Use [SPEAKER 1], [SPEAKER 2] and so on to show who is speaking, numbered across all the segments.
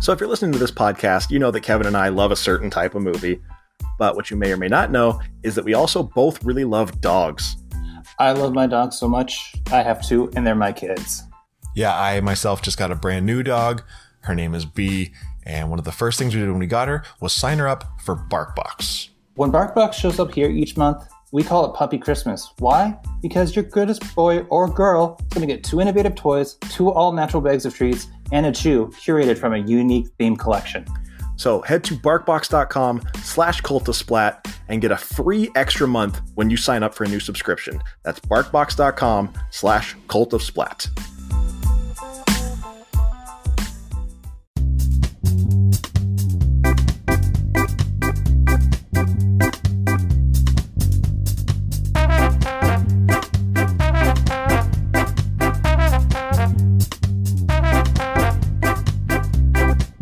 [SPEAKER 1] So if you're listening to this podcast, you know that Kevin and I love a certain type of movie. But what you may or may not know is that we also both really love dogs.
[SPEAKER 2] I love my dog so much. I have two, and they're my kids.
[SPEAKER 3] Yeah, I myself just got a brand new dog. Her name is Bee. And one of the first things we did when we got her was sign her up for Barkbox.
[SPEAKER 2] When BarkBox shows up here each month, we call it Puppy Christmas. Why? Because your goodest boy or girl is going to get two innovative toys, two all natural bags of treats, and a chew curated from a unique theme collection.
[SPEAKER 1] So head to barkbox.com slash cultisplat and get a free extra month when you sign up for a new subscription. That's barkbox.com slash cultisplat.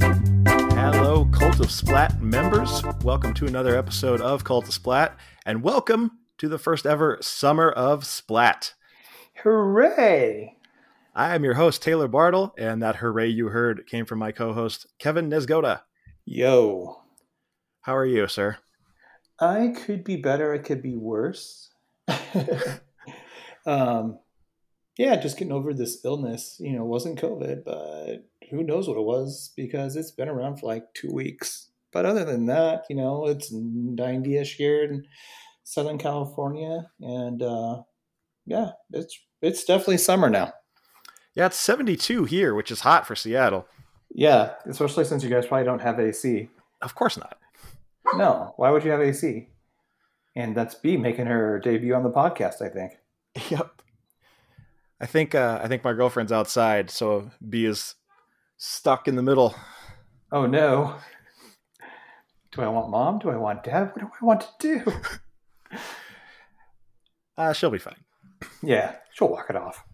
[SPEAKER 1] Hello, Cult of Splat members. Welcome to another episode of Cult of Splat, and welcome to the first ever Summer of Splat.
[SPEAKER 2] Hooray!
[SPEAKER 1] I am your host, Taylor Bartle, and that hooray you heard came from my co host, Kevin Nesgoda.
[SPEAKER 2] Yo.
[SPEAKER 1] How are you, sir?
[SPEAKER 2] I could be better. I could be worse. um, yeah, just getting over this illness. You know, it wasn't COVID, but who knows what it was because it's been around for like two weeks. But other than that, you know, it's 90 ish here in Southern California. And uh, yeah, it's it's definitely summer now.
[SPEAKER 1] Yeah, it's 72 here, which is hot for Seattle.
[SPEAKER 2] Yeah, especially since you guys probably don't have AC.
[SPEAKER 1] Of course not.
[SPEAKER 2] No, why would you have AC? And that's B making her debut on the podcast, I think.
[SPEAKER 1] Yep. I think uh, I think my girlfriend's outside, so B is stuck in the middle.
[SPEAKER 2] Oh no. Do I want mom? Do I want dad? What do I want to do?
[SPEAKER 1] Uh, she'll be fine.
[SPEAKER 2] Yeah, she'll walk it off.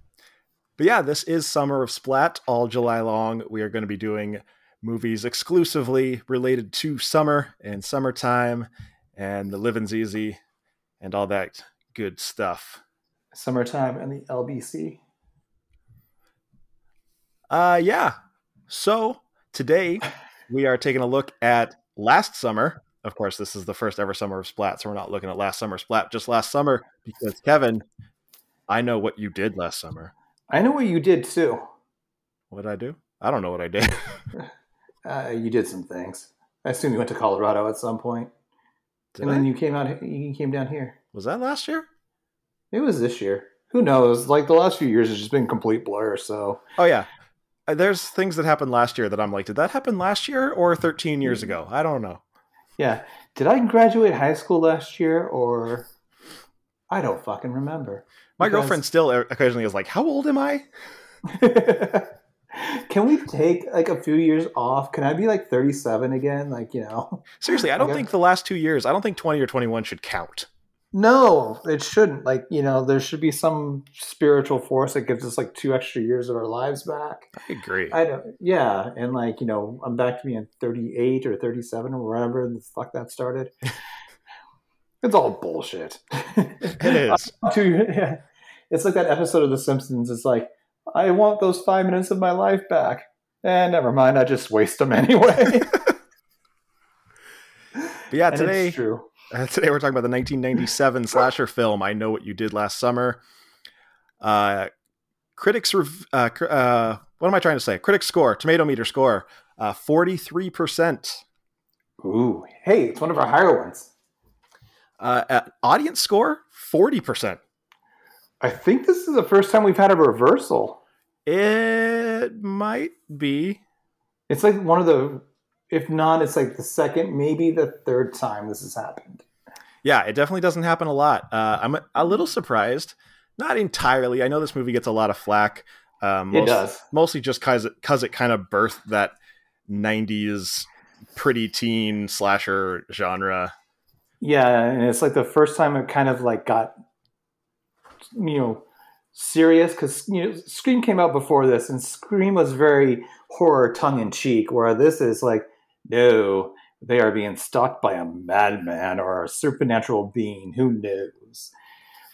[SPEAKER 1] But yeah, this is Summer of Splat all July long. We are going to be doing movies exclusively related to summer and summertime and the living's easy and all that good stuff.
[SPEAKER 2] Summertime in the LBC.
[SPEAKER 1] Uh yeah. So today we are taking a look at last summer. Of course, this is the first ever summer of Splat, so we're not looking at last summer Splat, just last summer because Kevin, I know what you did last summer.
[SPEAKER 2] I know what you did too.
[SPEAKER 1] What did I do? I don't know what I did.
[SPEAKER 2] Uh, you did some things. I assume you went to Colorado at some point,
[SPEAKER 1] Did
[SPEAKER 2] and
[SPEAKER 1] I?
[SPEAKER 2] then you came out. You came down here.
[SPEAKER 1] Was that last year?
[SPEAKER 2] It was this year. Who knows? Like the last few years has just been complete blur. So
[SPEAKER 1] Oh yeah. Uh, There's things that happened last year that I'm like, did that happen last year or 13
[SPEAKER 2] Mm.
[SPEAKER 1] years ago? I don't know.
[SPEAKER 2] yeah, did I graduate high school last year or I don't fucking remember.
[SPEAKER 1] My
[SPEAKER 2] Because-
[SPEAKER 1] girlfriend still e-, occasionally is like, "How old am I?"
[SPEAKER 2] Can we take like a few years off? Can I be like 37 again? Like, you know.
[SPEAKER 1] Seriously, I don't
[SPEAKER 2] Okay.
[SPEAKER 1] think the last two years. I don't think 20 or 21 should count.
[SPEAKER 2] No, it shouldn't. Like, you know, there should be some spiritual force that gives us like two extra years of our lives back.
[SPEAKER 1] I agree.
[SPEAKER 2] I don't yeah, and like, you know, I'm back to being 38 or 37 or wherever the fuck that started. it's all bullshit.
[SPEAKER 1] it is.
[SPEAKER 2] to yeah. it's like that episode of The Simpsons. It's like I want those five minutes of my life back. And never mind, I just waste them anyway.
[SPEAKER 1] But yeah,
[SPEAKER 2] And it's
[SPEAKER 1] today
[SPEAKER 2] true.
[SPEAKER 1] uh, today we're talking about the 1997 slasher film "I Know What You Did Last Summer." Uh, critics, rev- uh, cr- uh, what am I trying to say? Critics score, tomato meter score, uh, 43%.
[SPEAKER 2] Ooh, hey, it's one of our higher ones.
[SPEAKER 1] Uh, uh, audience score, 40%.
[SPEAKER 2] I think this is the first time we've had a reversal.
[SPEAKER 1] It might be.
[SPEAKER 2] It's like one of the, if not, it's like the second, maybe the third time this has happened.
[SPEAKER 1] Yeah, it definitely doesn't happen a lot. Uh, I'm a, a
[SPEAKER 2] Mm-hmm.
[SPEAKER 1] little surprised. Not entirely. I know this movie gets a lot of flack. Um,
[SPEAKER 2] it
[SPEAKER 1] most-
[SPEAKER 2] does.
[SPEAKER 1] Mostly just because it, 'cause it kind of birthed that 90s pretty teen slasher genre.
[SPEAKER 2] Yeah, and it's like the first time it kind of like got, you know, serious because you know Scream came out before this, and Scream was very horror tongue in cheek, where this is like, no, they are being stalked by a madman or a supernatural being. Who knows?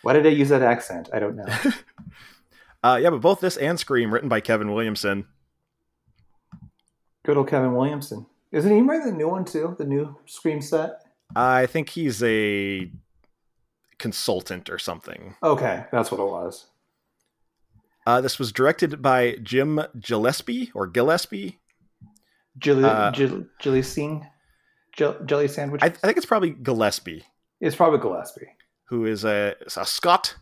[SPEAKER 2] Why did I use that accent? I don't know.
[SPEAKER 1] Uh, yeah, but both this and Scream, written by Kevin Williamson,
[SPEAKER 2] Good old Kevin Williamson. Isn't he writing the new one too? The new Scream set?
[SPEAKER 1] I think he's a consultant or something.
[SPEAKER 2] Okay, that's what it was.
[SPEAKER 1] Uh, this was directed by Jim Gillespie or Gillespie.
[SPEAKER 2] Jelly,
[SPEAKER 1] Uh,
[SPEAKER 2] jelly, jelly scene? Jel- jelly sandwich?
[SPEAKER 1] I, I think it's probably Gillespie,
[SPEAKER 2] it's probably Gillespie.
[SPEAKER 1] who is a, a Scot.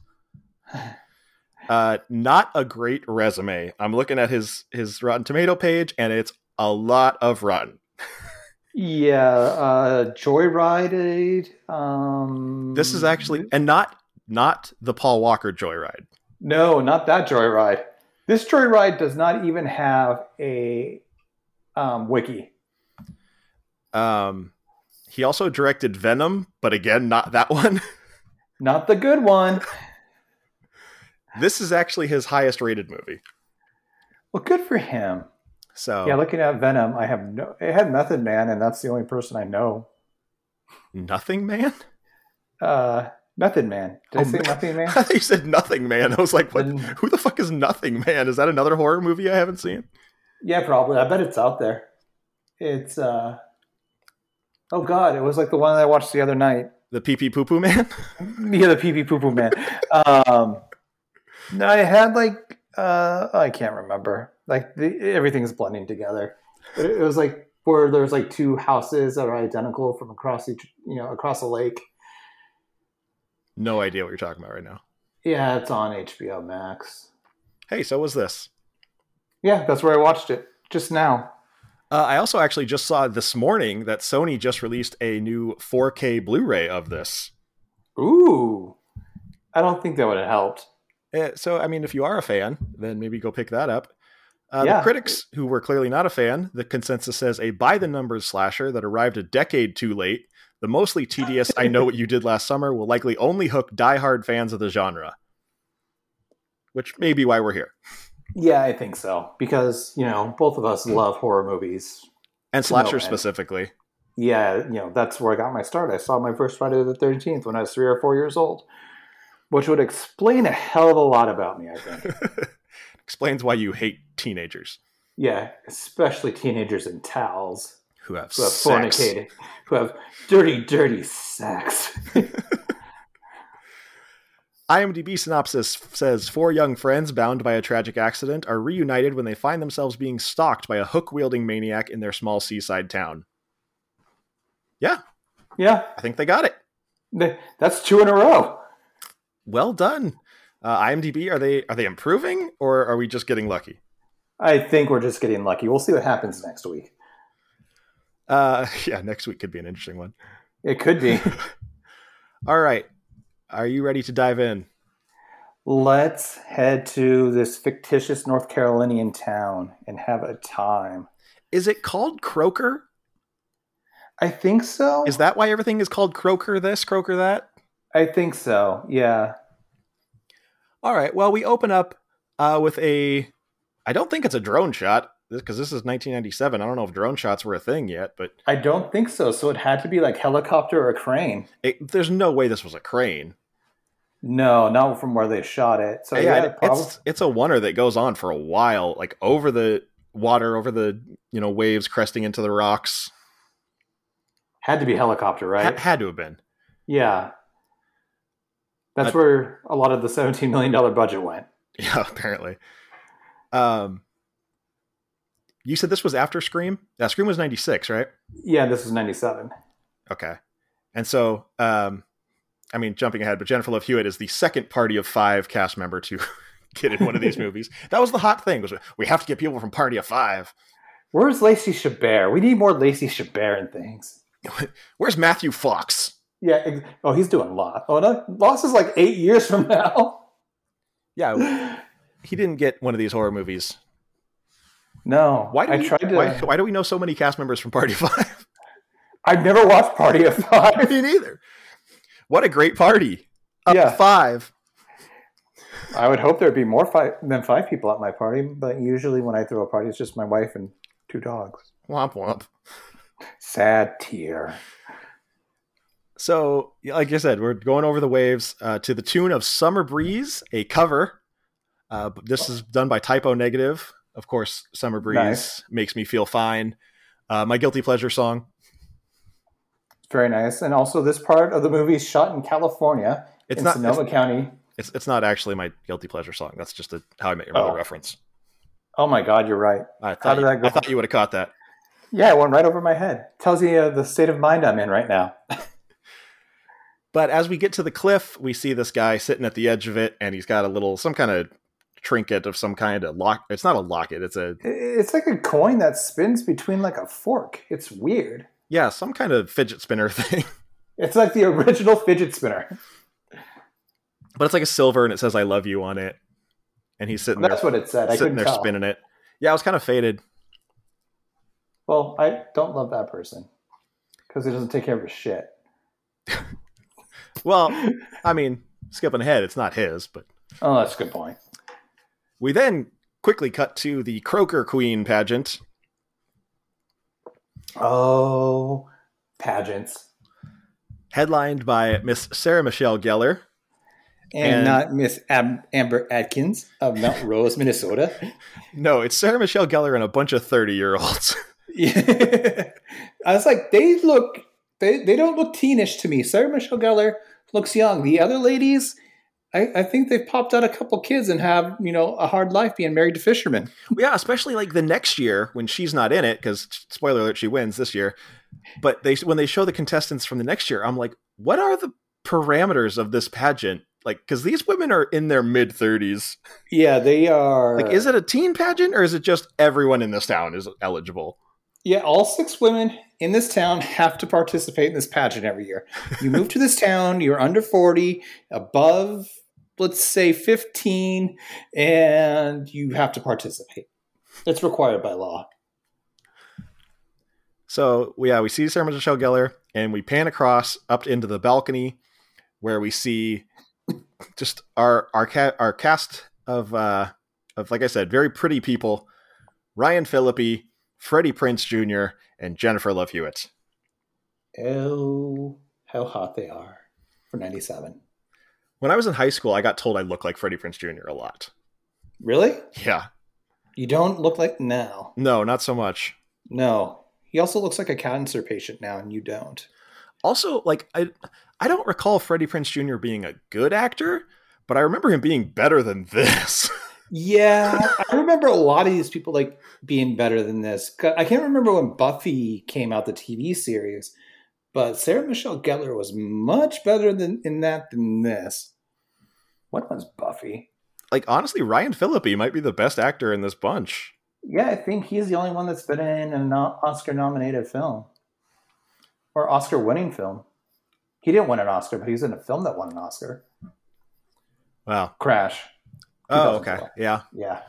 [SPEAKER 1] Uh, not a great resume. I'm looking at his his Rotten Tomato page, and it's a lot of rotten.
[SPEAKER 2] Yeah, uh, Joyride. Um,
[SPEAKER 1] This is actually, and not not the Paul Walker Joyride.
[SPEAKER 2] no, not that Joyride. This Joyride does not even have a um, wiki.
[SPEAKER 1] Um, he also directed Venom, but again, not that one.
[SPEAKER 2] Not the good one.
[SPEAKER 1] this is actually his highest rated movie.
[SPEAKER 2] Well, good for him.
[SPEAKER 1] So
[SPEAKER 2] Yeah, looking at Venom, I have no. It had Method Man, and that's the only person I know.
[SPEAKER 1] nothing, man.
[SPEAKER 2] Uh, Method Man. Did I
[SPEAKER 1] Oh,
[SPEAKER 2] say
[SPEAKER 1] Me-
[SPEAKER 2] Method Man?
[SPEAKER 1] I thought you said nothing, man. I was like, what?
[SPEAKER 2] Then-
[SPEAKER 1] Who the fuck is Nothing Man? Is that another horror movie I haven't seen?
[SPEAKER 2] yeah, probably. I bet it's out there. It's. uh Oh God! It was like the one that I watched the other night.
[SPEAKER 1] The Pee Pee Poo Poo Man?
[SPEAKER 2] Yeah, the pee pee poo poo man. Um, no, I had like uh, I can't remember. Like the, everything's blending together. It, it was like where there's like two houses that are identical from across each, you know, across a lake.
[SPEAKER 1] No idea what you're talking about right now.
[SPEAKER 2] Yeah, it's on HBO Max.
[SPEAKER 1] Hey, so was this.
[SPEAKER 2] Yeah, that's where I watched it just now.
[SPEAKER 1] Uh, I also actually just saw this morning that Sony just released a new 4K Blu ray of this.
[SPEAKER 2] Ooh, I don't think that would have helped.
[SPEAKER 1] Eh, So, I mean, if you are a fan, then maybe go pick that up. Uh,
[SPEAKER 2] Yeah.
[SPEAKER 1] The critics, who were clearly not a fan, the consensus says a by the numbers slasher that arrived a decade too late. The mostly tedious I Know What You Did Last Summer will likely only hook diehard fans of the genre, which may be why we're here.
[SPEAKER 2] Yeah, I think so because you know both of us love horror movies.
[SPEAKER 1] and
[SPEAKER 2] to no
[SPEAKER 1] slasher
[SPEAKER 2] end.
[SPEAKER 1] specifically.
[SPEAKER 2] yeah, you know, that's where I got my start. I saw my first Friday the 13th when I was three or four years old, which would explain a hell of a lot about me, I think.
[SPEAKER 1] Explains why you hate teenagers
[SPEAKER 2] yeah, especially teenagers in towels
[SPEAKER 1] who have,
[SPEAKER 2] who have
[SPEAKER 1] sex.
[SPEAKER 2] fornicated, who have dirty, dirty sex.
[SPEAKER 1] IMDb synopsis f- says four young friends bound by a tragic accident are reunited when they find themselves being stalked by a hook wielding maniac in their small seaside town.
[SPEAKER 2] yeah,
[SPEAKER 1] I think they got it.
[SPEAKER 2] th- that's two in a row.
[SPEAKER 1] Well done. Uh, IMDb, are they are they improving or are we just getting lucky?
[SPEAKER 2] I think we're just getting lucky. We'll see what happens next week.
[SPEAKER 1] Uh, yeah, next week could be an interesting one.
[SPEAKER 2] It could be.
[SPEAKER 1] All right, are you ready to dive in?
[SPEAKER 2] Let's head to this fictitious North Carolinian town and have a time.
[SPEAKER 1] Is it called Croaker?
[SPEAKER 2] I think so.
[SPEAKER 1] Is that why everything is called Croaker? This Croaker that?
[SPEAKER 2] I think so. Yeah.
[SPEAKER 1] All right. Well, we open up uh, with a. I don't think it's a drone shot because this is 1997. I don't know if drone shots were a thing yet, but
[SPEAKER 2] I don't think so. So it had to be like helicopter or crane.
[SPEAKER 1] it, there's no way this was a crane.
[SPEAKER 2] No, not from where they shot it. So yeah,
[SPEAKER 1] yeah,
[SPEAKER 2] it probably,
[SPEAKER 1] it's it's a wonder that goes on for a while, like over the water, over the you know waves cresting into the rocks.
[SPEAKER 2] had to be helicopter,
[SPEAKER 1] Ha-
[SPEAKER 2] right?
[SPEAKER 1] had to have been.
[SPEAKER 2] yeah. That's
[SPEAKER 1] But-
[SPEAKER 2] where a lot of the seventeen million dollar budget went.
[SPEAKER 1] Yeah, apparently. Um, you said this was after Scream. Yeah, Scream was 96, right?
[SPEAKER 2] Yeah, this is ninety seven.
[SPEAKER 1] Okay. And so, um, I mean, jumping ahead, but Jennifer Love Hewitt is the second party of five cast member to get in one of these movies. That was the hot thing was we have to get people from party of five.
[SPEAKER 2] Where's Lacey Chabert? We need more Lacey Chabert and things.
[SPEAKER 1] Where's Matthew Fox?
[SPEAKER 2] Yeah. ex- Oh, he's doing Lost. Oh, no, Lost is like eight years from now.
[SPEAKER 1] Yeah, he didn't get one of these horror movies.
[SPEAKER 2] No,
[SPEAKER 1] Why do
[SPEAKER 2] I
[SPEAKER 1] we,
[SPEAKER 2] tried to? uh,
[SPEAKER 1] why, why do we know so many cast members from Party of Five?
[SPEAKER 2] I've never watched Party of
[SPEAKER 1] I
[SPEAKER 2] Five.
[SPEAKER 1] mean, either. What a great party! Up
[SPEAKER 2] Yeah.
[SPEAKER 1] five.
[SPEAKER 2] I would hope there'd be more five, than five people at my party, but usually when I throw a party, it's just my wife and two dogs.
[SPEAKER 1] Womp womp.
[SPEAKER 2] Sad tear.
[SPEAKER 1] So, yeah, like I said, we're going over the waves uh, to the tune of "Summer Breeze," a cover. Uh, but this is done by Typo Negative, Of course, Summer Breeze makes me feel fine. Uh, my guilty pleasure song.
[SPEAKER 2] Very nice. And also, this part of the movie is shot in California,
[SPEAKER 1] It's
[SPEAKER 2] in
[SPEAKER 1] not. It's,
[SPEAKER 2] Sonoma County.
[SPEAKER 1] it's it's not actually my guilty pleasure song. That's just a How I Met Your Mother
[SPEAKER 2] Oh.
[SPEAKER 1] reference.
[SPEAKER 2] Oh my God, you're right.
[SPEAKER 1] I
[SPEAKER 2] How
[SPEAKER 1] thought,
[SPEAKER 2] did
[SPEAKER 1] you,
[SPEAKER 2] that go?
[SPEAKER 1] I thought you would have caught that.
[SPEAKER 2] Yeah, it went right over my head. Tells you uh, the state of mind I'm in right now.
[SPEAKER 1] But as we get to the cliff, we see this guy sitting at the edge of it, and he's got a little some kind of trinket of some kind. A lock. It's not a locket. It's a
[SPEAKER 2] I- It's like a coin that spins between like a fork. It's weird.
[SPEAKER 1] yeah, some kind of fidget spinner thing.
[SPEAKER 2] It's like the original fidget spinner.
[SPEAKER 1] but it's like a silver, and it says "I love you" on it. And he's sitting
[SPEAKER 2] That's
[SPEAKER 1] there,
[SPEAKER 2] what it said. I
[SPEAKER 1] sitting
[SPEAKER 2] couldn't
[SPEAKER 1] there
[SPEAKER 2] tell.
[SPEAKER 1] spinning it. Yeah, I was kind of faded.
[SPEAKER 2] Well, I don't love that person because he doesn't take care of his shit.
[SPEAKER 1] Well, I mean, skipping ahead, it's not his, but
[SPEAKER 2] Oh, that's a good point.
[SPEAKER 1] we then quickly cut to the Croaker Queen pageant.
[SPEAKER 2] Oh, pageants.
[SPEAKER 1] headlined by Miss Sarah Michelle Gellar.
[SPEAKER 2] And,
[SPEAKER 1] And-
[SPEAKER 2] not Miss Ab- Amber Atkins of Mount Rose, Minnesota.
[SPEAKER 1] No, it's Sarah Michelle Gellar and a bunch of 30 year olds.
[SPEAKER 2] I was like, they look, they, they don't look teenish to me. Sarah Michelle Gellar looks young. The other ladies, I, I think they've popped out a couple kids and have, you know, a hard life being married to fishermen.
[SPEAKER 1] yeah, especially like the next year when she's not in it, because spoiler alert, she wins this year. But they when they show the contestants from the next year, I'm like, what are the parameters of this pageant? Like, because these women are in their mid 30s.
[SPEAKER 2] Yeah, they are.
[SPEAKER 1] Like, is it a teen pageant or is it just everyone in this town is eligible?
[SPEAKER 2] Yeah, all six women in this town have to participate in this pageant every year. You move to this town, you're under 40, above, let's say 15, and you have to participate. It's required by law.
[SPEAKER 1] So yeah, we see Sarah Michelle Gellar, and we pan across up into the balcony, where we see just our our ca- our cast of uh of like I said, very pretty people: Ryan Phillippe, Freddie Prince Jr., and Jennifer Love Hewitt.
[SPEAKER 2] Oh, how hot they are for 97.
[SPEAKER 1] When I was in high school, I got told I looked like Freddie Prince Jr. a lot.
[SPEAKER 2] Really?
[SPEAKER 1] Yeah,
[SPEAKER 2] You don't look like now.
[SPEAKER 1] no, not so much.
[SPEAKER 2] No. He also looks like a cancer patient now, and you don't.
[SPEAKER 1] Also, like I I don't recall Freddie Prince Jr. being a good actor, but I remember him being better than this.
[SPEAKER 2] Yeah, I remember a lot of these people like being better than this. 'Cause I can't remember when Buffy came out, the TV series, but Sarah Michelle Gellar was much better than in that than this. What was Buffy?
[SPEAKER 1] like honestly, Ryan Phillippe might be the best actor in this bunch.
[SPEAKER 2] Yeah, I think he's the only one that's been in an Oscar-nominated film or Oscar-winning film. He didn't win an Oscar, but he was in a film that won an Oscar.
[SPEAKER 1] Wow.
[SPEAKER 2] Crash.
[SPEAKER 1] Oh,
[SPEAKER 2] 2012.
[SPEAKER 1] okay. Yeah.
[SPEAKER 2] Yeah.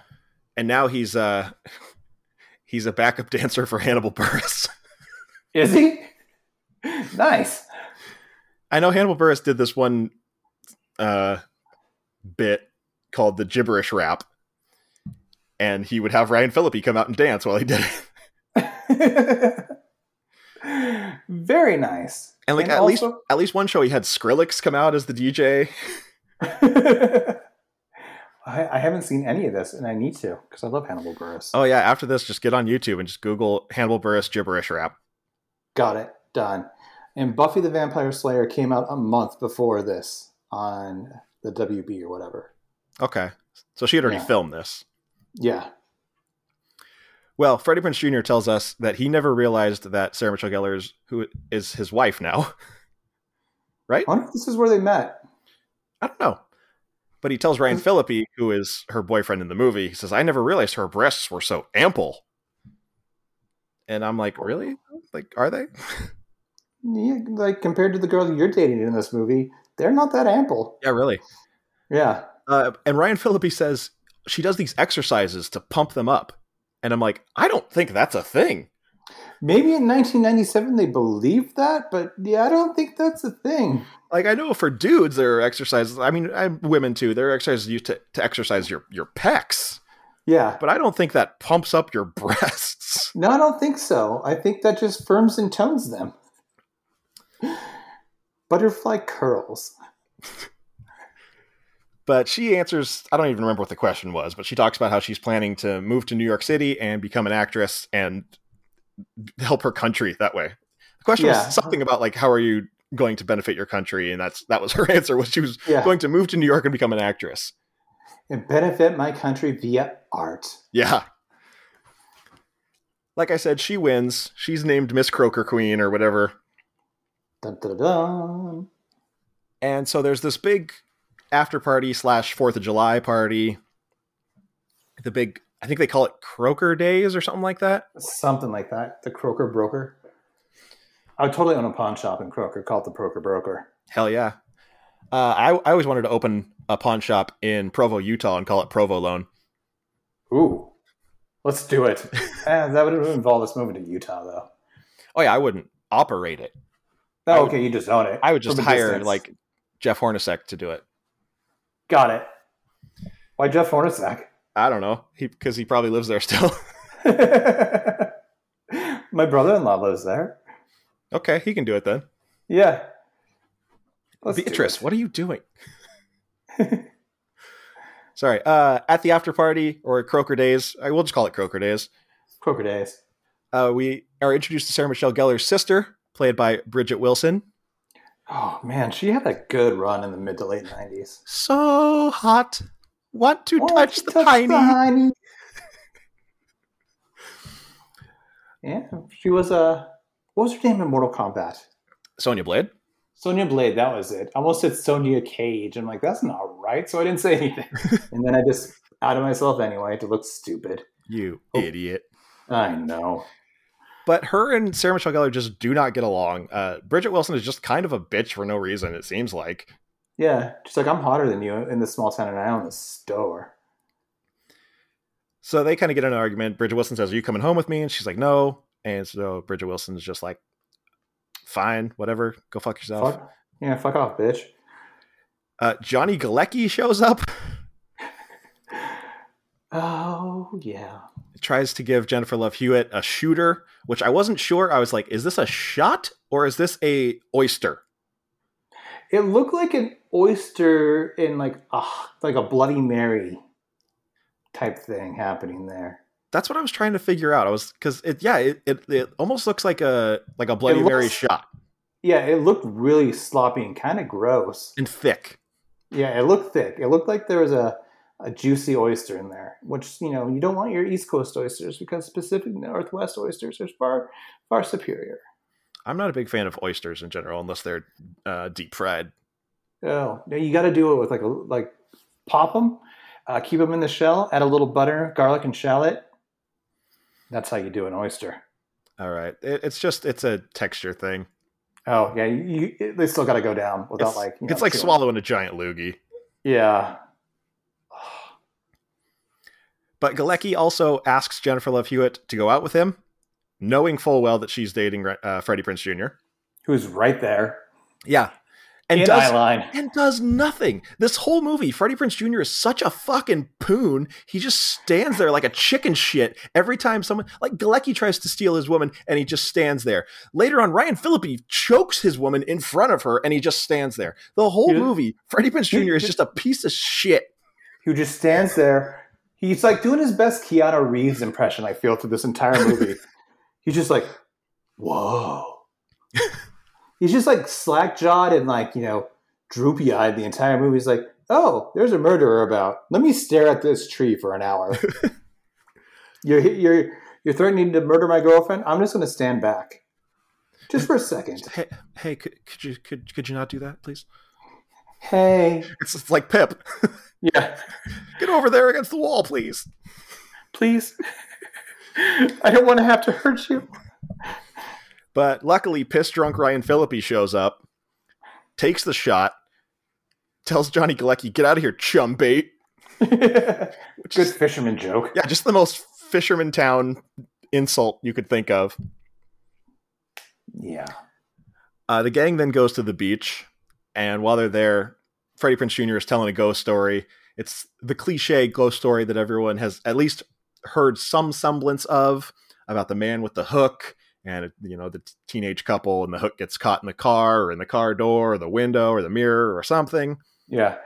[SPEAKER 1] And now he's uh he's a backup dancer for Hannibal Burris.
[SPEAKER 2] Is he? nice.
[SPEAKER 1] I know Hannibal Burris did this one uh bit called the gibberish rap. And he would have Ryan Phillippe come out and dance while he did it.
[SPEAKER 2] Very nice.
[SPEAKER 1] And like
[SPEAKER 2] And
[SPEAKER 1] at least
[SPEAKER 2] also-
[SPEAKER 1] at least one show he had Skrillex come out as the DJ.
[SPEAKER 2] I, I haven't seen any of this, and I need to because I love Hannibal Burris.
[SPEAKER 1] Oh yeah, after this just get on YouTube and just Google Hannibal Burris gibberish rap.
[SPEAKER 2] Got it. Done. And Buffy the Vampire Slayer came out a month before this on the WB or whatever.
[SPEAKER 1] Okay. So she had already
[SPEAKER 2] Yeah.
[SPEAKER 1] filmed this.
[SPEAKER 2] Yeah.
[SPEAKER 1] Well, Freddie Prince Jr. tells us that he never realized that Sarah Michelle Gellar is who is his wife now.
[SPEAKER 2] I wonder if this is where they met.
[SPEAKER 1] I don't know. But he tells Ryan Phillippe, who is her boyfriend in the movie, he says, I never realized her breasts were so ample. And I'm like, really? Like, are they?
[SPEAKER 2] Yeah, like compared to the girl you're dating in this movie, they're not that ample.
[SPEAKER 1] Yeah, really.
[SPEAKER 2] Yeah.
[SPEAKER 1] Uh, and Ryan Phillippe says she does these exercises to pump them up. And I'm like, I don't think that's a thing.
[SPEAKER 2] Maybe in 1997 they believed that, but yeah, I don't think that's a thing.
[SPEAKER 1] Like, I know for dudes, there are exercises. I mean, I'm women too. There are exercises used to, to exercise your, your pecs.
[SPEAKER 2] Yeah.
[SPEAKER 1] but I don't think that pumps up your breasts.
[SPEAKER 2] No, I don't think so. I think that just firms and tones them. Butterfly curls.
[SPEAKER 1] But she answers, I don't even remember what the question was, but she talks about how she's planning to move to New York City and become an actress and help her country that way. The question
[SPEAKER 2] Yeah.
[SPEAKER 1] was something about like how are you going to benefit your country and that's that was her answer was she was
[SPEAKER 2] Yeah.
[SPEAKER 1] going to move to New York and become an actress.
[SPEAKER 2] and benefit my country via art.
[SPEAKER 1] Yeah. Like I said, she wins. She's named Miss Croaker Queen or whatever.
[SPEAKER 2] Dun, dun, dun.
[SPEAKER 1] And so there's this big after party slash Fourth of July party. The big, I think they call it Croaker Days or something like that.
[SPEAKER 2] Something like that. The Croker Broker. I would totally own a pawn shop in Croker called the Croker Broker.
[SPEAKER 1] Hell yeah. Uh, I, I always wanted to open a pawn shop in Provo, Utah and call it Provo Loan.
[SPEAKER 2] Ooh, let's do it. Eh, that would involve us moving to Utah, though.
[SPEAKER 1] Oh, yeah, I wouldn't operate it. I
[SPEAKER 2] Oh,
[SPEAKER 1] would-
[SPEAKER 2] okay, you just own it.
[SPEAKER 1] I would just
[SPEAKER 2] from a
[SPEAKER 1] hire
[SPEAKER 2] distance.
[SPEAKER 1] like Jeff Hornacek to do it.
[SPEAKER 2] Got it. Why Jeff Hornacek?
[SPEAKER 1] I don't know. Because he probably lives there still.
[SPEAKER 2] My brother-in-law lives there.
[SPEAKER 1] okay, he can do it then.
[SPEAKER 2] Yeah. Let's do
[SPEAKER 1] Beatrice,
[SPEAKER 2] it.
[SPEAKER 1] what are you doing? Sorry. Uh, at the after party or at Croaker Days, I will just call it Croaker Days.
[SPEAKER 2] Croker days.
[SPEAKER 1] Uh, we are introduced to Sarah Michelle Gellar's sister, played by Bridget Wilson.
[SPEAKER 2] Oh man, she had a good run in the mid to late nineties.
[SPEAKER 1] So hot. Want to
[SPEAKER 2] Oh,
[SPEAKER 1] touch
[SPEAKER 2] she
[SPEAKER 1] the
[SPEAKER 2] touched
[SPEAKER 1] tiny.
[SPEAKER 2] hiney. yeah, she was Uh, what was her name in Mortal Kombat?
[SPEAKER 1] Sonya Blade.
[SPEAKER 2] Sonya Blade. That was it. I almost said Sonya Cage. I'm like, that's not right. So I didn't say anything, and then I just out of myself anyway to look stupid.
[SPEAKER 1] You
[SPEAKER 2] Oh.
[SPEAKER 1] idiot.
[SPEAKER 2] I know.
[SPEAKER 1] But her and Sarah Michelle Gellar just do not get along. Uh, Bridget Wilson is just kind of a bitch for no reason, it seems like.
[SPEAKER 2] Yeah, she's like, I'm hotter than you in this small town, and I own this store.
[SPEAKER 1] So they kind of get in an argument. Bridget Wilson says, Are you coming home with me? And she's like, No. And so Bridget Wilson's just like, Fine, whatever. Go fuck yourself.
[SPEAKER 2] Fuck. Yeah, fuck off, bitch.
[SPEAKER 1] Uh, Johnny Galecki shows up,
[SPEAKER 2] Oh yeah.
[SPEAKER 1] tries to give Jennifer Love Hewitt a shooter, which I wasn't sure. I was like, is this a shot or is this a oyster?
[SPEAKER 2] It looked like an oyster in like a like a Bloody Mary type thing happening there.
[SPEAKER 1] That's what I was trying to figure out. I was because it, yeah, it, it it almost looks like a like a Bloody
[SPEAKER 2] looks-
[SPEAKER 1] Mary shot
[SPEAKER 2] Yeah, it looked really sloppy and kind of gross.
[SPEAKER 1] and thick.
[SPEAKER 2] Yeah, it looked thick. It looked like there was a, a juicy oyster in there, which you know you don't want your East Coast oysters because Pacific Northwest oysters are far far superior.
[SPEAKER 1] I'm not a big fan of oysters in general unless they're uh, deep fried.
[SPEAKER 2] Oh, no, you got to do it with like a like pop them, uh, keep them in the shell, add a little butter, garlic, and shallot. That's how you do an oyster.
[SPEAKER 1] All right, it, it's just it's a texture thing.
[SPEAKER 2] Oh yeah, you, you it- they still got to go down without
[SPEAKER 1] It's
[SPEAKER 2] like you
[SPEAKER 1] it's
[SPEAKER 2] know,
[SPEAKER 1] like
[SPEAKER 2] chewing.
[SPEAKER 1] swallowing a giant loogie.
[SPEAKER 2] Yeah,
[SPEAKER 1] But Galecki also asks Jennifer Love Hewitt to go out with him, knowing full well that she's dating uh, Freddie Prince Jr.
[SPEAKER 2] who's right there
[SPEAKER 1] Yeah. And
[SPEAKER 2] in
[SPEAKER 1] does
[SPEAKER 2] eye line?
[SPEAKER 1] and does nothing. This whole movie, Freddie Prince Jr. is such a fucking poon. He just stands there like a chicken shit every time someone like Galecki tries to steal his woman and he just stands there. Later on, Ryan Phillippe chokes his woman in front of her and he just stands there. The whole
[SPEAKER 2] He-
[SPEAKER 1] movie, Freddie Prince
[SPEAKER 2] he-
[SPEAKER 1] Jr. is just a piece of shit.
[SPEAKER 2] Who just stands there? He's like doing his best Keanu Reeves impression. I feel through this entire movie. He's just like, whoa. He's just like slack jawed and like you know droopy eyed the entire movie. He's like, oh, there's a murderer about. Let me stare at this tree for an hour. you're you're you're threatening to murder my girlfriend. I'm just going to stand back, just for a second.
[SPEAKER 1] Hey, hey, could, could you could could you not do that, please?
[SPEAKER 2] Hey,
[SPEAKER 1] It's, it's like Pip,
[SPEAKER 2] yeah,
[SPEAKER 1] get over there against the wall, please.
[SPEAKER 2] please. I don't want to have to hurt you.
[SPEAKER 1] But luckily, piss drunk Ryan Phillippe shows up, takes the shot, tells Johnny Galecki, "Get out of here, chum bait." Which
[SPEAKER 2] Good
[SPEAKER 1] is,
[SPEAKER 2] fisherman joke.
[SPEAKER 1] yeah, just the most fisherman town insult you could think of.
[SPEAKER 2] Yeah.
[SPEAKER 1] Uh, the gang then goes to the beach, and while they're there, Freddie Prince Jr. is telling a ghost story. It's the cliche ghost story that everyone has at least heard some semblance of about the man with the hook and you know the t- teenage couple and the hook gets caught in the car or in the car door or the window or the mirror or something
[SPEAKER 2] Yeah.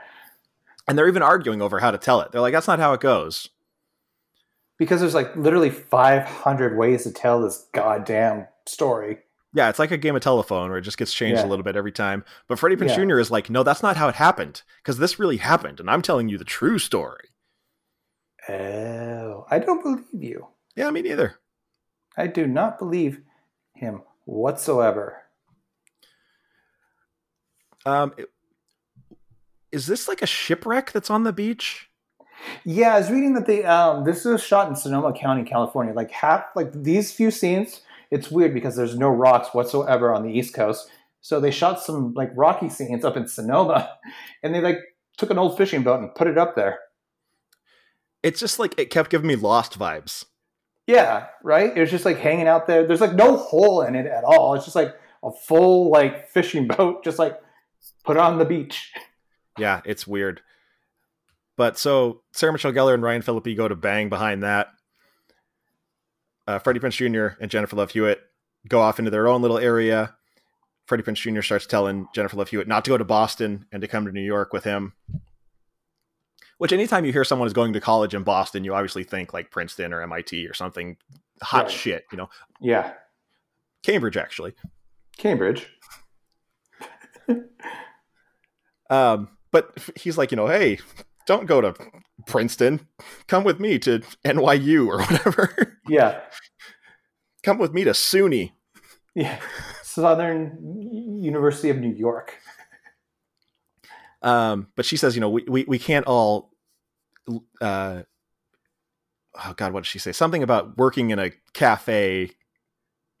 [SPEAKER 1] And they're even arguing over how to tell it. They're like, that's not how it goes.
[SPEAKER 2] because there's like literally 500 ways to tell this goddamn story.
[SPEAKER 1] Yeah, it's like a game of telephone where it just gets changed a
[SPEAKER 2] Yeah.
[SPEAKER 1] little bit every time. But Freddie Prinze
[SPEAKER 2] Yeah.
[SPEAKER 1] Jr. is like, no, that's not how it happened because this really happened. And I'm telling you the true story.
[SPEAKER 2] Oh, I don't believe you.
[SPEAKER 1] Yeah, me neither.
[SPEAKER 2] I do not believe him whatsoever.
[SPEAKER 1] Um, it- is this like a shipwreck that's on the beach?
[SPEAKER 2] Yeah, I was reading that they um this is shot in Sonoma County, California. Like half like these few scenes, it's weird because there's no rocks whatsoever on the East Coast. So they shot some like rocky scenes up in Sonoma and they like took an old fishing boat and put it up there.
[SPEAKER 1] It's just like it kept giving me lost vibes.
[SPEAKER 2] Yeah, right? It was just like hanging out there. There's like no hole in it at all. It's just like a full like fishing boat just like put on the beach.
[SPEAKER 1] Yeah, it's weird. But so Sarah Michelle Gellar and Ryan Phillippe go to bang behind that. Uh, Freddie Prince Jr. and Jennifer Love Hewitt go off into their own little area. Freddie Prince Jr. starts telling Jennifer Love Hewitt not to go to Boston and to come to New York with him. Which, anytime you hear someone is going to college in Boston, you obviously think like Princeton or MIT or something hot
[SPEAKER 2] Right.
[SPEAKER 1] shit, you know,
[SPEAKER 2] Yeah.
[SPEAKER 1] Cambridge actually.
[SPEAKER 2] Cambridge.
[SPEAKER 1] Um, but he's like, you know, hey, don't go to Princeton. Come with me to NYU or whatever.
[SPEAKER 2] Yeah.
[SPEAKER 1] Come with me to SUNY.
[SPEAKER 2] Yeah. Southern University of New York.
[SPEAKER 1] Um, but she says, you know, we, we, we can't all. Uh, oh, God, what did she say? Something about working in a cafe,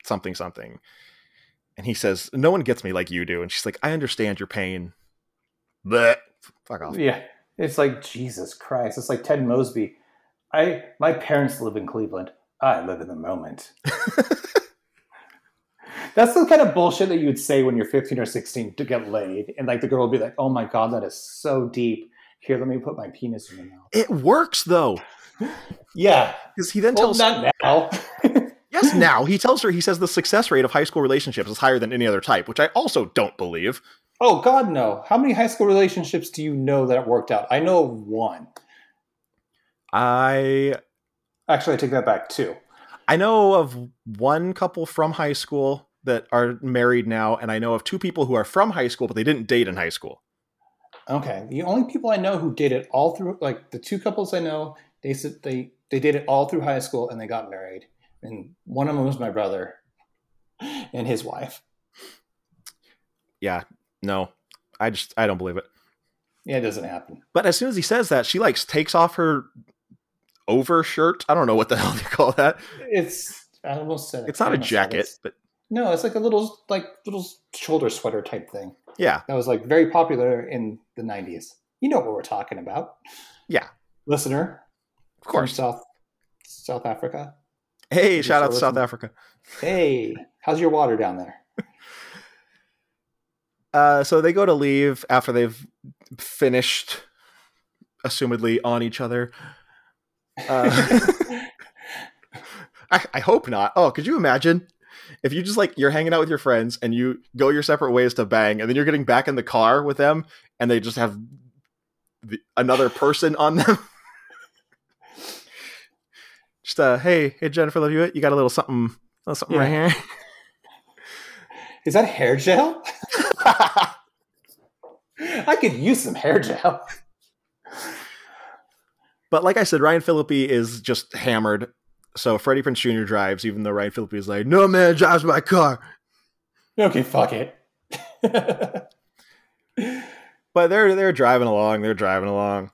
[SPEAKER 1] something, something. And he says, no one gets me like you do. And she's like, I understand your pain. But fuck off.
[SPEAKER 2] Yeah. It's like Jesus Christ. It's like Ted Mosby. I my parents live in Cleveland. I live in the moment. That's the kind of bullshit that you would say when you're 15 or 16 to get laid, and like the girl would be like, "Oh my god, that is so deep." Here, let me put my penis in your mouth.
[SPEAKER 1] It works though,
[SPEAKER 2] Yeah,
[SPEAKER 1] because he then
[SPEAKER 2] well,
[SPEAKER 1] tells
[SPEAKER 2] not now.
[SPEAKER 1] Yes, now he tells her he says the success rate of high school relationships is higher than any other type, which I also don't believe.
[SPEAKER 2] oh God, no. How many high school relationships do you know that worked out? I know one.
[SPEAKER 1] I
[SPEAKER 2] Actually, I take that back. Two.
[SPEAKER 1] I know of one couple from high school that are married now, and I know of two people who are from high school but they didn't date in high school.
[SPEAKER 2] Okay. The only people I know who did it all through, like the two couples I know, they said they they did it all through high school and they got married. And one of them was my brother and his wife.
[SPEAKER 1] No, I just I don't believe it.
[SPEAKER 2] Yeah, it doesn't happen.
[SPEAKER 1] But as soon as he says that, she like takes off her overshirt. I don't know what the hell they call that.
[SPEAKER 2] It's I almost said it.
[SPEAKER 1] It's not
[SPEAKER 2] I
[SPEAKER 1] a
[SPEAKER 2] almost said
[SPEAKER 1] jacket,
[SPEAKER 2] it.
[SPEAKER 1] but
[SPEAKER 2] No, it's like a little like little shoulder sweater type thing
[SPEAKER 1] yeah,
[SPEAKER 2] that was like very popular in the '90s. You know what we're talking about?
[SPEAKER 1] Yeah.
[SPEAKER 2] listener
[SPEAKER 1] of course.
[SPEAKER 2] South South Africa.
[SPEAKER 1] Hey,
[SPEAKER 2] Just
[SPEAKER 1] shout out to
[SPEAKER 2] listen.
[SPEAKER 1] South Africa.
[SPEAKER 2] Hey, how's your water down there?
[SPEAKER 1] Uh, so they go to leave after they've finished, assumedly on each other. Uh, I, I hope not. Oh, could you imagine if you just like you're hanging out with your friends and you go your separate ways to bang, and then you're getting back in the car with them, and they just have the, another person on them. just uh, hey, hey Jennifer, love you. You got a little something, little something
[SPEAKER 2] Yeah.
[SPEAKER 1] right here.
[SPEAKER 2] Is that hair gel? I could use some hair gel.
[SPEAKER 1] But like I said, Ryan Phillippe is just hammered. So Freddie Prince Jr. drives, even though Ryan Phillippe is like, "No man drives my car."
[SPEAKER 2] Okay, fuck it.
[SPEAKER 1] But they're they're driving along, they're driving along,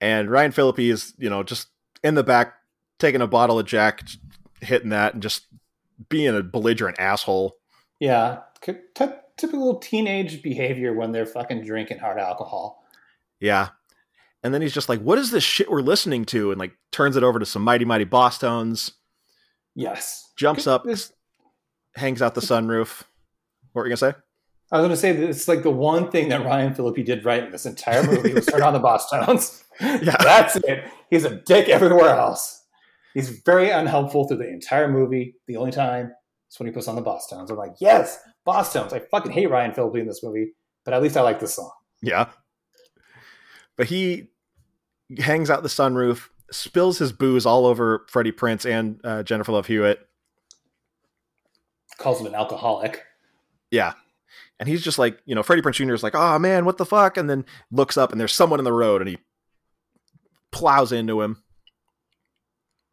[SPEAKER 1] and Ryan Phillippe is you know just in the back taking a bottle of Jack, just hitting that, and just being a belligerent asshole.
[SPEAKER 2] yeah, c- t- typical teenage behavior when they're fucking drinking hard alcohol.
[SPEAKER 1] Yeah. And then he's just like, "What is this shit we're listening to?" And like turns it over to some mighty mighty Boss Tones,
[SPEAKER 2] Yes.
[SPEAKER 1] jumps up,
[SPEAKER 2] This-
[SPEAKER 1] hangs out the sunroof. What were you gonna say?
[SPEAKER 2] I was going to say that it's like the one thing that Ryan Phillippe did right in this entire movie was turn on the Boss Tones.
[SPEAKER 1] Yeah.
[SPEAKER 2] That's it. He's a dick everywhere else. He's very unhelpful through the entire movie. The only time is when he puts on the Boss Tones. I'm like, yes, Boss Tones. I fucking hate Ryan Phillippe in this movie, but at least I like this song.
[SPEAKER 1] Yeah. But he hangs out the sunroof, spills his booze all over Freddie Prince and uh, Jennifer Love Hewitt.
[SPEAKER 2] Calls him an alcoholic.
[SPEAKER 1] Yeah. And he's just like, you know, Freddie Prince Jr. is like, oh man, what the fuck? And then looks up and there's someone in the road and he plows into him.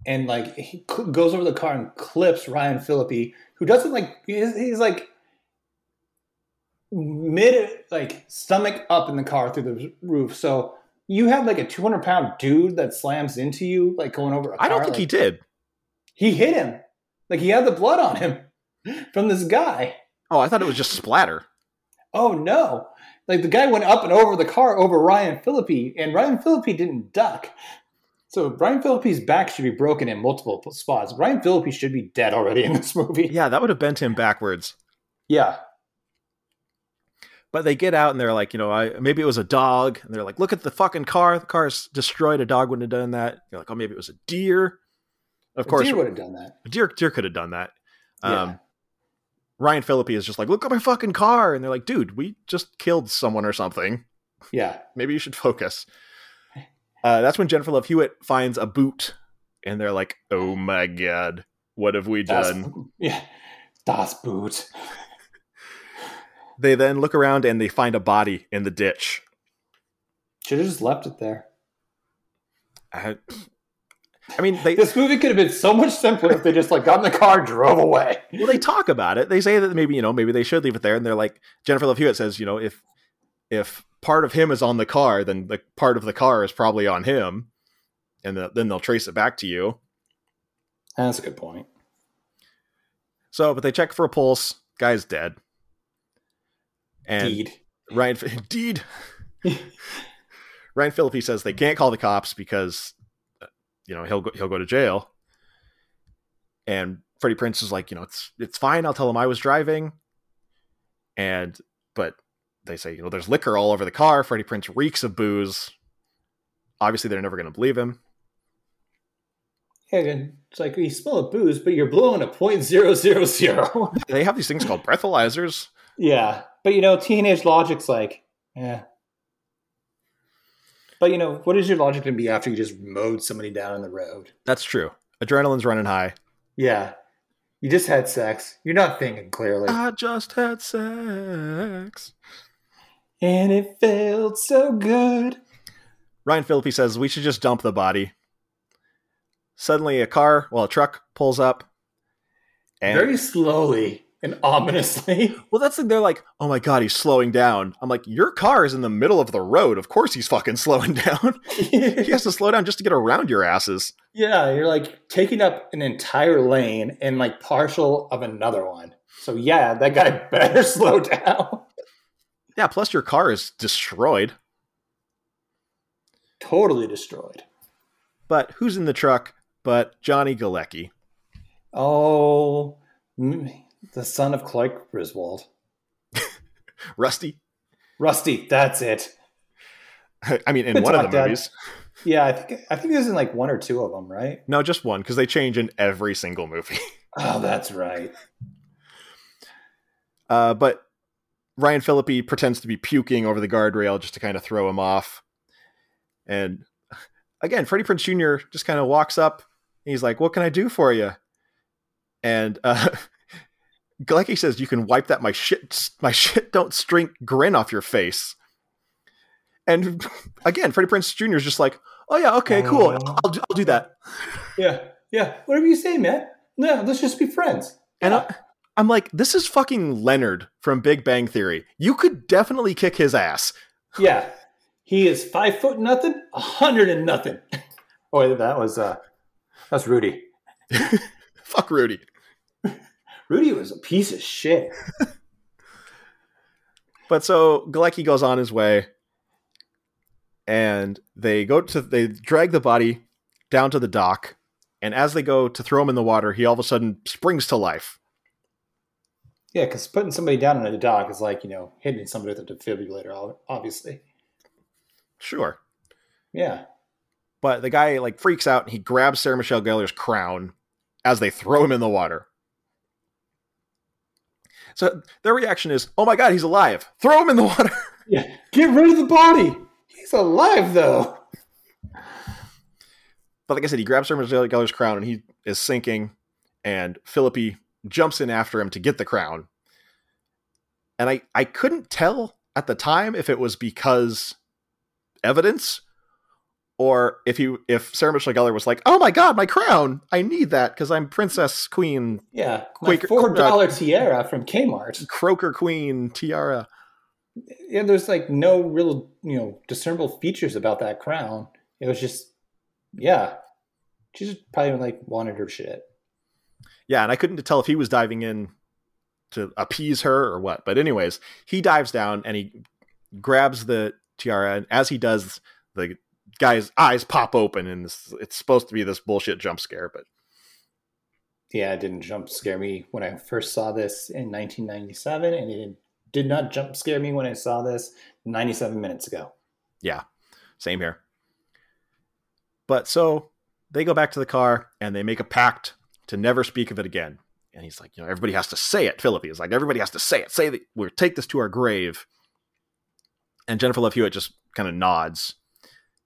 [SPEAKER 2] And like he cl- goes over the car and clips Ryan Philippi, who doesn't like he's, he's like mid like stomach up in the car through the roof. So you have like a 200 pound dude that slams into you, like going over. I
[SPEAKER 1] I don't think he did.
[SPEAKER 2] he he hit him. Like he had the blood on him from this guy.
[SPEAKER 1] Oh, I thought it was just splatter.
[SPEAKER 2] Oh no! Like the guy went up and over the car over Ryan Philippi, and Ryan Philippi didn't duck. So Ryan Philippi's back should be broken in multiple spots. Ryan Philippi should be dead already in this movie.
[SPEAKER 1] Yeah, that would have bent him backwards.
[SPEAKER 2] Yeah,
[SPEAKER 1] But they get out and they're like, you know, I maybe it was a dog. And they're like, look at the fucking car. The car's destroyed. A dog wouldn't have done that. You're like, oh, maybe it was a deer. Of course,
[SPEAKER 2] would have done that.
[SPEAKER 1] a deer deer could have done that. Um,
[SPEAKER 2] Yeah.
[SPEAKER 1] Ryan Philippi is just like, look at my fucking car, and they're like, dude, we just killed someone or something.
[SPEAKER 2] Yeah,
[SPEAKER 1] Maybe you should focus. Uh, that's when Jennifer Love Hewitt finds a boot, and they're like, oh my god, what have we
[SPEAKER 2] Das-
[SPEAKER 1] done?
[SPEAKER 2] yeah, Das Boot.
[SPEAKER 1] They then look around and they find a body in the ditch.
[SPEAKER 2] Should have just left it there.
[SPEAKER 1] I, I mean, they
[SPEAKER 2] This movie could have been so much simpler if they just like got in the car, and drove away.
[SPEAKER 1] well, they talk about it. They say that maybe you know maybe they should leave it there, and they're like Jennifer Love Hewitt says, you know, if if part of him is on the car, then the part of the car is probably on him, and the, then they'll trace it back to you.
[SPEAKER 2] That's a good point.
[SPEAKER 1] So, but they check for a pulse. Guy's dead. And
[SPEAKER 2] Deed.
[SPEAKER 1] Ryan, indeed. Ryan Philippi says they can't call the cops because, uh, you know, he'll go, he'll go to jail. And Freddie Prince is like, you know, it's it's fine. I'll tell him I was driving. And but they say, you know, there's liquor all over the car. Freddie Prince reeks of booze. Obviously, they're never going to believe him.
[SPEAKER 2] Yeah, and it's like you smell of booze, but you're blowing a point zero zero zero.
[SPEAKER 1] They have these things called breathalyzers.
[SPEAKER 2] Yeah, but you know, teenage logic's like, yeah. But you know, what is your logic going to be after you just mowed somebody down on the road?
[SPEAKER 1] That's true. Adrenaline's running high.
[SPEAKER 2] Yeah, you just had sex. You're not thinking clearly,
[SPEAKER 1] I just had sex.
[SPEAKER 2] and it felt so good.
[SPEAKER 1] Ryan Philippi says we should just dump the body. Suddenly, a car, well, a truck pulls up, and
[SPEAKER 2] Very slowly and ominously.
[SPEAKER 1] well, that's the thing. They're like, "Oh my god, he's slowing down." I'm like, "Your car is in the middle of the road. Of course, he's fucking slowing down. he has to slow down just to get around your asses."
[SPEAKER 2] yeah, you're like taking up an entire lane and like partial of another one. So yeah, that guy better slow down.
[SPEAKER 1] Yeah. Plus, your car is destroyed.
[SPEAKER 2] totally destroyed.
[SPEAKER 1] But who's in the truck? But Johnny Galecki.
[SPEAKER 2] Oh, mm, the son of Clark Griswold.
[SPEAKER 1] Rusty.
[SPEAKER 2] Rusty, that's it.
[SPEAKER 1] I mean, in
[SPEAKER 2] It's
[SPEAKER 1] one of
[SPEAKER 2] not
[SPEAKER 1] the
[SPEAKER 2] dead.
[SPEAKER 1] movies.
[SPEAKER 2] Yeah, I think I think there's in like one or two of them, right?
[SPEAKER 1] No, just one because they change in every single movie.
[SPEAKER 2] Oh, that's right.
[SPEAKER 1] Uh, but Ryan Philippi pretends to be puking over the guardrail just to kind of throw him off. And again, Freddie Prince Jr. just kind of walks up. And he's like, "What can I do for you?" And uh, Galecki says, "You can wipe that my shit, my shit don't stink grin off your face." And again, Freddie Prince Jr. is just like, "Oh yeah, okay, cool.
[SPEAKER 2] Oh.
[SPEAKER 1] I'll do, I'll do that."
[SPEAKER 2] Yeah, yeah. Whatever you say, man. No, let's just be friends.
[SPEAKER 1] And I, I'm like, "This is fucking Leonard from Big Bang Theory. You could definitely kick his ass."
[SPEAKER 2] Yeah, he is five foot nothing, a hundred and nothing. Oh, that was uh, that's Rudy.
[SPEAKER 1] Fuck Rudy.
[SPEAKER 2] Rudy was a piece of shit.
[SPEAKER 1] But so Galecki goes on his way, and they go to they drag the body down to the dock, and as they go to throw him in the water, he all of a sudden springs to life.
[SPEAKER 2] Yeah, because putting somebody down on a dock is like you know hitting somebody with a defibrillator, ob- obviously.
[SPEAKER 1] Sure,
[SPEAKER 2] Yeah.
[SPEAKER 1] but the guy like freaks out and he grabs Sarah Michelle Gellar's crown as they throw him in the water. So their reaction is, "Oh my god, he's alive! Throw him in the water!"
[SPEAKER 2] Yeah. Get rid of the body. He's
[SPEAKER 4] alive though.
[SPEAKER 1] But like I said, he grabs Sermon Geller's crown and he is sinking, and Philippi jumps in after him to get the crown. And I, I couldn't tell at the time if it was because evidence or if he if Sarah Michelle Gellar was like, "Oh my god, my crown! I need that because I'm princess queen,
[SPEAKER 4] Yeah,
[SPEAKER 1] Quaker-
[SPEAKER 4] like four dollar tiara from Kmart.
[SPEAKER 1] croaker queen, tiara."
[SPEAKER 4] Yeah, there's like no real you know discernible features about that crown. It was just, yeah, she just probably like wanted her shit.
[SPEAKER 1] Yeah, and I couldn't tell if he was diving in to appease her or what. But anyways, he dives down and he grabs the tiara, and as he does, the guy's eyes pop open, and this, it's supposed to be this bullshit jump scare, but
[SPEAKER 4] Yeah, it didn't jump scare me when I first saw this in 1997, and it did not jump scare me when I saw this 97 minutes ago.
[SPEAKER 1] Same here. But so they go back to the car and they make a pact to never speak of it again. And he's like, you know, everybody has to say it. Philippi is like, everybody has to say it. Say that we'll take this to our grave. And Jennifer Love Hewitt just kind of nods.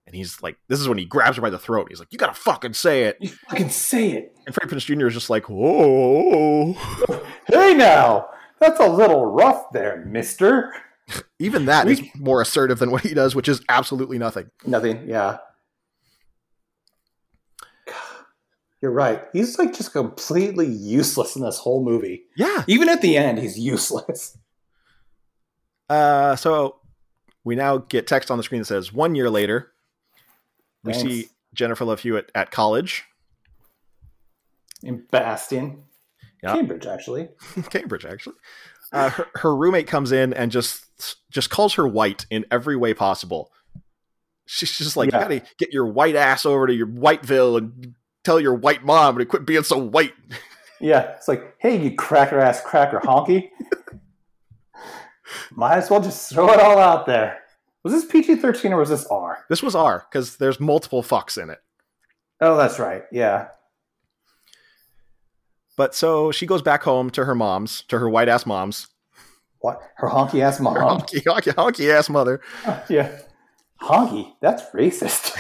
[SPEAKER 1] And he's like, this is when he grabs her by the throat. He's like, you gotta fucking say it.
[SPEAKER 4] You fucking say it.
[SPEAKER 1] And Frank Prince Jr. is just like, whoa.
[SPEAKER 2] Hey now, that's a little rough there, Mister.
[SPEAKER 1] Even that is more assertive than what he does, which is absolutely nothing.
[SPEAKER 2] Nothing. Yeah.
[SPEAKER 4] You're right. He's like just completely useless in this whole movie.
[SPEAKER 1] Yeah.
[SPEAKER 4] Even at the end, he's useless.
[SPEAKER 1] Uh, so we now get text on the screen that says one year later. We
[SPEAKER 4] Thanks.
[SPEAKER 1] see Jennifer Love Hewitt at college,
[SPEAKER 4] And Bastion.
[SPEAKER 1] Yeah.
[SPEAKER 4] Cambridge, actually.
[SPEAKER 1] Cambridge actually. Uh, her, her roommate comes in and just just calls her white in every way possible. She's just like,
[SPEAKER 2] Yeah.
[SPEAKER 1] you gotta get your white ass over to your Whiteville and tell your white mom to quit being so white.
[SPEAKER 2] Yeah. It's like, hey, you cracker ass cracker honky. Might as well just throw it all out there. Was this PG thirteen or was this R?
[SPEAKER 1] This was R because there's multiple fucks in it.
[SPEAKER 2] Oh, that's right. Yeah.
[SPEAKER 1] But so she goes back home to her mom's, to her white ass mom's,
[SPEAKER 2] What? Her honky ass
[SPEAKER 1] her
[SPEAKER 2] mom.
[SPEAKER 1] honky, honky, honky ass mother.
[SPEAKER 2] yeah. Honky. That's racist.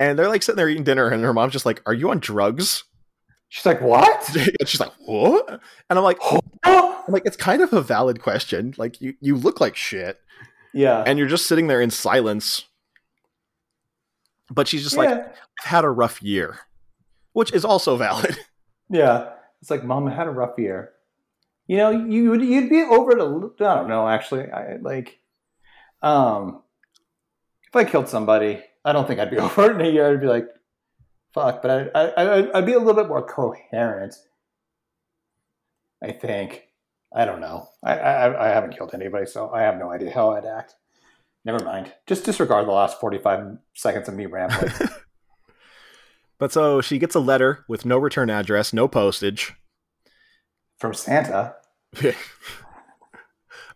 [SPEAKER 1] And they're like sitting there eating dinner, and her mom's just like, "Are you on drugs?"
[SPEAKER 2] She's like, what?
[SPEAKER 1] and she's like, "What?" And I'm like,
[SPEAKER 2] Oh.
[SPEAKER 1] "I'm like, it's kind of a valid question. Like, you you look like shit,
[SPEAKER 2] Yeah.
[SPEAKER 1] and you're just sitting there in silence." But she's just like,
[SPEAKER 2] yeah.
[SPEAKER 1] "I've had a rough year," which is also valid.
[SPEAKER 2] Yeah, it's like, Mom, I had a rough year. You know, you would you'd be over it. a li- I don't know. Actually, I like, um, if I killed somebody, I don't think I'd be over it in a year. I'd be like, fuck. But I, I, I I'd be a little bit more coherent. I think. I don't know. I, I, I haven't killed anybody, so I have no idea how I'd act. Never mind. Just disregard the last forty-five seconds of me rambling.
[SPEAKER 1] But so she gets a letter with no return address, no postage.
[SPEAKER 2] From Santa,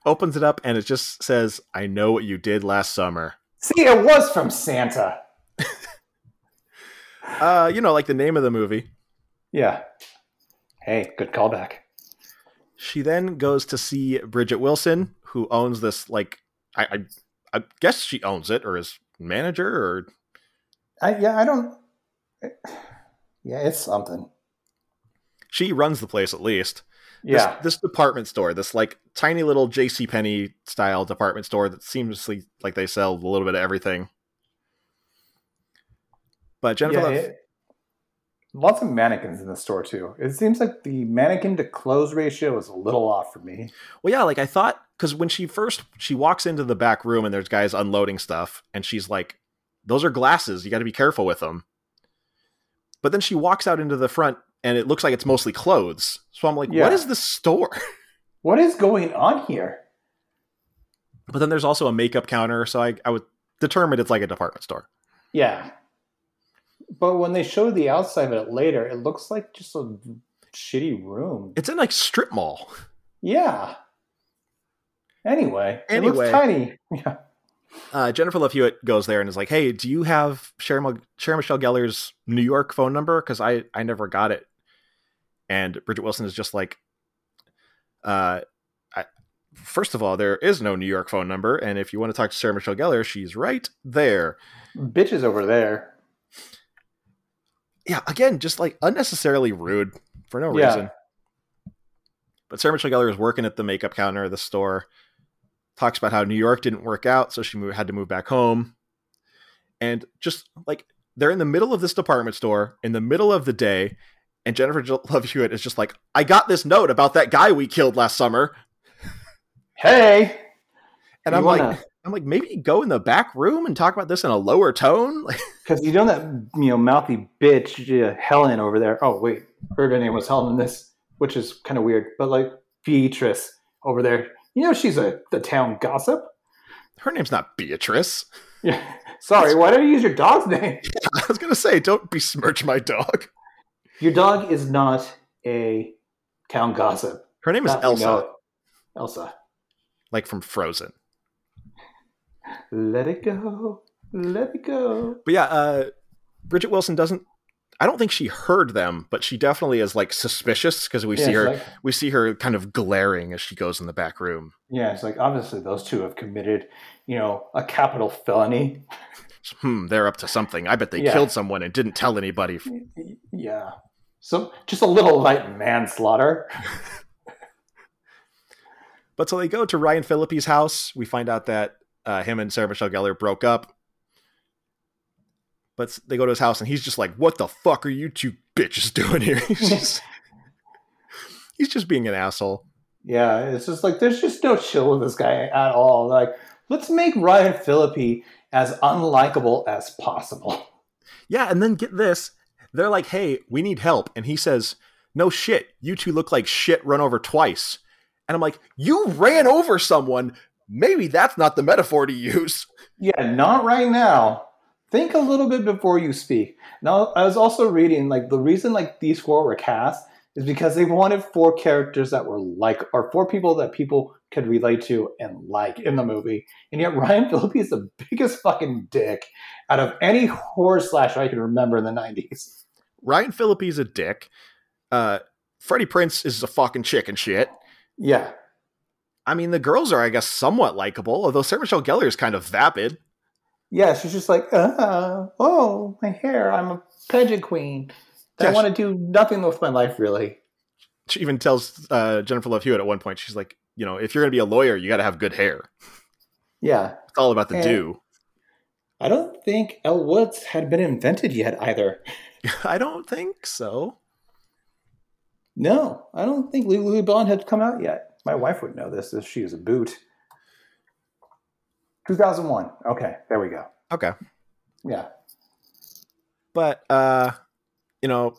[SPEAKER 1] Opens it up, and it just says, "I know what you did last summer."
[SPEAKER 2] see, it was from Santa.
[SPEAKER 1] Uh, you know, like the name of the movie.
[SPEAKER 2] Yeah. Hey, good callback.
[SPEAKER 1] She then goes to see Bridget Wilson, who owns this. Like, I, I, I guess she owns it, or is manager, or
[SPEAKER 2] I, yeah, I don't. Yeah, it's something.
[SPEAKER 1] she runs the place at least. This-
[SPEAKER 2] Yeah,
[SPEAKER 1] this, department store, this like tiny little J.C. Penney style department store that seamlessly like they sell a little bit of everything. But Jennifer,
[SPEAKER 2] yeah,
[SPEAKER 1] Love-
[SPEAKER 2] it- lots of mannequins in the store too. It seems like the mannequin to clothes ratio is a little off for me.
[SPEAKER 1] Well, yeah, like I thought because when she first she walks into the back room and there's guys unloading stuff, and she's like, "Those are glasses. You got to be careful with them." But then she walks out into the front, and it looks like it's mostly clothes. So I'm like,
[SPEAKER 2] Yeah.
[SPEAKER 1] "What is this store?"
[SPEAKER 2] What is going on here?
[SPEAKER 1] But then there's also a makeup counter, so I I would determine it's like a department store.
[SPEAKER 4] Yeah. But when they show the outside of it later, it looks like just a shitty room.
[SPEAKER 1] It's in like strip mall.
[SPEAKER 4] Yeah.
[SPEAKER 2] Anyway, it
[SPEAKER 1] Anyway.
[SPEAKER 2] looks tiny. Yeah,
[SPEAKER 1] Uh, Jennifer Love Hewitt goes there and is like, "Hey, do you have Sharon, Mel- Sharon Michelle Gellar's New York phone number? Because I I never got it." And Bridget Wilson is just like, uh, I, first of all, there is no New York phone number, and if you want to talk to Sarah Michelle Gellar, she's right there.
[SPEAKER 2] Bitches over there.
[SPEAKER 1] Yeah, again, just like unnecessarily rude for no
[SPEAKER 2] Yeah.
[SPEAKER 1] reason. But Sarah Michelle Gellar is working at the makeup counter of the store. Talks about how New York didn't work out, so she moved, had to move back home. And just like they're in the middle of this department store in the middle of the day, and Jennifer Love Hewitt is just like, "I got this note about that guy we killed last summer,"
[SPEAKER 2] Hey,
[SPEAKER 1] and
[SPEAKER 2] You
[SPEAKER 1] I'm like,
[SPEAKER 2] wanna-
[SPEAKER 1] I'm like, maybe go in the back room and talk about this in a lower tone. Like,
[SPEAKER 2] Because you know that you know mouthy bitch uh, Helen over there. Oh wait, her name was Helen in this, which is kind of weird. But like Beatrice over there, you know she's a the town gossip.
[SPEAKER 1] her name's not Beatrice.
[SPEAKER 2] Yeah. Sorry, why don't you use your dog's name?
[SPEAKER 1] I was gonna say, don't besmirch my dog.
[SPEAKER 2] Your dog is not a town gossip.
[SPEAKER 1] Her name is
[SPEAKER 2] Not-
[SPEAKER 1] Elsa,
[SPEAKER 2] no. Elsa,
[SPEAKER 1] like from Frozen.
[SPEAKER 2] let it go, let it go.
[SPEAKER 1] But yeah, uh, Bridget Wilson doesn't. I don't think she heard them, but she definitely is like suspicious because we
[SPEAKER 2] yeah,
[SPEAKER 1] see
[SPEAKER 2] it's
[SPEAKER 1] her.
[SPEAKER 2] like-
[SPEAKER 1] we see her kind of glaring as she goes in the back room.
[SPEAKER 2] yeah, it's like obviously those two have committed, you know, a capital felony.
[SPEAKER 1] Hmm, they're up to something. I bet they
[SPEAKER 2] Yeah.
[SPEAKER 1] killed someone and didn't tell anybody.
[SPEAKER 2] Yeah. So just a little light manslaughter.
[SPEAKER 1] But so they go to Ryan Phillippe's house. We find out that uh, him and Sarah Michelle Gellar broke up. But s- they go to his house and he's just like, "What the fuck are you two bitches doing here?" he's, just, he's just being an asshole.
[SPEAKER 2] Yeah, it's just like there's just no chill with this guy at all. Like, let's make Ryan Philippi as unlikable as possible.
[SPEAKER 1] Yeah, and then get this: they're like, "Hey, we need help," and he says, "No shit, you two look like shit run over twice." And I'm like, "You ran over someone." Maybe that's not the metaphor to use.
[SPEAKER 2] Yeah, not right now. Think a little bit before you speak. Now, I was also reading like the reason like these four were cast is because they wanted four characters that were like or four people that people could relate to and like in the movie. And yet Ryan Philippi is the biggest fucking dick out of any horror slasher I can remember in the 90s.
[SPEAKER 1] Ryan Phillippe's a dick. Uh, Freddie Prince is a fucking chicken shit.
[SPEAKER 2] Yeah.
[SPEAKER 1] I mean, the girls are, I guess, somewhat likable, although Sarah Michelle Gellar is kind of vapid.
[SPEAKER 2] Yeah, she's just like, uh, oh, my hair. I'm a pageant queen. I
[SPEAKER 1] Yeah,
[SPEAKER 2] want to do nothing with my life, really.
[SPEAKER 1] She even tells uh, Jennifer Love Hewitt at one point, she's like, you know, if you're going to be a lawyer, you got to have good hair.
[SPEAKER 2] Yeah.
[SPEAKER 1] It's all about the
[SPEAKER 2] Yeah.
[SPEAKER 1] do.
[SPEAKER 2] I don't think Elle Woods had been invented yet either.
[SPEAKER 1] I don't think so.
[SPEAKER 2] No, I don't think Legally Blonde had come out yet. My wife would know this if she was a boot. 2001. Okay, there we go.
[SPEAKER 1] Okay.
[SPEAKER 2] Yeah.
[SPEAKER 1] But, uh, you know,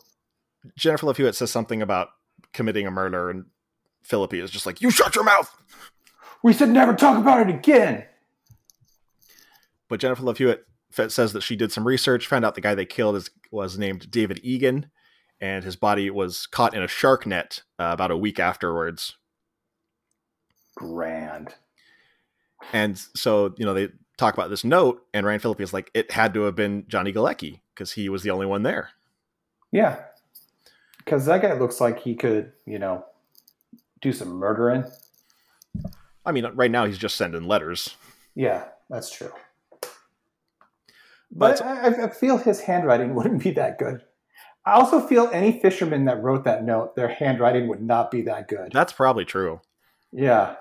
[SPEAKER 1] Jennifer Love Hewitt says something about committing a murder, and Philippi is just like, you shut your mouth.
[SPEAKER 2] We should never talk about it again.
[SPEAKER 1] But Jennifer Love Hewitt fa- says that she did some research, found out the guy they killed is, was named David Egan, and his body was caught in a shark net uh, about a week afterwards.
[SPEAKER 2] Grand.
[SPEAKER 1] And so, you know, they talk about this note, and Ryan Phillippe is like, it had to have been Johnny Galecki because he was the only one there.
[SPEAKER 2] Yeah. Because that guy looks like he could, you know, do some murdering.
[SPEAKER 1] I mean, right now he's just sending letters.
[SPEAKER 2] Yeah, that's true.
[SPEAKER 1] But-
[SPEAKER 2] But I, I- I feel his handwriting wouldn't be that good. I also feel any fisherman that wrote that note, their handwriting would not be that good.
[SPEAKER 1] That's probably true.
[SPEAKER 2] Yeah.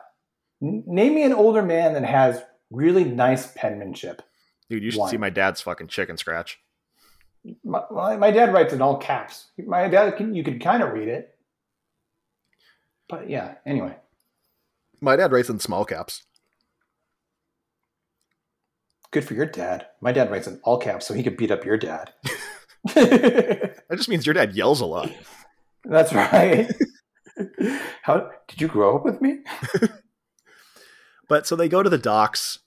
[SPEAKER 2] N- Name me an older man that has really nice penmanship.
[SPEAKER 1] Dude, you should
[SPEAKER 2] Why?
[SPEAKER 1] see my dad's fucking chicken scratch.
[SPEAKER 2] My, my, my dad writes in all caps. My dad, can, you can kind of read it. But yeah, anyway.
[SPEAKER 1] My dad writes in small caps.
[SPEAKER 2] Good for your dad. My dad writes in all caps so he could beat up your dad.
[SPEAKER 1] That just means your dad yells a lot.
[SPEAKER 2] That's right. How did you grow up with me?
[SPEAKER 1] But so they go to the docks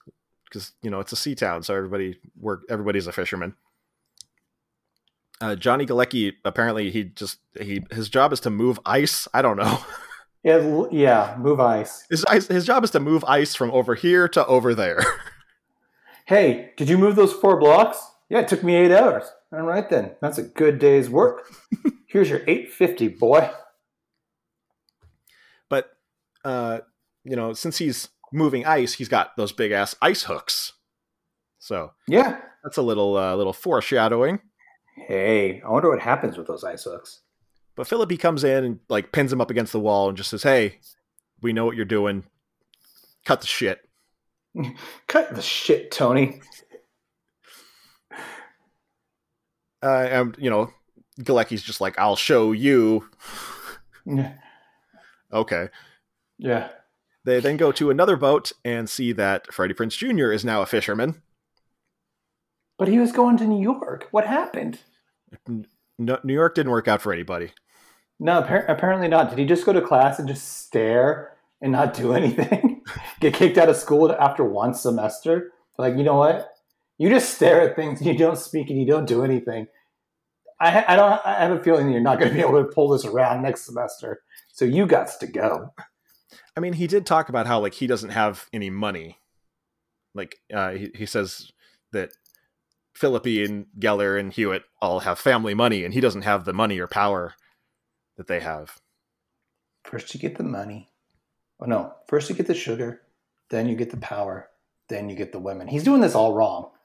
[SPEAKER 1] because you know it's a sea town, so everybody work everybody's a fisherman. Uh, Johnny Galecki apparently he just he his job is to move ice. I don't know.
[SPEAKER 2] Yeah, yeah, move ice.
[SPEAKER 1] His ice, his job is to move ice from over here to over there.
[SPEAKER 2] Hey, did you move those four blocks? Yeah, it took me eight hours. All right then, that's a good day's work. Here's your eight fifty, boy.
[SPEAKER 1] But uh, you know, since he's moving ice, he's got those big ass ice hooks. So
[SPEAKER 2] Yeah.
[SPEAKER 1] that's a little uh, little foreshadowing.
[SPEAKER 2] Hey, I wonder what happens with those ice hooks.
[SPEAKER 1] But Philip he comes in and like pins him up against the wall and just says, "Hey, we know what you're doing. Cut the shit."
[SPEAKER 2] Cut the shit, Tony.
[SPEAKER 1] Uh, and you know, Galecki's just like, "I'll show you." Okay.
[SPEAKER 2] Yeah.
[SPEAKER 1] They then go to another boat and see that Freddie Prince Jr. is now a fisherman.
[SPEAKER 2] But he was going to New York. What happened?
[SPEAKER 1] No, New York didn't work out for anybody.
[SPEAKER 2] No, appar- apparently not. Did he just go to class and just stare and not do anything? Get kicked out of school after one semester? Like, you know what? You just stare at things, you don't speak, and you don't do anything. I, ha- I don't. I have a feeling you're not going to be able to pull this around next semester. So you got to go.
[SPEAKER 1] I mean, he did talk about how like he doesn't have any money. Like uh, he he says that Philippi and Geller and Hewitt all have family money, and he doesn't have the money or power that they have.
[SPEAKER 2] First, you get the money. Oh no! First, you get the sugar, then you get the power, then you get the women. He's doing this all wrong.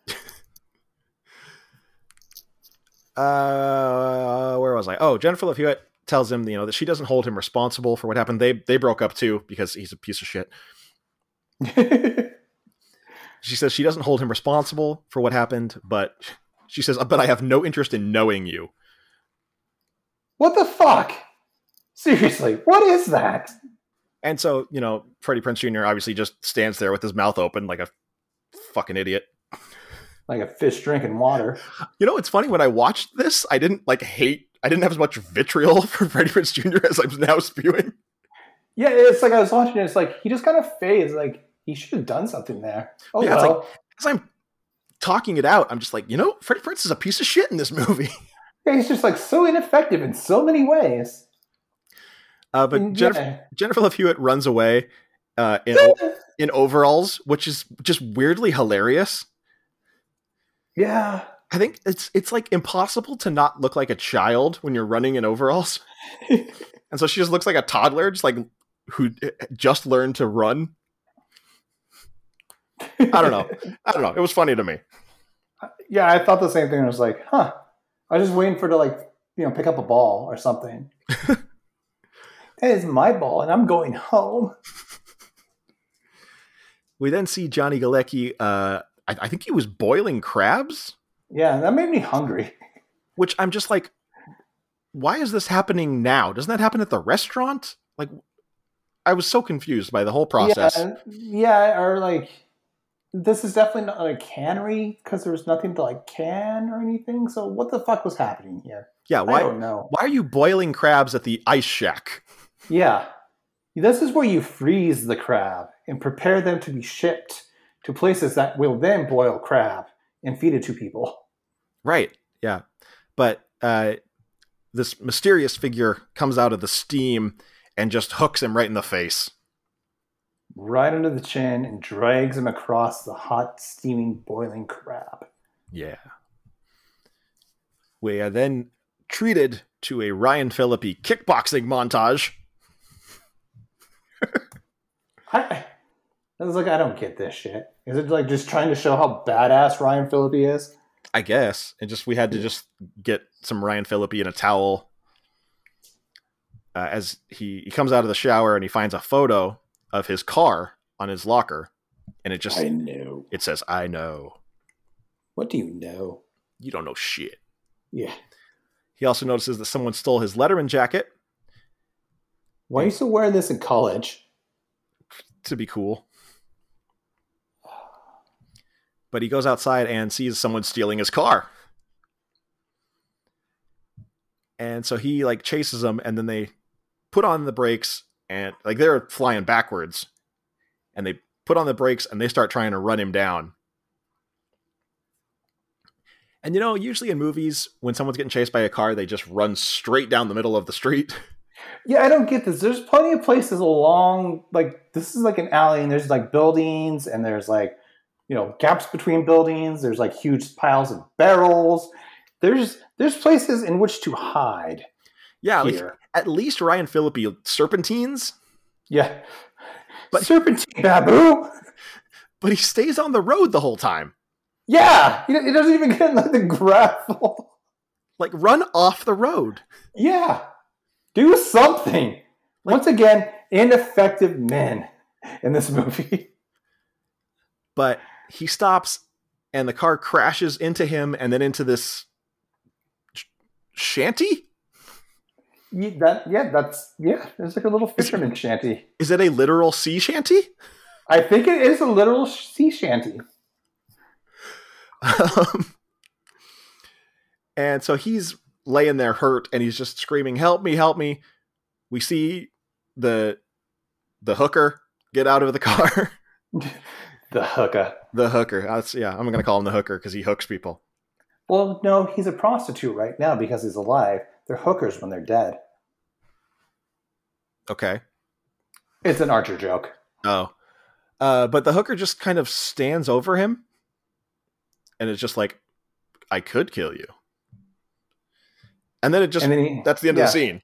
[SPEAKER 1] Uh, where was I? Oh, Jennifer Love Hewitt tells him you know that she doesn't hold him responsible for what happened. They they broke up too because he's a piece of shit. She says she doesn't hold him responsible for what happened, but she says, "But I have no interest in knowing you."
[SPEAKER 2] what the fuck? Seriously, what is that?
[SPEAKER 1] And so, you know, Freddie Prince Jr. obviously just stands there with his mouth open like a fucking idiot.
[SPEAKER 2] like a fish drinking water.
[SPEAKER 1] You know, it's funny when I watched this, I didn't like hate, I didn't have as much vitriol for Freddie Prince Jr. as I'm now spewing.
[SPEAKER 2] Yeah, it's like I was watching it. It's like he just kind of fades. Like he should have done something there. Oh
[SPEAKER 1] Yeah, it's
[SPEAKER 2] well.
[SPEAKER 1] As I'm talking it out, I'm just like, you know, Freddie Prince is a piece of shit in this movie.
[SPEAKER 2] yeah, he's just like so ineffective in so many ways.
[SPEAKER 1] Uh, but
[SPEAKER 2] And
[SPEAKER 1] Jennifer,
[SPEAKER 2] Mm, yeah.
[SPEAKER 1] Jennifer Love Hewitt runs away uh, in, o- in overalls, which is just weirdly hilarious.
[SPEAKER 2] yeah,
[SPEAKER 1] I think it's it's like impossible to not look like a child when you're running in overalls. and so she just looks like a toddler, just like who eh, just learned to run. I don't know. I don't know. It was funny to me.
[SPEAKER 2] yeah. I thought the same thing. I was like, huh. I was just waiting for her to like you know pick up a ball or something. that is my ball, and I'm going home.
[SPEAKER 1] We then see Johnny Galecki. Uh, I, I think he was boiling crabs,
[SPEAKER 2] Yeah, that made me hungry.
[SPEAKER 1] which I'm just like, why is this happening now? Doesn't that happen at the restaurant? Like, I was so confused by the whole process.
[SPEAKER 2] Yeah, yeah, or like this is definitely not like cannery because there was nothing to like can or anything. So what the fuck was happening here?
[SPEAKER 1] yeah
[SPEAKER 2] I
[SPEAKER 1] why?
[SPEAKER 2] don't know.
[SPEAKER 1] Why are you boiling crabs at the ice shack?
[SPEAKER 2] Yeah, this is where you freeze the crab and prepare them to be shipped to places that will then boil crab and feed it to people.
[SPEAKER 1] Right. Yeah. But uh, this mysterious figure comes out of the steam and just hooks him right in the face.
[SPEAKER 2] Right under the chin and drags him across the hot, steaming, boiling crab.
[SPEAKER 1] Yeah. We are then treated to a Ryan Philippi kickboxing montage.
[SPEAKER 2] I, I I was like, I don't get this shit. Is it like just trying to show how badass Ryan Phillippe is?
[SPEAKER 1] I guess. And just we had to just get some Ryan Philippi in a towel uh, as he, he comes out of the shower and he finds a photo of his car on his locker, and it just
[SPEAKER 2] know.
[SPEAKER 1] it says, "I know
[SPEAKER 2] What do you know?
[SPEAKER 1] you don't know shit."
[SPEAKER 2] Yeah.
[SPEAKER 1] He also notices that someone stole his Letterman jacket
[SPEAKER 2] Why are you still wearing this in college?
[SPEAKER 1] to be cool. But he goes outside and sees someone stealing his car. And so he like chases them and then they put on the brakes and like they're flying backwards. And they put on the brakes and they start trying to run him down. And you know, usually in movies, when someone's getting chased by a car, they just run straight down the middle of the street.
[SPEAKER 2] Yeah, I don't get this. There's plenty of places along, like, this is like an alley, and there's like buildings, and there's like, you know, gaps between buildings. There's like huge piles of barrels. There's there's places in which to hide
[SPEAKER 1] Yeah, like,
[SPEAKER 2] here.
[SPEAKER 1] at least Ryan Philippi serpentines.
[SPEAKER 2] Yeah.
[SPEAKER 1] But-
[SPEAKER 2] Serpentine Babu.
[SPEAKER 1] but he stays on the road the whole time.
[SPEAKER 2] Yeah, he, he doesn't even get in like, the gravel.
[SPEAKER 1] Like run off the road.
[SPEAKER 2] Yeah, do something. Once again, ineffective men in this movie.
[SPEAKER 1] But he stops and the car crashes into him and then into this sh- shanty?
[SPEAKER 2] Yeah, that yeah, that's yeah. It's like a little fisherman shanty.
[SPEAKER 1] Is it a literal sea shanty?
[SPEAKER 2] I think it is a literal sea shanty.
[SPEAKER 1] Um, and so he's laying there hurt and he's just screaming, "Help me, help me." We see the the hooker get out of the car.
[SPEAKER 2] The hooker.
[SPEAKER 1] the hooker. That's yeah, I'm going to call him the hooker cuz he hooks people.
[SPEAKER 2] Well, no, he's a prostitute right now because he's alive. They're hookers when they're dead.
[SPEAKER 1] Okay.
[SPEAKER 2] It's an Archer joke.
[SPEAKER 1] Oh. Uh, but the hooker just kind of stands over him and it's just like, I could kill you. And then it just,
[SPEAKER 2] and then he,
[SPEAKER 1] that's the end
[SPEAKER 2] yeah,
[SPEAKER 1] of the scene.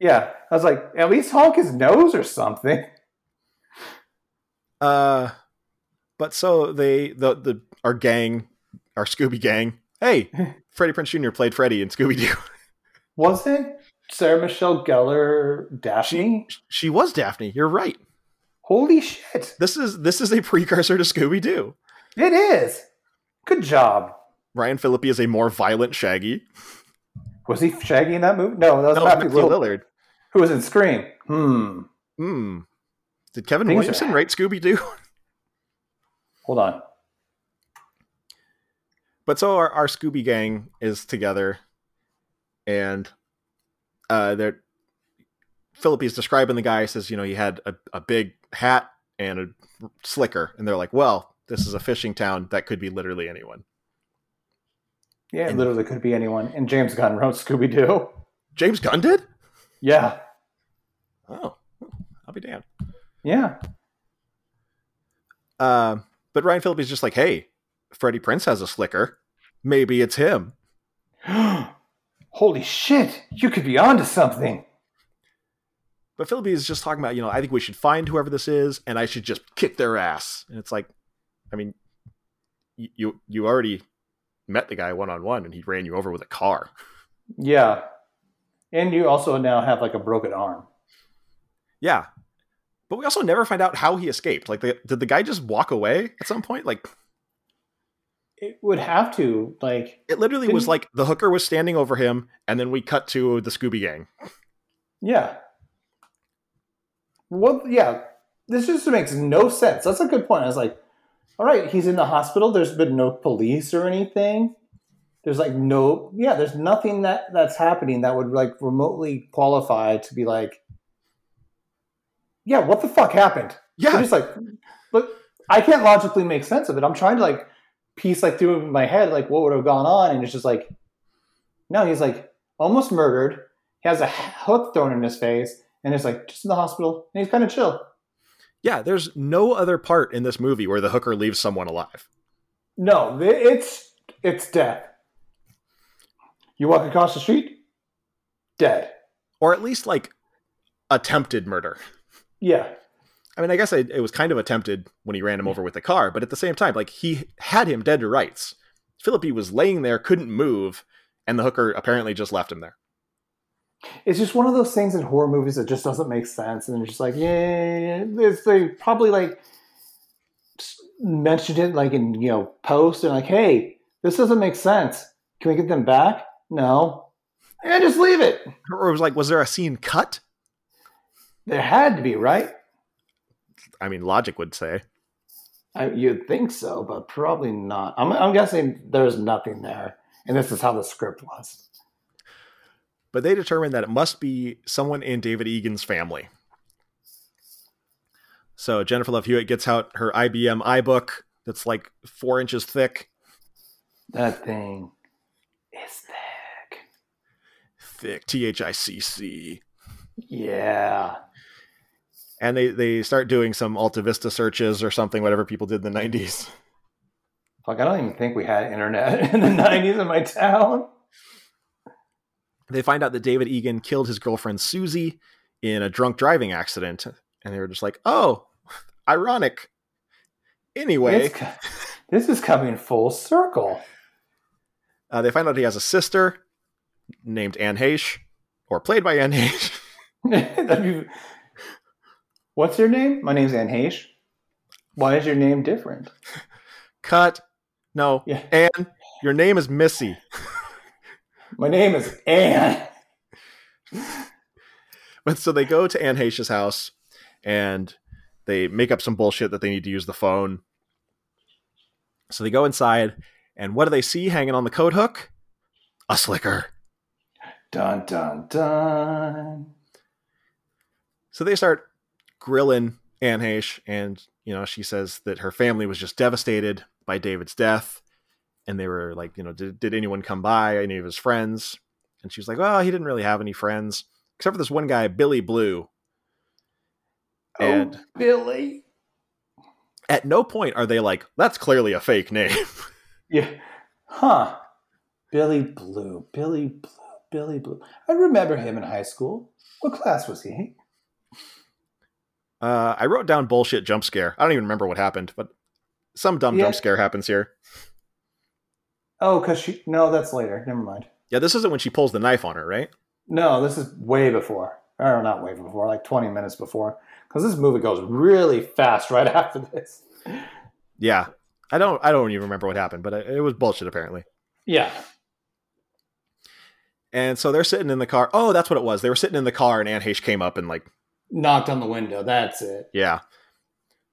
[SPEAKER 2] Yeah, I was like, at least honk his nose or something.
[SPEAKER 1] Uh, but so they, the, the, our gang, our Scooby gang, hey, Freddie Prince Jr. played Freddie in Scooby Doo.
[SPEAKER 2] Wasn't Sarah Michelle Gellar Daphne?
[SPEAKER 1] She was Daphne. You're right.
[SPEAKER 2] Holy shit!
[SPEAKER 1] This is, this is a precursor to Scooby Doo.
[SPEAKER 2] It is. Good job.
[SPEAKER 1] Ryan Phillippe is a more violent Shaggy.
[SPEAKER 2] Was he Shaggy in that movie? No, that was
[SPEAKER 1] No,
[SPEAKER 2] Matthew
[SPEAKER 1] Matthew
[SPEAKER 2] Lillard,
[SPEAKER 1] Lillard.
[SPEAKER 2] who was in Scream. Hmm.
[SPEAKER 1] Hmm. Did Kevin
[SPEAKER 2] Things are-
[SPEAKER 1] Williamson write Scooby Doo?
[SPEAKER 2] Hold on.
[SPEAKER 1] but so our, our Scooby gang is together, and uh, they're Philip is describing the guy. Says, you know, he had a, a big hat and a slicker, and they're like, well, this is a fishing town that could be literally anyone.
[SPEAKER 2] Yeah, it
[SPEAKER 1] And-
[SPEAKER 2] literally could be anyone. And James Gunn wrote Scooby Doo.
[SPEAKER 1] James Gunn did.
[SPEAKER 2] Yeah.
[SPEAKER 1] Oh, I'll be damned.
[SPEAKER 2] Yeah.
[SPEAKER 1] Uh, but Ryan Phillippe is just like, hey, Freddie Prince has a slicker. Maybe it's him.
[SPEAKER 2] Holy shit. You could be onto something.
[SPEAKER 1] But Phillippe is just talking about, you know, I think we should find whoever this is, and I should just kick their ass. And it's like, I mean, y- you you already met the guy one on one, and he ran you over with a car.
[SPEAKER 2] Yeah. And you also now have like a broken arm.
[SPEAKER 1] Yeah, but we also never find out how he escaped. Like, the, did the guy just walk away at some point? Like,
[SPEAKER 2] It would have to, like,
[SPEAKER 1] it literally was
[SPEAKER 2] Didn't-
[SPEAKER 1] like the hooker was standing over him, and then we cut to the Scooby Gang.
[SPEAKER 2] yeah. Well, yeah. This just makes no sense. That's a good point. I was like, all right, he's in the hospital. There's been no police or anything. There's like no, yeah, there's nothing that that's happening that would like remotely qualify to be like, yeah, what the fuck happened?
[SPEAKER 1] Yeah,
[SPEAKER 2] I'm just like, look, I can't logically make sense of it. I'm trying to like piece like through in my head like what would have gone on, and it's just like, no, he's like almost murdered. He has a hook thrown in his face, and it's like just in the hospital, and he's kind of chill.
[SPEAKER 1] yeah. There's no other part in this movie where the hooker leaves someone alive.
[SPEAKER 2] No, th- it's it's death. You walk across the street, dead.
[SPEAKER 1] or at least like attempted murder.
[SPEAKER 2] Yeah,
[SPEAKER 1] I mean, I guess it, it was kind of attempted when he ran him over with the car, but at the same time, like he had him dead to rights. Philippi was laying there, couldn't move, and the hooker apparently just left him there.
[SPEAKER 2] it's just one of those things in horror movies that just doesn't make sense, and they're just like, yeah, it's they probably like s- mentioned it like in you know post and like, hey, this doesn't make sense. Can we get them back? No, and just leave it.
[SPEAKER 1] Or it was like, was there a scene cut?
[SPEAKER 2] There had to be, right?
[SPEAKER 1] I mean, logic would say.
[SPEAKER 2] I, you'd think so, but probably not. I'm, I'm guessing there's nothing there, and this is how the script was.
[SPEAKER 1] But they determined that it must be someone in David Egan's family. So Jennifer Love Hewitt gets out her IBM iBook that's like four inches thick.
[SPEAKER 2] That thing is thick.
[SPEAKER 1] Thick, T H I C C.
[SPEAKER 2] Yeah.
[SPEAKER 1] and they they start doing some Alta Vista searches or something, whatever people did in the nineties.
[SPEAKER 2] Fuck, I don't even think we had internet in the 90s in my town.
[SPEAKER 1] They find out that David Egan killed his girlfriend Susie in a drunk driving accident, and they were just like, "Oh, Ironic. Anyway,
[SPEAKER 5] It's co- this is coming full circle.
[SPEAKER 1] uh, they find out he has a sister named Anne Heche, or played by Anne Heche.
[SPEAKER 5] That'd be- What's your name? My name's Anne Heche. Why is your name different?
[SPEAKER 1] Cut. No,
[SPEAKER 5] Yeah.
[SPEAKER 1] Anne, your name is Missy.
[SPEAKER 5] My name is Anne.
[SPEAKER 1] But so they go to Anne Heche's house and they make up some bullshit that they need to use the phone. So they go inside, and what do they see hanging on the code hook? A slicker.
[SPEAKER 5] Dun dun dun.
[SPEAKER 1] So they start grilling Anne Heche, and you know she says that her family was just devastated by David's death, and they were like, you know, did, did anyone come by? Any of his friends? And she was like, well, he didn't really have any friends except for this one guy, Billy Blue. And-
[SPEAKER 5] oh, Billy.
[SPEAKER 1] At no point are they like, that's clearly a fake name.
[SPEAKER 5] Yeah. Huh. Billy Blue. Billy Blue. Billy Blue. I remember him in high school. What class was he?
[SPEAKER 1] Uh, I wrote down bullshit jump scare. I don't even remember what happened, but some dumb
[SPEAKER 5] Yeah.
[SPEAKER 1] jump scare happens here.
[SPEAKER 5] Oh, cause she. No, that's later. Never mind.
[SPEAKER 1] Yeah, this isn't when she pulls the knife on her, right?
[SPEAKER 5] No, this is way before. Or not way before. Like twenty minutes before. Because this movie goes really fast right after this.
[SPEAKER 1] Yeah, I don't. I don't even remember what happened, but it it was bullshit apparently.
[SPEAKER 5] Yeah.
[SPEAKER 1] And so they're sitting in the car. Oh, that's what it was. They were sitting in the car, and Anne Heche came up and like,
[SPEAKER 2] Knocked on the window. That's it.
[SPEAKER 1] yeah,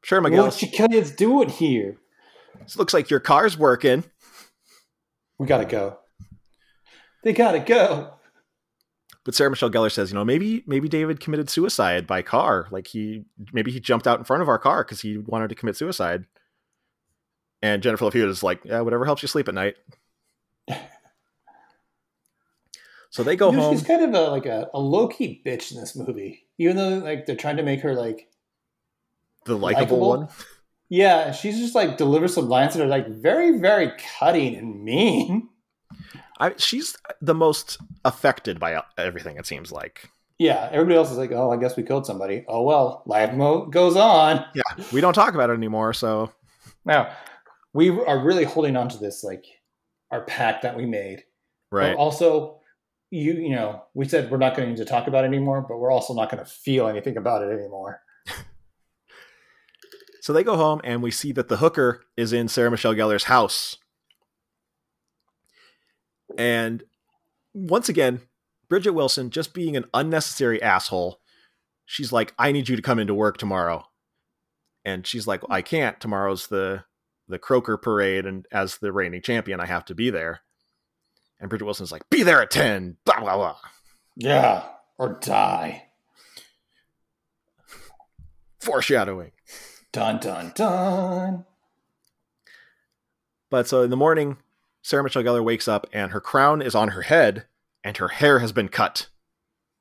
[SPEAKER 1] sure, Miguel.
[SPEAKER 2] What you kids doing here?
[SPEAKER 1] This looks like your car's working.
[SPEAKER 2] We gotta go. They gotta go.
[SPEAKER 1] But Sarah Michelle Gellar says, you know, maybe maybe David committed suicide by car. Like he maybe he jumped out in front of our car because he wanted to commit suicide. And Jennifer Love Hewitt is like, yeah, whatever helps you sleep at night. so they go
[SPEAKER 2] You know,
[SPEAKER 1] home.
[SPEAKER 2] She's kind of a, like a, a low key bitch in this movie, even though like they're trying to make her like
[SPEAKER 1] The likable
[SPEAKER 2] likable.
[SPEAKER 1] one.
[SPEAKER 2] yeah. and She's just like delivers some lines that are like very very cutting and mean.
[SPEAKER 1] I, she's the most affected by everything. It seems like
[SPEAKER 2] Yeah, everybody else is like, oh, I guess we killed somebody. Oh well, life mo- goes on.
[SPEAKER 1] we don't talk about it anymore. So
[SPEAKER 2] Now we are really holding on to this like our pact that we made. But
[SPEAKER 1] right,
[SPEAKER 2] also, you you know, we said we're not going to talk about it anymore, but we're also not going to feel anything about it anymore.
[SPEAKER 1] so they go home and we see that the hooker is in Sarah Michelle Gellar's house. And once again, Bridget Wilson just being an unnecessary asshole. She's like, "I need you to come into work tomorrow," and she's like, "I can't. Tomorrow's the the Croker parade, and as the reigning champion, I have to be there." And Bridget Wilson's like, "Be there at ten. Blah blah blah."
[SPEAKER 2] Yeah, or die.
[SPEAKER 1] Foreshadowing.
[SPEAKER 2] Dun dun dun.
[SPEAKER 1] But so in the morning, Sarah Michelle Gellar wakes up and her crown is on her head and her hair has been cut,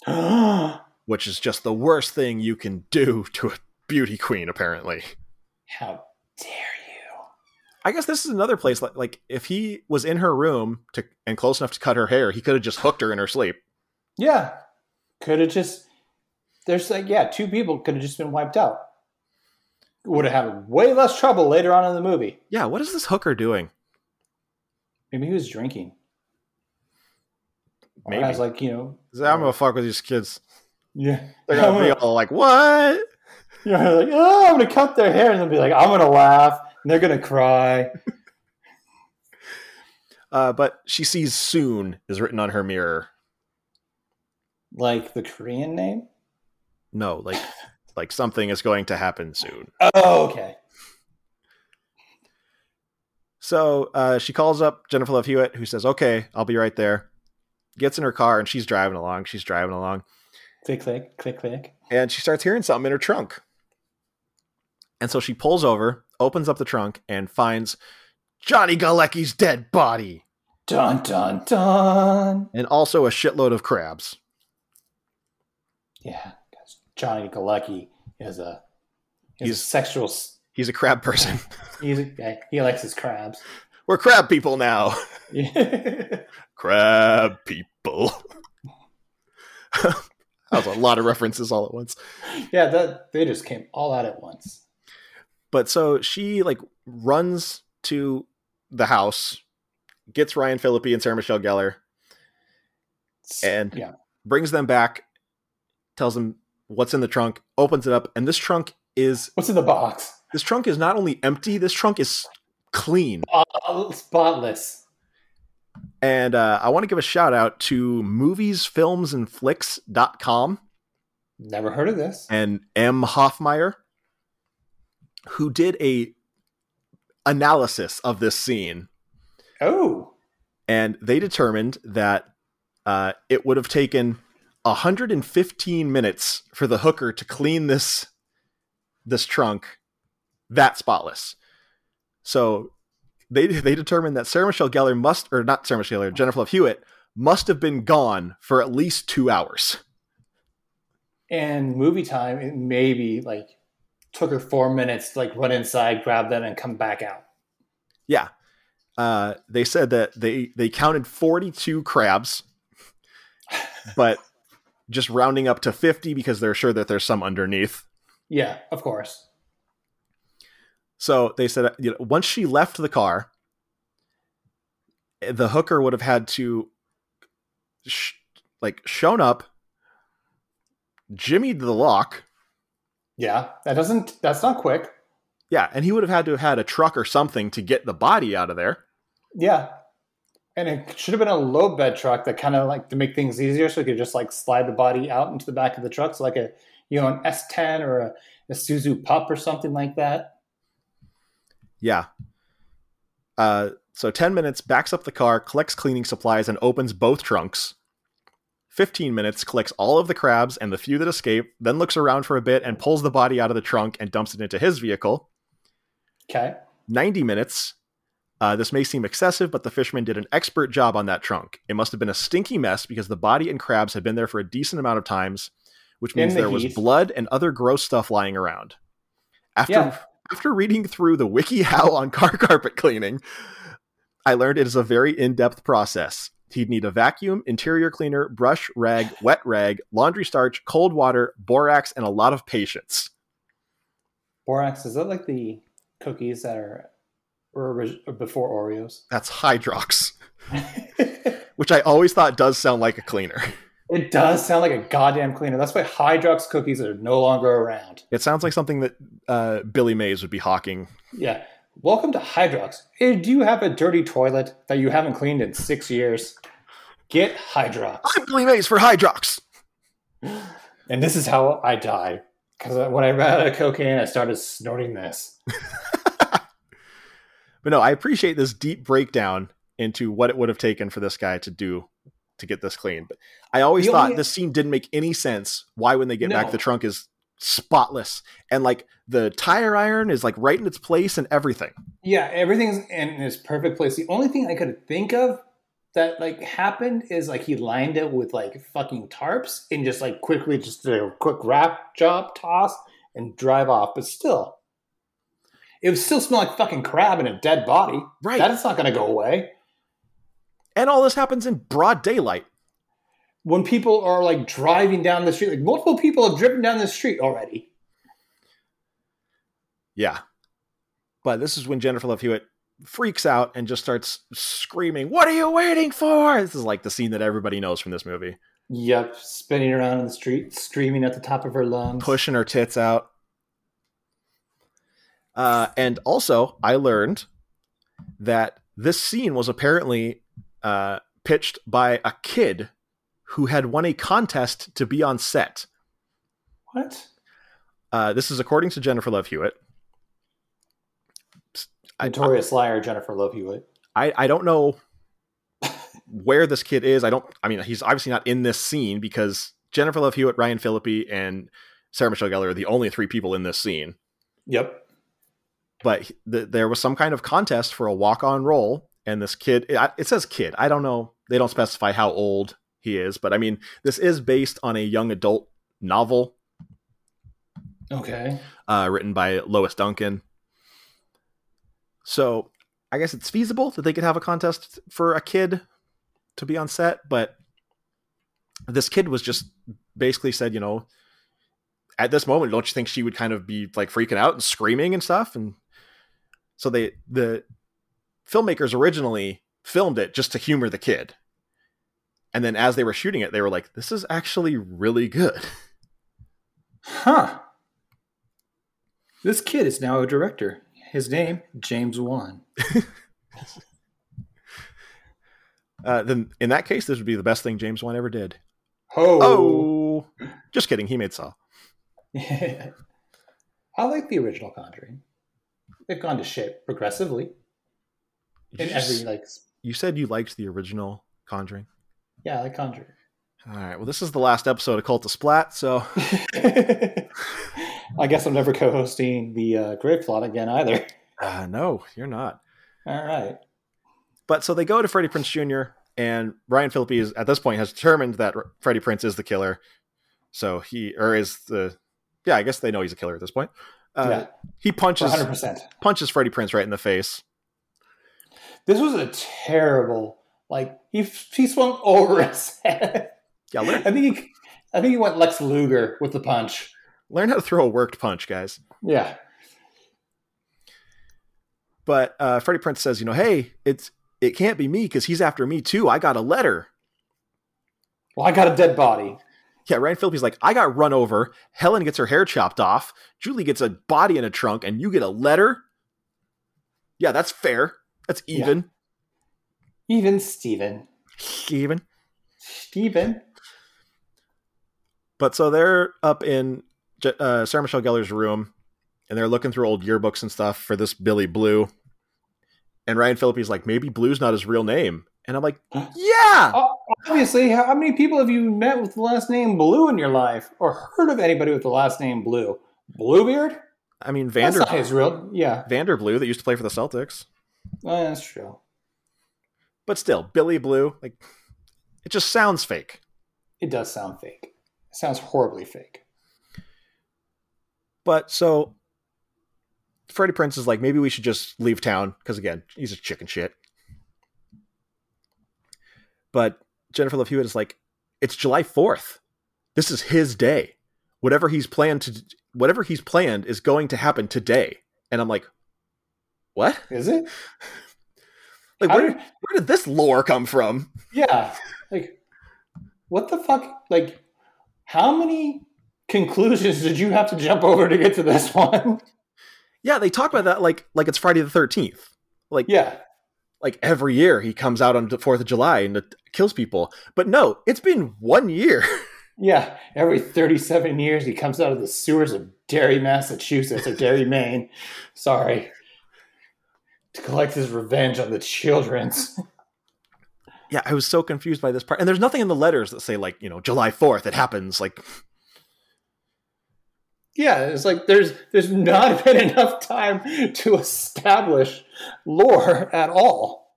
[SPEAKER 2] How
[SPEAKER 1] which is just the worst thing you can do to a beauty queen, apparently.
[SPEAKER 2] dare
[SPEAKER 1] I guess this is another place like, like if he was in her room to and close enough to cut her hair, he could have just hooked her in her sleep.
[SPEAKER 2] you? Yeah, could have just. There's like yeah, two people could have just been wiped out. Would have had way less trouble later on in the movie.
[SPEAKER 1] Yeah, what is this hooker doing?
[SPEAKER 2] Maybe he was drinking. Or
[SPEAKER 1] Maybe.
[SPEAKER 2] I was like, you know,
[SPEAKER 1] He's like, I'm gonna fuck with these kids.
[SPEAKER 2] yeah,
[SPEAKER 1] They're gonna be all like, "What?"
[SPEAKER 2] you know, like, oh, I'm gonna cut their hair, and they'll be like, I'm gonna laugh, and they're gonna cry.
[SPEAKER 1] Uh, but she sees "soon" is written on her mirror.
[SPEAKER 2] Like the Korean name?
[SPEAKER 1] No, like, like something is going to happen soon.
[SPEAKER 2] Oh, okay.
[SPEAKER 1] So uh, she calls up Jennifer Love Hewitt, who says, "Okay, I'll be right there." Gets in her car and she's driving along. She's driving along,
[SPEAKER 2] Click, click, click, click.
[SPEAKER 1] and she starts hearing something in her trunk. And so she pulls over, opens up the trunk, and finds Johnny Galecki's dead body
[SPEAKER 2] Dun dun dun.
[SPEAKER 1] and also a shitload of crabs.
[SPEAKER 2] Yeah, 'cause Johnny Galecki is a he's,
[SPEAKER 1] He's-
[SPEAKER 2] a sexual. s-
[SPEAKER 1] He's a crab person.
[SPEAKER 2] He's a, he likes his crabs.
[SPEAKER 1] We're crab people now.
[SPEAKER 2] Yeah.
[SPEAKER 1] crab people. that was a lot of references all at once.
[SPEAKER 2] yeah, that they just came all out at once.
[SPEAKER 1] But so she like runs to the house, gets Ryan Philippi and Sarah Michelle Gellar, and
[SPEAKER 2] yeah.
[SPEAKER 1] brings them back, tells them what's in the trunk, opens it up, and this trunk is
[SPEAKER 2] What's in the box?
[SPEAKER 1] this trunk is not only empty, this trunk is clean.
[SPEAKER 2] Uh, spotless.
[SPEAKER 1] And uh, I want to give a shout out to moviesfilmsandflicks.com
[SPEAKER 2] Never heard of this.
[SPEAKER 1] and M. Hoffmeyer, who did a analysis of this scene
[SPEAKER 2] Oh,
[SPEAKER 1] and they determined that uh, it would have taken 115 minutes for the hooker to clean this this trunk that spotless. So they they determined that Sarah Michelle Gellar must or not Sarah Michelle Gellar, Jennifer Love Hewitt must have been gone for at least two hours.
[SPEAKER 2] and movie time. It maybe like took her four minutes to like run inside, grab that, and come back out.
[SPEAKER 1] Yeah. Uh, they said that they they counted 42 crabs, but just rounding up to 50 because they're sure that there's some underneath.
[SPEAKER 2] Yeah, of course.
[SPEAKER 1] So they said, you know, once she left the car, eh, the hooker would have had to, sh- like, shown up, jimmied the lock.
[SPEAKER 2] Yeah, that doesn't. That's not quick.
[SPEAKER 1] Yeah, and he would have had to have had a truck or something to get the body out of there.
[SPEAKER 2] Yeah, and it should have been a low bed truck that kind of like to make things easier, so you could just like slide the body out into the back of the truck, so like a you know an S ten or a, a Suzu Pup or something like that.
[SPEAKER 1] Yeah. Uh, so 10 minutes, backs up the car, collects cleaning supplies, and opens both trunks. 15 minutes, collects all of the crabs and the few that escape, then looks around for a bit and pulls the body out of the trunk and dumps it into his vehicle.
[SPEAKER 2] Okay.
[SPEAKER 1] 90 minutes. Uh, this may seem excessive, but the fisherman did an expert job on that trunk. It must have been a stinky mess because the body and crabs had been there for a decent amount of times, which
[SPEAKER 2] In
[SPEAKER 1] means
[SPEAKER 2] the
[SPEAKER 1] there was
[SPEAKER 2] heat.
[SPEAKER 1] blood and other gross stuff lying around. After
[SPEAKER 2] Yeah.
[SPEAKER 1] after reading through the wiki how on car carpet cleaning, I learned it is a very in-depth process. He'd need a vacuum, interior cleaner, brush, rag, wet rag, laundry starch, cold water, borax, and a lot of patience.
[SPEAKER 2] Borax is that like the cookies that are were orig- or before Oreos?
[SPEAKER 1] That's Hydrox,
[SPEAKER 2] it
[SPEAKER 1] which I always thought does sound like a cleaner.
[SPEAKER 2] does sound like a goddamn cleaner. That's why Hydrox cookies are no longer around.
[SPEAKER 1] It sounds like something that uh, Billy Mays would be hawking.
[SPEAKER 2] Yeah. Welcome to Hydrox. Eh, Do you have a dirty toilet that you haven't cleaned in six years? Get Hydrox.
[SPEAKER 1] I'm Billy Mays for Hydrox.
[SPEAKER 2] And this is how I died. Because when I ran out of cocaine, I started snorting this.
[SPEAKER 1] But no, I appreciate this deep breakdown into what it would have taken for this guy to do to get this clean. But I always
[SPEAKER 2] The
[SPEAKER 1] thought
[SPEAKER 2] only-
[SPEAKER 1] this scene didn't make any sense. Why, when they get back,
[SPEAKER 2] No.
[SPEAKER 1] the trunk is spotless and like the tire iron is like right in its place and everything.
[SPEAKER 2] Yeah, everything's in its perfect place. The only thing I could think of that like happened is like he lined it with like fucking tarps and just like quickly just did a quick wrap job toss and drive off. But still, it would still smell like fucking crab and a dead body.
[SPEAKER 1] Right.
[SPEAKER 2] That's not gonna go away.
[SPEAKER 1] and all this happens in broad daylight.
[SPEAKER 2] When people are like driving down the street, like multiple people have driven down the street already.
[SPEAKER 1] Yeah. But this is when Jennifer Love Hewitt freaks out and just starts screaming, What are you waiting for? This is like the scene that everybody knows from this movie.
[SPEAKER 2] Yep, spinning around in the street, screaming at the top of her lungs.
[SPEAKER 1] pushing her tits out. Uh, and also, I learned that this scene was apparently uh, pitched by a kid who had won a contest to be on set.
[SPEAKER 2] What?
[SPEAKER 1] Uh, this is according to Jennifer Love Hewitt. I-
[SPEAKER 2] Notorious liar Jennifer Love Hewitt.
[SPEAKER 1] I, I don't know where this kid is. I don't. I mean, he's obviously not in this scene because Jennifer Love Hewitt, Ryan Phillippe, and Sarah Michelle Gellar are the only three people in this scene.
[SPEAKER 2] Yep.
[SPEAKER 1] but he- th- there was some kind of contest for a walk on role and this kid it, it says kid i don't know they don't specify how old he is but i mean this is based on a young adult novel
[SPEAKER 2] Okay.
[SPEAKER 1] uh, written by lois duncan so i guess it's feasible that they could have a contest for a kid to be on set but this kid was just basically said you know at this moment, don't you think she would kind of be like freaking out and screaming and stuff? And so they the filmmakers originally filmed it just to humor the kid. And then as they were shooting it, they were like, this is actually really good.
[SPEAKER 2] Huh. This kid is now a director. His name, James Wan.
[SPEAKER 1] Uh, then in that case, this would be the best thing James Wan ever did.
[SPEAKER 2] Ho!
[SPEAKER 1] Oh, just kidding. He made Saw.
[SPEAKER 2] I like the original Conjuring. They've gone to shit progressively
[SPEAKER 1] You,
[SPEAKER 2] in
[SPEAKER 1] just-
[SPEAKER 2] every like. s-
[SPEAKER 1] you said you liked the original Conjuring.
[SPEAKER 2] Yeah, I like Conjuring.
[SPEAKER 1] All right. Well, this is the last episode of Cult of Splat, so
[SPEAKER 2] I guess I'm never co-hosting the uh, Grave Plot again either.
[SPEAKER 1] uh, no, you're not.
[SPEAKER 2] All right.
[SPEAKER 1] But so they go to Freddie Prince Jr. and Ryan Phillippe is at this point has determined that R- Freddie Prince is the killer. So he or is the yeah, I guess they know he's a killer at this point. Uh, He
[SPEAKER 2] yeah,
[SPEAKER 1] punches
[SPEAKER 2] 100%.
[SPEAKER 1] punches Freddie Prince right in the face.
[SPEAKER 2] This was a terrible. Like he he swung over his head.
[SPEAKER 1] Yeah, learn,
[SPEAKER 2] I think he, I think he went Lex Luger with the punch.
[SPEAKER 1] learn how to throw a worked punch, guys.
[SPEAKER 2] Yeah.
[SPEAKER 1] But uh, Freddie Prince says, you know, hey, it's it can't be me because he's after me too. I got a letter.
[SPEAKER 2] Well, I got a dead body.
[SPEAKER 1] Yeah, Ryan Phillippe's like, I got run over. Helen gets her hair chopped off. Julie gets a body in a trunk, and you get a letter. Yeah, that's fair. That's
[SPEAKER 2] Yeah.
[SPEAKER 1] even.
[SPEAKER 2] Even Steven.
[SPEAKER 1] even.
[SPEAKER 2] Steven.
[SPEAKER 1] But so they're up in J- uh, Sarah Michelle Gellar's room, and they're looking through old yearbooks and stuff for this Billy Blue. And Ryan Phillippe's like, maybe Blue's not his real name. And I'm like, yeah,
[SPEAKER 2] Obviously, how how many people have you met with the last name Blue in your life, or heard of anybody with the last name Blue? Bluebeard?
[SPEAKER 1] I mean
[SPEAKER 2] That's
[SPEAKER 1] Vander
[SPEAKER 2] not his real. Yeah,
[SPEAKER 1] Vander Blue that used to play for the Celtics,
[SPEAKER 2] uh, that's true.
[SPEAKER 1] but still Billy Blue, like it just sounds fake.
[SPEAKER 2] It does sound fake. It sounds horribly fake.
[SPEAKER 1] But so Freddie Prince is like, maybe we should just leave town because again, he's a chicken shit. But Jennifer Love Hewitt is like, it's July fourth. This is his day. Whatever he's planned to, whatever he's planned is going to happen today. And I'm like, what?
[SPEAKER 2] Is it?
[SPEAKER 1] Like,
[SPEAKER 2] How
[SPEAKER 1] where,
[SPEAKER 2] did-
[SPEAKER 1] where did this lore come from?
[SPEAKER 2] yeah. Like, what the fuck? Like, how many conclusions did you have to jump over to get to this one?
[SPEAKER 1] Yeah, they talk about that like like it's Friday the thirteenth. Like
[SPEAKER 2] yeah.
[SPEAKER 1] like every year he comes out on the Fourth of July and kills people. But no, it's been one year.
[SPEAKER 2] Yeah, every 37 years he comes out of the sewers of Derry, Massachusetts, or Derry, Maine. Sorry. To collect his revenge on the children's.
[SPEAKER 1] yeah, I was so confused by this part. And there's nothing in the letters that say like, you know, July 4th it happens. Like,
[SPEAKER 2] Yeah, it's like there's there's not been enough time to establish lore at all.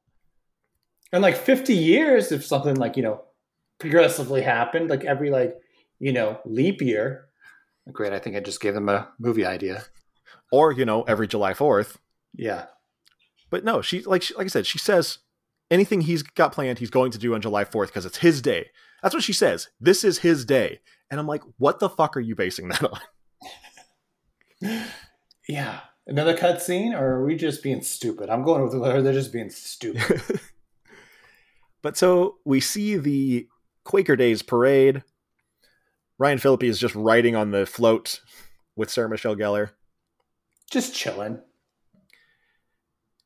[SPEAKER 2] And like 50 years, if something like, you know, progressively happened, like every like, you know, leap year. Great, I think I just gave them a movie idea.
[SPEAKER 1] or, you know, every July 4th.
[SPEAKER 2] Yeah.
[SPEAKER 1] But no, she like she, like I said, she says anything he's got planned he's going to do on July 4th because it's his day. That's what she says. This is his day. And I'm like, what the fuck are you basing that on?
[SPEAKER 2] Yeah. Another cutscene, or are we just being stupid? I'm going with her. They're just being stupid.
[SPEAKER 1] But so we see the Quaker Days parade. Ryan Phillippe is just riding on the float with Sarah Michelle Gellar.
[SPEAKER 2] just chilling.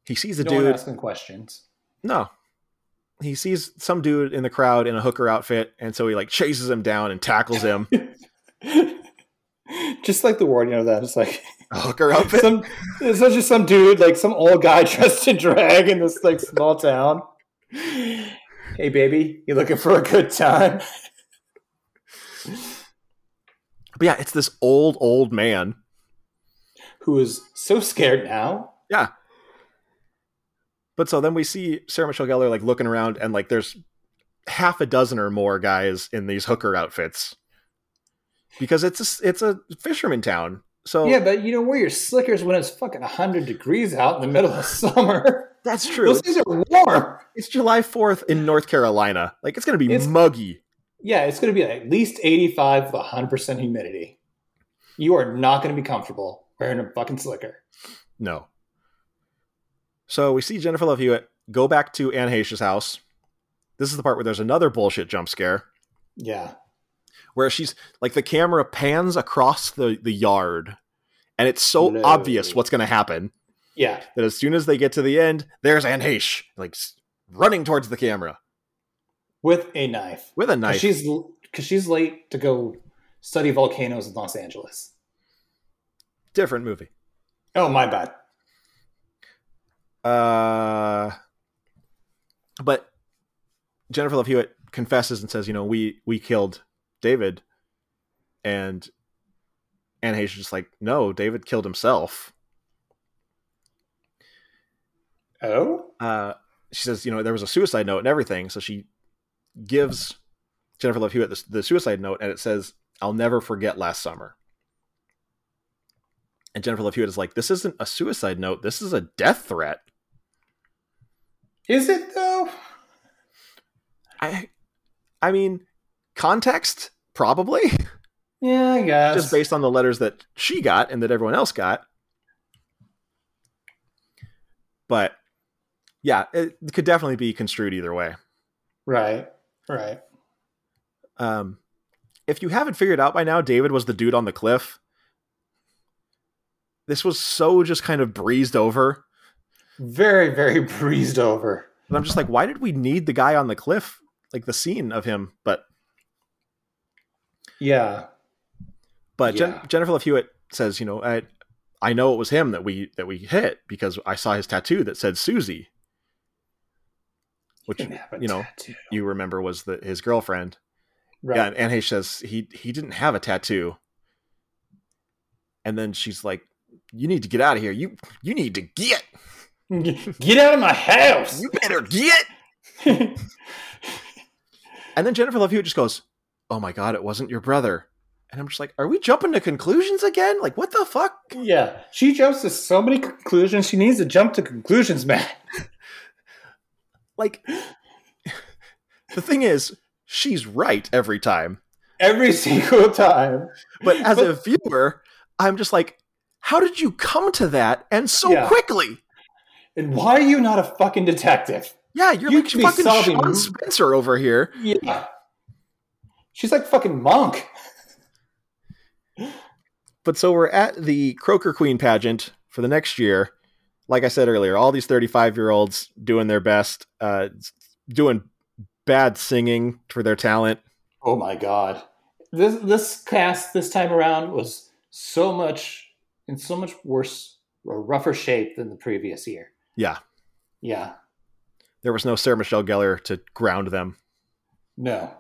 [SPEAKER 1] He sees a
[SPEAKER 2] No one
[SPEAKER 1] dude.
[SPEAKER 2] asking questions.
[SPEAKER 1] No. He sees some dude in the crowd in a hooker outfit, and so he like chases him down and tackles him.
[SPEAKER 2] just like the wording of that. It's like
[SPEAKER 1] a hooker outfit.
[SPEAKER 2] some. It's not just some dude, like some old guy dressed in drag in this like small town. Hey, baby, you looking for a good time?
[SPEAKER 1] But yeah, it's this old, old man.
[SPEAKER 2] Who is so scared now?
[SPEAKER 1] But so then we see Sarah Michelle Gellar like looking around, and like there's half a dozen or more guys in these hooker outfits because it's a, it's a fisherman town. So
[SPEAKER 2] Yeah, but you don't wear your slickers when it's fucking hundred degrees out in the middle of summer.
[SPEAKER 1] that's true.
[SPEAKER 2] Those things are warm.
[SPEAKER 1] It's July Fourth in North Carolina. Like it's gonna be
[SPEAKER 2] It's-
[SPEAKER 1] muggy.
[SPEAKER 2] Yeah, it's going to be at least 85 with 100% humidity. You are not going to be comfortable wearing a fucking slicker.
[SPEAKER 1] No. So we see Jennifer Love Hewitt go back to Anne Heche's house. This is the part where there's another bullshit jump scare
[SPEAKER 2] Yeah.
[SPEAKER 1] where she's like the camera pans across the, the yard and it's so
[SPEAKER 2] No.
[SPEAKER 1] obvious what's going to happen
[SPEAKER 2] Yeah.
[SPEAKER 1] that as soon as they get to the end, there's Anne Heche like s- running towards the camera
[SPEAKER 2] With a knife.
[SPEAKER 1] with a
[SPEAKER 2] 'Cause
[SPEAKER 1] knife.
[SPEAKER 2] She's because she's late to go study volcanoes in Los Angeles.
[SPEAKER 1] Different movie.
[SPEAKER 2] Oh my bad.
[SPEAKER 1] Uh, but Jennifer Love Hewitt confesses and says, "You know, we we killed David," and Anne Heche is just like, "No, David killed himself."
[SPEAKER 2] Oh.
[SPEAKER 1] uh, she says, you know, there was a suicide note and everything. So she gives Jennifer Love Hewitt the, the suicide note, and it says, "I'll never forget last summer." And Jennifer Love Hewitt is like, "This isn't a suicide note. This is a death threat."
[SPEAKER 2] Is it though?
[SPEAKER 1] I, I mean, context probably
[SPEAKER 2] Yeah, I guess.
[SPEAKER 1] just based on the letters that she got and that everyone else got. But yeah, it could definitely be construed either way.
[SPEAKER 2] right. Right.
[SPEAKER 1] Um, if you haven't figured out by now, David was the dude on the cliff. This was so just kind of breezed over.
[SPEAKER 2] Very, very breezed over.
[SPEAKER 1] And I'm just like, why did we need the guy on the cliff? Like the scene of him. But
[SPEAKER 2] Yeah.
[SPEAKER 1] but Jen-
[SPEAKER 2] Yeah.
[SPEAKER 1] Jennifer Love Hewitt says, you know, I I know it was him that we that we hit because I saw his tattoo that said Susie, which
[SPEAKER 2] Didn't have a
[SPEAKER 1] you know
[SPEAKER 2] tattoo.
[SPEAKER 1] you remember was the his girlfriend.
[SPEAKER 2] Right.
[SPEAKER 1] Yeah, and Anne Heche says he he didn't have a tattoo. And then she's like, "You need to get out of here. You you need to get.
[SPEAKER 2] Get out of my house!
[SPEAKER 1] You better get." And then Jennifer Love Hewitt just goes, "Oh my god, it wasn't your brother." And I'm just like, "Are we jumping to conclusions again? Like, what the fuck?"
[SPEAKER 2] yeah, she jumps to so many conclusions. She needs to jump to conclusions, man.
[SPEAKER 1] Like, the thing is, she's right every time.
[SPEAKER 2] Every single time.
[SPEAKER 1] But as a viewer, I'm just like, "How did you come to that and so
[SPEAKER 2] Yeah.
[SPEAKER 1] quickly?"
[SPEAKER 2] And why are you not a fucking detective?
[SPEAKER 1] Yeah, you're
[SPEAKER 2] You
[SPEAKER 1] like
[SPEAKER 2] could be
[SPEAKER 1] fucking
[SPEAKER 2] solving-
[SPEAKER 1] Sean Spencer over here.
[SPEAKER 2] Yeah. She's like fucking monk.
[SPEAKER 1] But so we're at the Croaker Queen pageant for the next year. Like I said earlier, all these 35 year olds doing their best, uh, doing bad singing for their talent.
[SPEAKER 2] Oh my god. This this cast this time around was so much in so much worse or rougher shape than the previous year.
[SPEAKER 1] Yeah.
[SPEAKER 2] Yeah.
[SPEAKER 1] There was no Sarah Michelle Gellar to ground them.
[SPEAKER 2] No.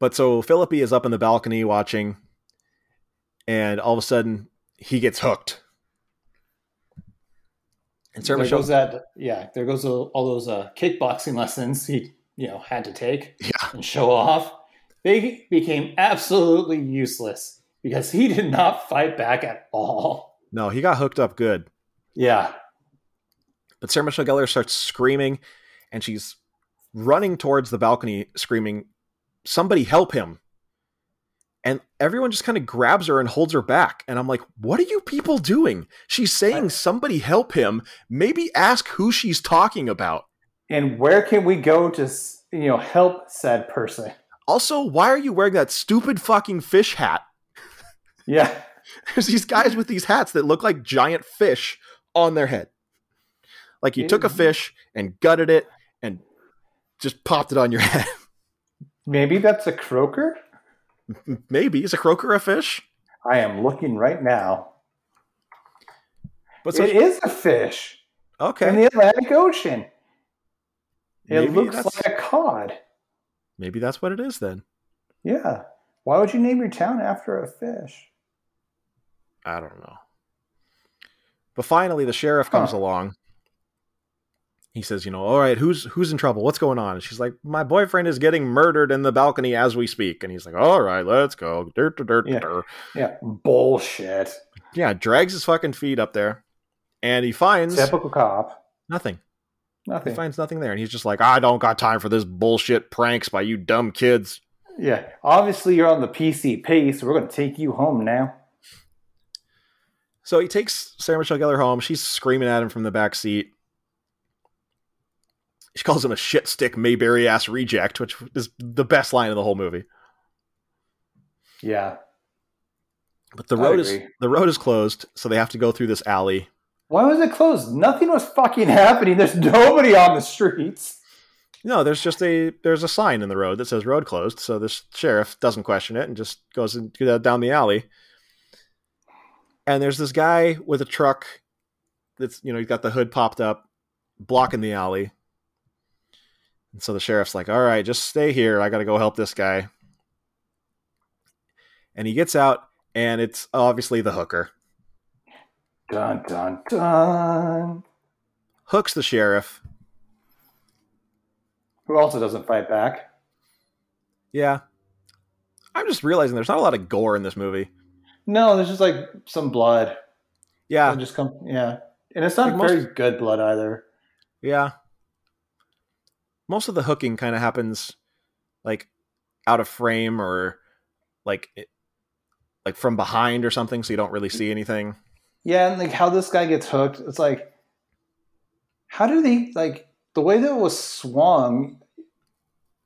[SPEAKER 1] But so Philippi is up in the balcony watching, and all of a sudden he gets hooked. And Sarah
[SPEAKER 2] there
[SPEAKER 1] Michelle,
[SPEAKER 2] goes that yeah, there goes all, all those uh, kickboxing lessons he you know had to take
[SPEAKER 1] Yeah.
[SPEAKER 2] and show off. They became absolutely useless because he did not fight back at all.
[SPEAKER 1] no, he got hooked up good.
[SPEAKER 2] Yeah.
[SPEAKER 1] But Sarah Michelle Gellar starts screaming, and she's running towards the balcony, screaming, "Somebody help him!" And everyone just kind of grabs her and holds her back. And I'm like, "What are you people doing?" She's saying, "Somebody help him." Maybe ask who she's talking about.
[SPEAKER 6] And where can we go to, s- you know, help said person?
[SPEAKER 1] Also, why are you wearing that stupid fucking fish hat?
[SPEAKER 6] Yeah.
[SPEAKER 1] There's these guys with these hats that look like giant fish on their head. Like you
[SPEAKER 6] Mm-hmm.
[SPEAKER 1] took a fish and gutted it and just popped it on your head.
[SPEAKER 6] Maybe that's a croaker?
[SPEAKER 1] Maybe is a croaker a fish?
[SPEAKER 6] I am looking right now.
[SPEAKER 1] But so
[SPEAKER 6] it is a fish in
[SPEAKER 1] okay,
[SPEAKER 6] the Atlantic Ocean. It
[SPEAKER 1] Maybe
[SPEAKER 6] looks
[SPEAKER 1] that's-
[SPEAKER 6] like a cod.
[SPEAKER 1] maybe that's what it is then.
[SPEAKER 6] Yeah. Why would you name your town after a fish?
[SPEAKER 1] I don't know. But finally, the sheriff comes
[SPEAKER 6] Huh.
[SPEAKER 1] along. He says, "You know, all right, who's who's in trouble? What's going on?" And she's like, "My boyfriend is getting murdered in the balcony as we speak." And he's like, "All right, let's go." Dirt, dirt, dirt,
[SPEAKER 6] Yeah.
[SPEAKER 1] dirt.
[SPEAKER 6] Yeah. Bullshit.
[SPEAKER 1] yeah, drags his fucking feet up there, and he finds
[SPEAKER 6] Typical cop.
[SPEAKER 1] nothing. He
[SPEAKER 6] Nothing.
[SPEAKER 1] finds nothing there, and he's just like, "I don't got time for this bullshit pranks by you dumb kids."
[SPEAKER 2] Yeah, obviously you're on the PCP, so we're going to take you home now.
[SPEAKER 1] So he takes Sarah Michelle Gellar home. She's screaming at him from the back seat. She calls him a shitstick Mayberry ass reject, which is the best line of the whole movie.
[SPEAKER 2] Yeah.
[SPEAKER 1] But the
[SPEAKER 2] I
[SPEAKER 1] road is
[SPEAKER 2] agree.
[SPEAKER 1] the road is closed, so they have to go through this alley.
[SPEAKER 2] Why was it closed? Nothing was fucking happening. There's nobody on the streets.
[SPEAKER 1] No, there's just a there's a sign in the road that says road closed, so this sheriff doesn't question it and just goes in, down the alley. And there's this guy with a truck that's you know he's got the hood popped up, blocking the alley. And so the sheriff's like, "All right, just stay here. I got to go help this guy." And he gets out, and it's obviously the hooker.
[SPEAKER 2] Dun dun dun.
[SPEAKER 1] Hooks the sheriff.
[SPEAKER 2] Who also doesn't fight back?
[SPEAKER 1] Yeah, I'm just realizing there's not a lot of gore in this movie.
[SPEAKER 2] No, there's just like some blood.
[SPEAKER 1] Yeah,
[SPEAKER 2] It just come, yeah, and it's not
[SPEAKER 1] Like most-
[SPEAKER 2] very good blood either.
[SPEAKER 1] Yeah. Most of the hooking kind of happens like out of frame or like it, like from behind or something so you don't really see anything.
[SPEAKER 2] Yeah, and like how this guy gets hooked, it's like, how did he like the way that it was swung?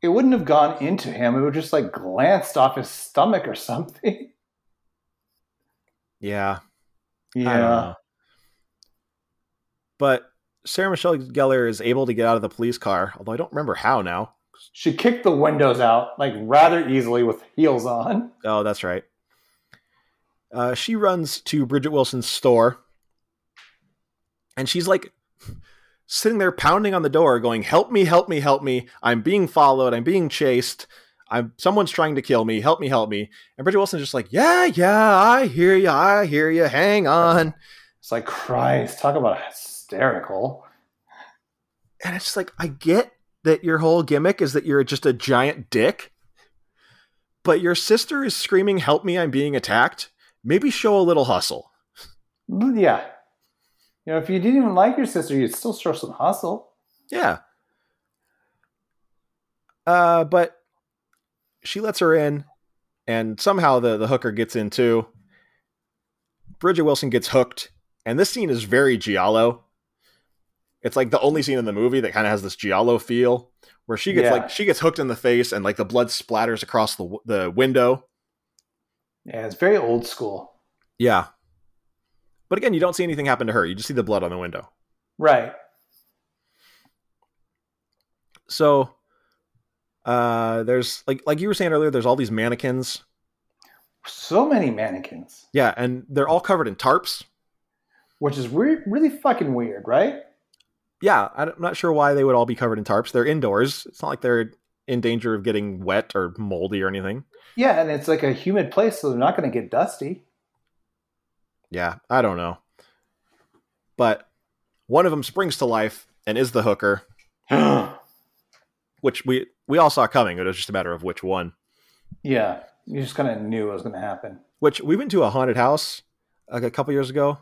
[SPEAKER 2] It wouldn't have gone into him. It would just like glanced off his stomach or something.
[SPEAKER 1] Yeah.
[SPEAKER 2] Yeah,
[SPEAKER 1] I don't know. But Sarah Michelle Gellar is able to get out of the police car, although I don't remember how now.
[SPEAKER 2] she kicked the windows out like rather easily with heels on.
[SPEAKER 1] Oh, that's right. Uh, she runs to Bridget Wilson's store, and she's like sitting there pounding on the door, going, "Help me! Help me! Help me! I'm being followed. I'm being chased. I'm someone's trying to kill me. Help me! Help me!" And Bridget Wilson's just like, "Yeah, yeah, I hear you. I hear you. Hang on."
[SPEAKER 2] It's like Christ, talk about hysterical.
[SPEAKER 1] And it's just like, I get that your whole gimmick is that you're just a giant dick, but your sister is screaming, "Help me! I'm being attacked." Maybe show a little hustle.
[SPEAKER 2] Yeah, you know, if you didn't even like your sister, you'd still show some hustle.
[SPEAKER 1] Yeah. Uh, but she lets her in, and somehow the, the hooker gets in too. Bridget Wilson gets hooked, and this scene is very Giallo. It's like the only scene in the movie that kind of has this Giallo feel, where she gets
[SPEAKER 2] Yeah.
[SPEAKER 1] like she gets hooked in the face, and like the blood splatters across the w- the window.
[SPEAKER 2] Yeah, it's very old school.
[SPEAKER 1] Yeah. But again, you don't see anything happen to her. You just see the blood on the window.
[SPEAKER 2] Right.
[SPEAKER 1] So uh there's like like you were saying earlier, there's all these mannequins
[SPEAKER 2] So many mannequins,
[SPEAKER 1] Yeah, and they're all covered in tarps.
[SPEAKER 2] which is weird, really fucking weird, right?
[SPEAKER 1] Yeah, I don't- I'm not sure why they would all be covered in tarps. They're indoors. It's not like they're in danger of getting wet or moldy or anything.
[SPEAKER 2] Yeah, and it's like a humid place, so they're not going to get dusty.
[SPEAKER 1] Yeah, I don't know. But one of them springs to life and is the hooker,
[SPEAKER 2] yeah,
[SPEAKER 1] which we we all saw coming. It was just a matter of which one.
[SPEAKER 2] you just kind of knew it was going to happen.
[SPEAKER 1] Which we went to a haunted house like a couple years ago,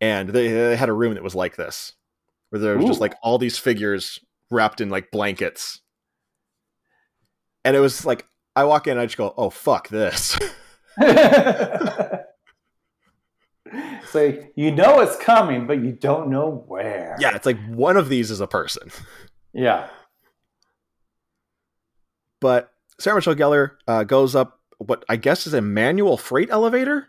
[SPEAKER 1] and they, they had a room that was like this, where there was just
[SPEAKER 2] Ooh.
[SPEAKER 1] like all these figures wrapped in like blankets, and it was like I walk in, and I just go, "Oh fuck this!"
[SPEAKER 2] it's like you know it's coming, but you don't know where.
[SPEAKER 1] yeah, it's like one of these is a person.
[SPEAKER 2] yeah,
[SPEAKER 1] But Sarah Michelle Gellar uh, goes up what I guess is a manual freight elevator.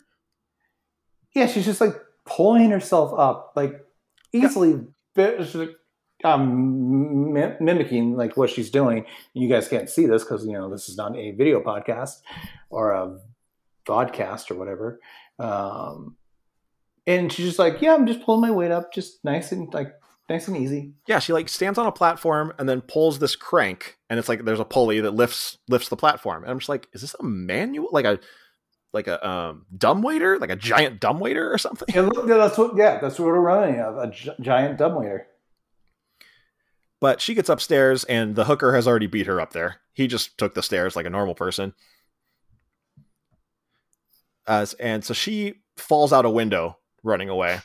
[SPEAKER 2] yeah. She's just like pulling herself up, like easily. bit- she's like, Um, mi- mimicking like what she's doing. You guys can't see this because you know this is not a video podcast or a vodcast or whatever. Um, and she's just like, yeah, I'm just pulling my weight up, just nice and like nice and easy.
[SPEAKER 1] Yeah, she like stands on a platform and then pulls this crank, and it's like there's a pulley that lifts lifts the platform. And I'm just like, is this a manual, like a like a um, dumb waiter, like a giant dumb waiter or something?
[SPEAKER 2] Yeah, look, yeah, that's what. Yeah, that's what we're running of a gi- giant dumbwaiter.
[SPEAKER 1] But she gets upstairs, and the hooker has already beat her up there. He just took the stairs like a normal person. Uh, and so she falls out a window running away.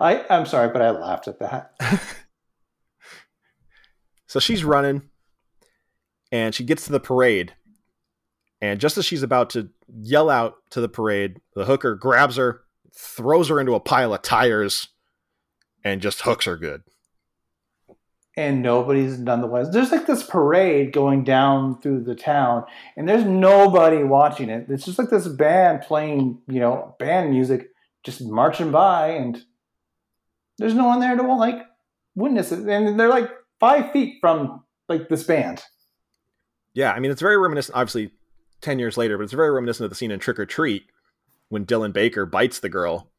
[SPEAKER 2] I I'm sorry, but I laughed at that.
[SPEAKER 1] So she's running, and she gets to the parade. And just as she's about to yell out to the parade, the hooker grabs her, throws her into a pile of tires, and just hooks her good.
[SPEAKER 2] and nobody's none the wise. There's like this parade going down through the town, and there's nobody watching it. It's just like this band playing, you know, band music, just marching by, and there's no one there to like witness it. And they're like five feet from like this band.
[SPEAKER 1] Yeah, I mean, it's very reminiscent, obviously, 10 years later, but it's very reminiscent of the scene in Trick or Treat when Dylan Baker bites the girl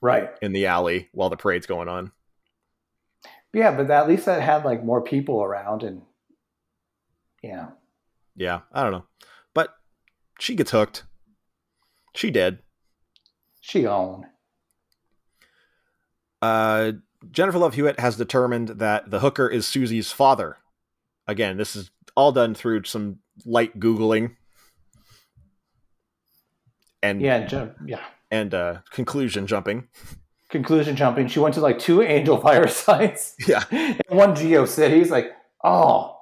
[SPEAKER 2] Right.
[SPEAKER 1] in the alley while the parade's going on.
[SPEAKER 2] Yeah, but at least that had like more people around, and yeah.
[SPEAKER 1] Yeah, I don't know. But she gets hooked. She did.
[SPEAKER 2] She owned.
[SPEAKER 1] Uh, Jennifer Love Hewitt has determined that the hooker is Susie's father. Again, this is all done through some light Googling. And
[SPEAKER 2] Yeah, ju- yeah.
[SPEAKER 1] and uh, conclusion jumping.
[SPEAKER 2] Conclusion jumping. She went to like two angel fire sites.
[SPEAKER 1] Yeah.
[SPEAKER 2] and one Geo City. He's like, oh,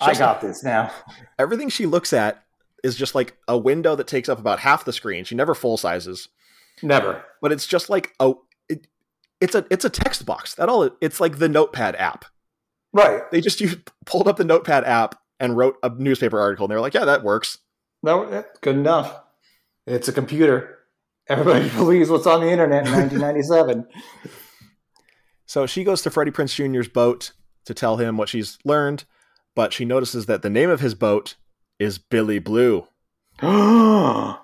[SPEAKER 2] I
[SPEAKER 1] Just-
[SPEAKER 2] got this now.
[SPEAKER 1] Everything she looks at is just like a window that takes up about half the screen. She never full sizes,
[SPEAKER 2] Never.
[SPEAKER 1] but it's just like a it, it's a it's a text box. That all it- it's like the Notepad app.
[SPEAKER 2] Right.
[SPEAKER 1] They just used, pulled up the Notepad app and wrote a newspaper article, and they were like, "Yeah, that works."
[SPEAKER 2] No, that's good enough. It's a computer. Everybody believes what's on the internet in 1997.
[SPEAKER 1] So she goes to Freddie Prince Jr.'s boat to tell him what she's learned, but she notices that the name of his boat is Billy Blue.
[SPEAKER 2] what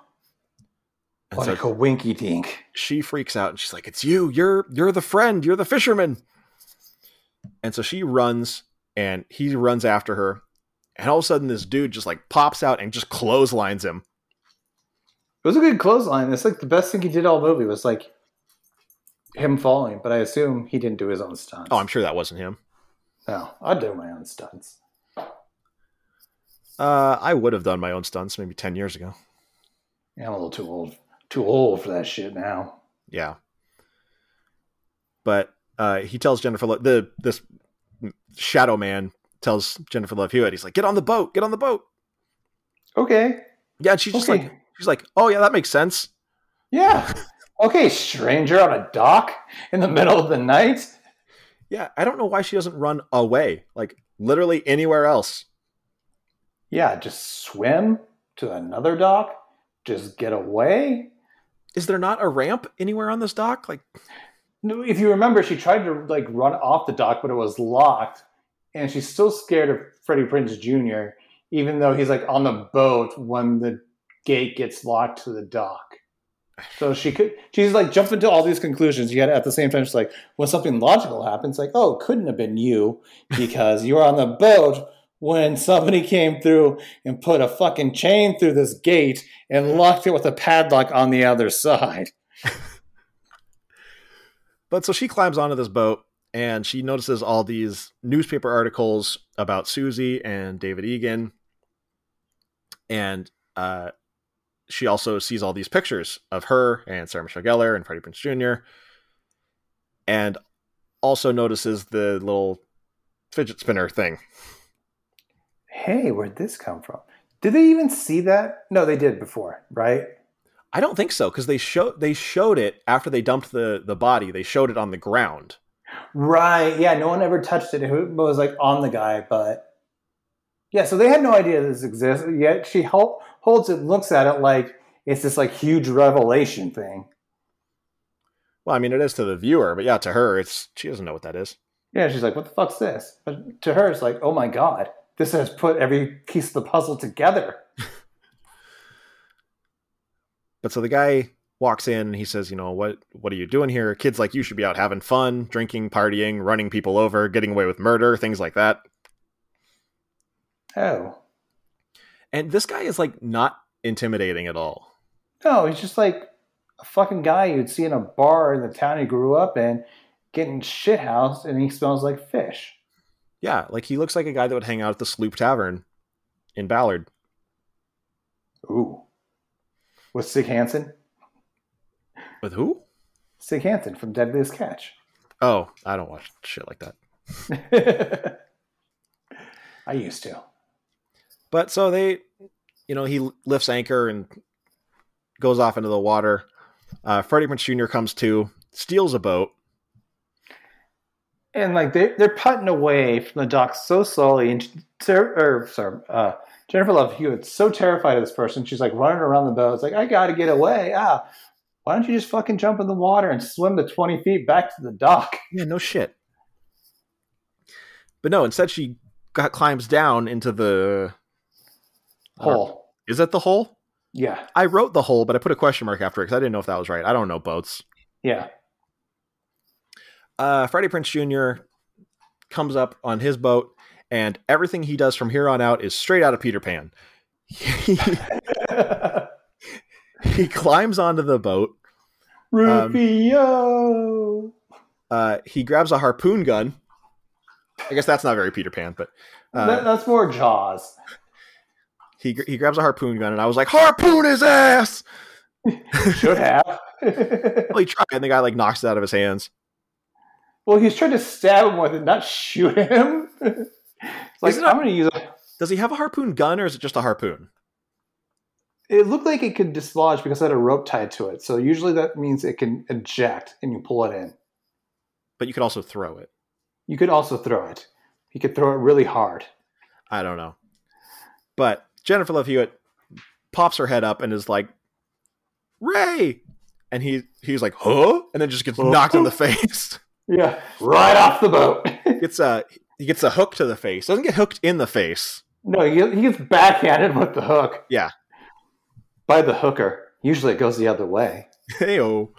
[SPEAKER 1] And
[SPEAKER 2] a
[SPEAKER 1] so
[SPEAKER 2] coinky dink.
[SPEAKER 1] she freaks out and she's like, "It's you. You're you're the friend. You're the fisherman." And so she runs and he runs after her. And all of a sudden this dude just like pops out and just clotheslines him.
[SPEAKER 2] It was a good clothesline. It's like the best thing he did all movie was like him falling, but I assume he didn't do his own stunts.
[SPEAKER 1] Oh, I'm sure that wasn't him.
[SPEAKER 2] no, I'd do my own stunts.
[SPEAKER 1] Uh, I would have done my own stunts maybe 10 years ago.
[SPEAKER 2] Yeah, I'm a little too old, too old for that shit now.
[SPEAKER 1] Yeah. But uh, he tells Jennifer Lo- the this shadow man tells Jennifer Love Hewitt. He's like, "Get on the boat, get on the boat."
[SPEAKER 2] Okay.
[SPEAKER 1] Yeah, and she's just
[SPEAKER 2] okay.
[SPEAKER 1] like, she's like, "Oh yeah, that makes sense."
[SPEAKER 2] Yeah. Okay, stranger on a dock in the middle of the night.
[SPEAKER 1] Yeah, I don't know why she doesn't run away, like literally anywhere else.
[SPEAKER 2] Yeah, just swim to another dock. Just get away.
[SPEAKER 1] Is there not a ramp anywhere on this dock? Like,
[SPEAKER 2] No, If you remember, she tried to like run off the dock, but it was locked, and she's still scared of Freddie Prince Jr. Even though he's like on the boat when the gate gets locked to the dock. So she could, she's like jumping to all these conclusions. Yet at the same time, she's like, when something logical happens, like, oh, it couldn't have been you because you were on the boat when somebody came through and put a fucking chain through this gate and locked it with a padlock on the other side.
[SPEAKER 1] but so she climbs onto this boat and she notices all these newspaper articles about Susie and David Egan, and uh, she also sees all these pictures of her and Sarah Michelle Gellar and Freddie Prince Jr. and also notices the little fidget spinner thing.
[SPEAKER 2] hey, where'd this come from? Did they even see that? No, they did before, right?
[SPEAKER 1] I don't think so because they showed they showed it after they dumped the the body. They showed it on the ground.
[SPEAKER 2] Right. Yeah, no one ever touched it. It was like on the guy, but yeah, so they had no idea this existed. Yet she hol- holds it, looks at it like it's this like huge revelation thing.
[SPEAKER 1] Well, I mean, it is to the viewer, but yeah, to her, it's she doesn't know what that is.
[SPEAKER 2] Yeah, she's like, what the fuck's this? But to her, it's like, oh my God, this has put every piece of the puzzle together.
[SPEAKER 1] But so the guy walks in and he says, you know, what what are you doing here? Kids like you should be out having fun, drinking, partying, running people over, getting away with murder, things like that.
[SPEAKER 2] Oh.
[SPEAKER 1] And this guy is like not intimidating at all.
[SPEAKER 2] No, he's just like a fucking guy you'd see in a bar in the town he grew up in getting shithoused and he smells like fish.
[SPEAKER 1] Yeah, like he looks like a guy that would hang out at the Sloop Tavern in Ballard.
[SPEAKER 2] Ooh. With Sig Hansen?
[SPEAKER 1] With who?
[SPEAKER 2] Sig Hansen from Deadliest Catch.
[SPEAKER 1] Oh, I don't watch shit like that.
[SPEAKER 2] I used to.
[SPEAKER 1] But so they, you know, he lifts anchor and goes off into the water. Uh, Freddie Prince Jr. comes to, steals a boat.
[SPEAKER 2] and like they're they're putting away from the dock so slowly, and ter- or sorry, uh, Jennifer Love Hewitt's so terrified of this person, she's like running around the boat. It's like I gotta get away. Ah, why don't you just fucking jump in the water and swim the twenty feet back to the dock?
[SPEAKER 1] Yeah, no shit. But no, instead she got, climbs down into the
[SPEAKER 2] Hole.
[SPEAKER 1] Is that the hole?
[SPEAKER 2] Yeah,
[SPEAKER 1] I wrote the hole, but I put a question mark after it because I didn't know if that was right. I don't know boats.
[SPEAKER 2] yeah.
[SPEAKER 1] Uh, Freddie Prince Jr. comes up on his boat, and everything he does from here on out is straight out of Peter Pan. He, Um, he climbs onto the boat.
[SPEAKER 2] Rufio.
[SPEAKER 1] Uh, he grabs a harpoon gun. I guess that's not very Peter Pan, but uh,
[SPEAKER 2] that, that's more Jaws.
[SPEAKER 1] he he grabs a harpoon gun, and I was like, harpoon his ass.
[SPEAKER 2] Should have.
[SPEAKER 1] Well, he tried, and the guy like knocks it out of his hands.
[SPEAKER 2] well, he's trying to stab him with it, not shoot him. it's like
[SPEAKER 1] Isn't it-
[SPEAKER 2] I'm going to use. A,
[SPEAKER 1] Does he have a harpoon gun, or is it just a harpoon?
[SPEAKER 2] it looked like it could dislodge because it had a rope tied to it. So usually that means it can eject and you pull it in.
[SPEAKER 1] But you could also throw it.
[SPEAKER 2] You could also throw it. You could throw it really hard.
[SPEAKER 1] I don't know. But Jennifer Love Hewitt pops her head up and is like, "Ray," and he he's like, "Huh?" and then just gets knocked in the face.
[SPEAKER 2] Yeah, right off the boat.
[SPEAKER 1] Gets a he gets a hook to the face. Doesn't get hooked in the face.
[SPEAKER 2] no, he, he gets backhanded with the hook.
[SPEAKER 1] Yeah.
[SPEAKER 2] by the hooker. Usually it goes the other way.
[SPEAKER 1] Heyo.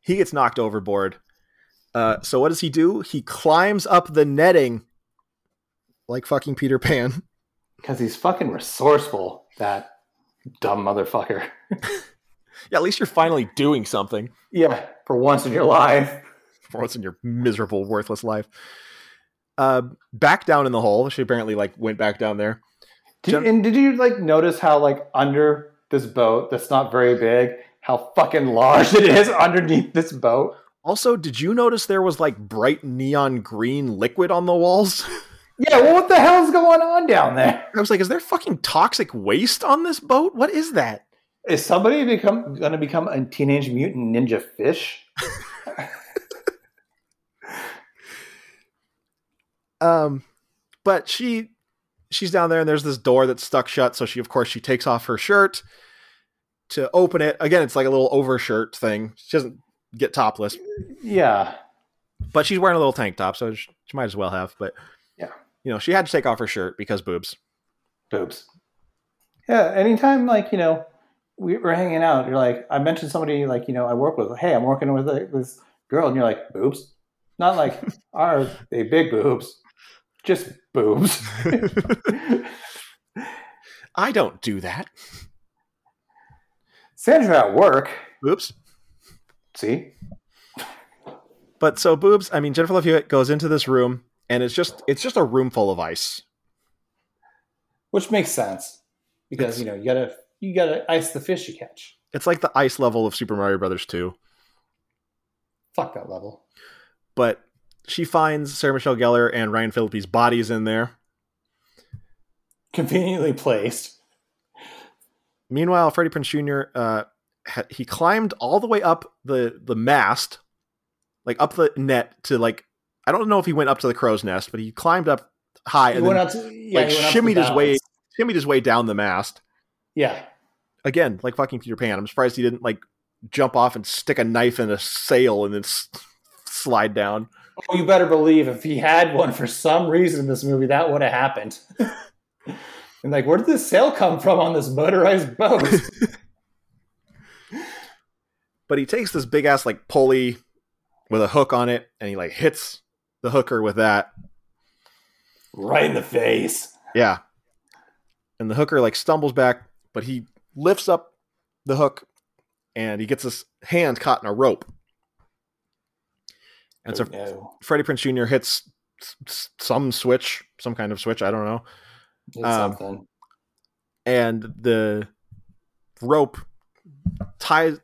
[SPEAKER 1] He gets knocked overboard. Uh, so what does he do? He climbs up the netting like fucking Peter Pan.
[SPEAKER 2] Because he's fucking resourceful, that dumb motherfucker.
[SPEAKER 1] Yeah, at least you're finally doing something.
[SPEAKER 2] Yeah, for once in your life.
[SPEAKER 1] for once in your miserable, worthless life. Uh, back down in the hole. She apparently like went back down there.
[SPEAKER 2] Did,
[SPEAKER 1] Gen-
[SPEAKER 2] and did you like notice how like under this boat that's not very big, how fucking large it is underneath this boat?
[SPEAKER 1] Also, did you notice there was like bright neon green liquid on the walls?
[SPEAKER 2] Yeah, well, what the hell is going on down there?
[SPEAKER 1] I was like, is there fucking toxic waste on this boat? What is that?
[SPEAKER 2] Is somebody become going to become a teenage mutant ninja fish?
[SPEAKER 1] Um, but she she's down there and there's this door that's stuck shut, so she of course she takes off her shirt to open it. Again, it's like a little overshirt thing. She doesn't get topless,
[SPEAKER 2] Yeah,
[SPEAKER 1] but she's wearing a little tank top, so she she might as well have. But
[SPEAKER 2] Yeah.
[SPEAKER 1] you know, she had to take off her shirt because boobs.
[SPEAKER 2] boobs. Yeah, anytime like you know we we're hanging out, you're like I mentioned somebody like you know I work with. Hey, I'm working with like, this girl, and you're like boobs, not like are they big boobs, just boobs.
[SPEAKER 1] I don't do that.
[SPEAKER 2] Sandra at work.
[SPEAKER 1] Boobs.
[SPEAKER 2] See,
[SPEAKER 1] But so boobs, I mean Jennifer Love Hewitt goes into this room and it's just it's just a room full of ice.
[SPEAKER 2] which makes sense because you know you gotta you gotta ice the fish you catch.
[SPEAKER 1] It's like the ice level of Super Mario Brothers 2.
[SPEAKER 2] Fuck that level.
[SPEAKER 1] But she finds Sarah Michelle Gellar and Ryan Phillippe's bodies in there.
[SPEAKER 2] Conveniently placed.
[SPEAKER 1] Meanwhile, Freddie Prince Jr. Uh, ha- he climbed all the way up the the mast, like up the net to like I don't know if he went up to the crow's nest, but he climbed up high
[SPEAKER 2] He
[SPEAKER 1] and
[SPEAKER 2] went
[SPEAKER 1] then
[SPEAKER 2] out to yeah,
[SPEAKER 1] like,
[SPEAKER 2] he went out to
[SPEAKER 1] shimmied
[SPEAKER 2] the
[SPEAKER 1] his way-
[SPEAKER 2] balance.
[SPEAKER 1] shimmied his way down the mast.
[SPEAKER 2] Yeah,
[SPEAKER 1] again, like fucking Peter Pan. I'm surprised he didn't like jump off and stick a knife in a sail and then s- slide down.
[SPEAKER 2] Oh, you better believe if he had one for some reason in this movie, that would have happened. and like, where did this sail come from on this motorized boat?
[SPEAKER 1] But he takes this big ass like pulley with a hook on it and he like hits the hooker with that.
[SPEAKER 2] right in the face.
[SPEAKER 1] Yeah. And the hooker like stumbles back, but he lifts up the hook and he gets his hand caught in a rope. And so
[SPEAKER 2] Oh, no.
[SPEAKER 1] Freddie Prince Jr. hits s- s- some switch, some kind of switch, I don't know.
[SPEAKER 2] It's
[SPEAKER 1] um,
[SPEAKER 2] something.
[SPEAKER 1] and the rope ties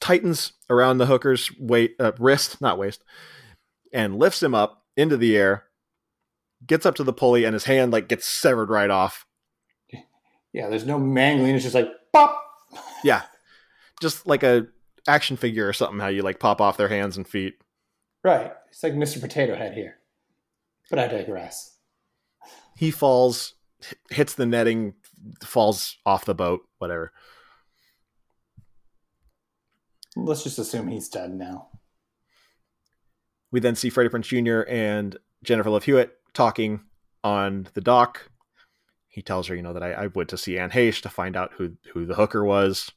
[SPEAKER 1] tightens around the hooker's weight uh, wrist, not waist, and lifts him up into the air. Gets up to the pulley, and his hand like gets severed right off.
[SPEAKER 2] Yeah, there's no mangling. It's just like pop.
[SPEAKER 1] Yeah, just like a action figure or something. How you like pop off their hands and feet.
[SPEAKER 2] Right. It's like Mr. Potato Head here. But I digress.
[SPEAKER 1] He falls, h- hits the netting, falls off the boat. Whatever.
[SPEAKER 2] Let's just assume he's dead now.
[SPEAKER 1] We then see Freddie Prince Jr. and Jennifer Love Hewitt talking on the dock. He tells her, you know, that I, I went to see Anne Heche to find out who who the hooker was.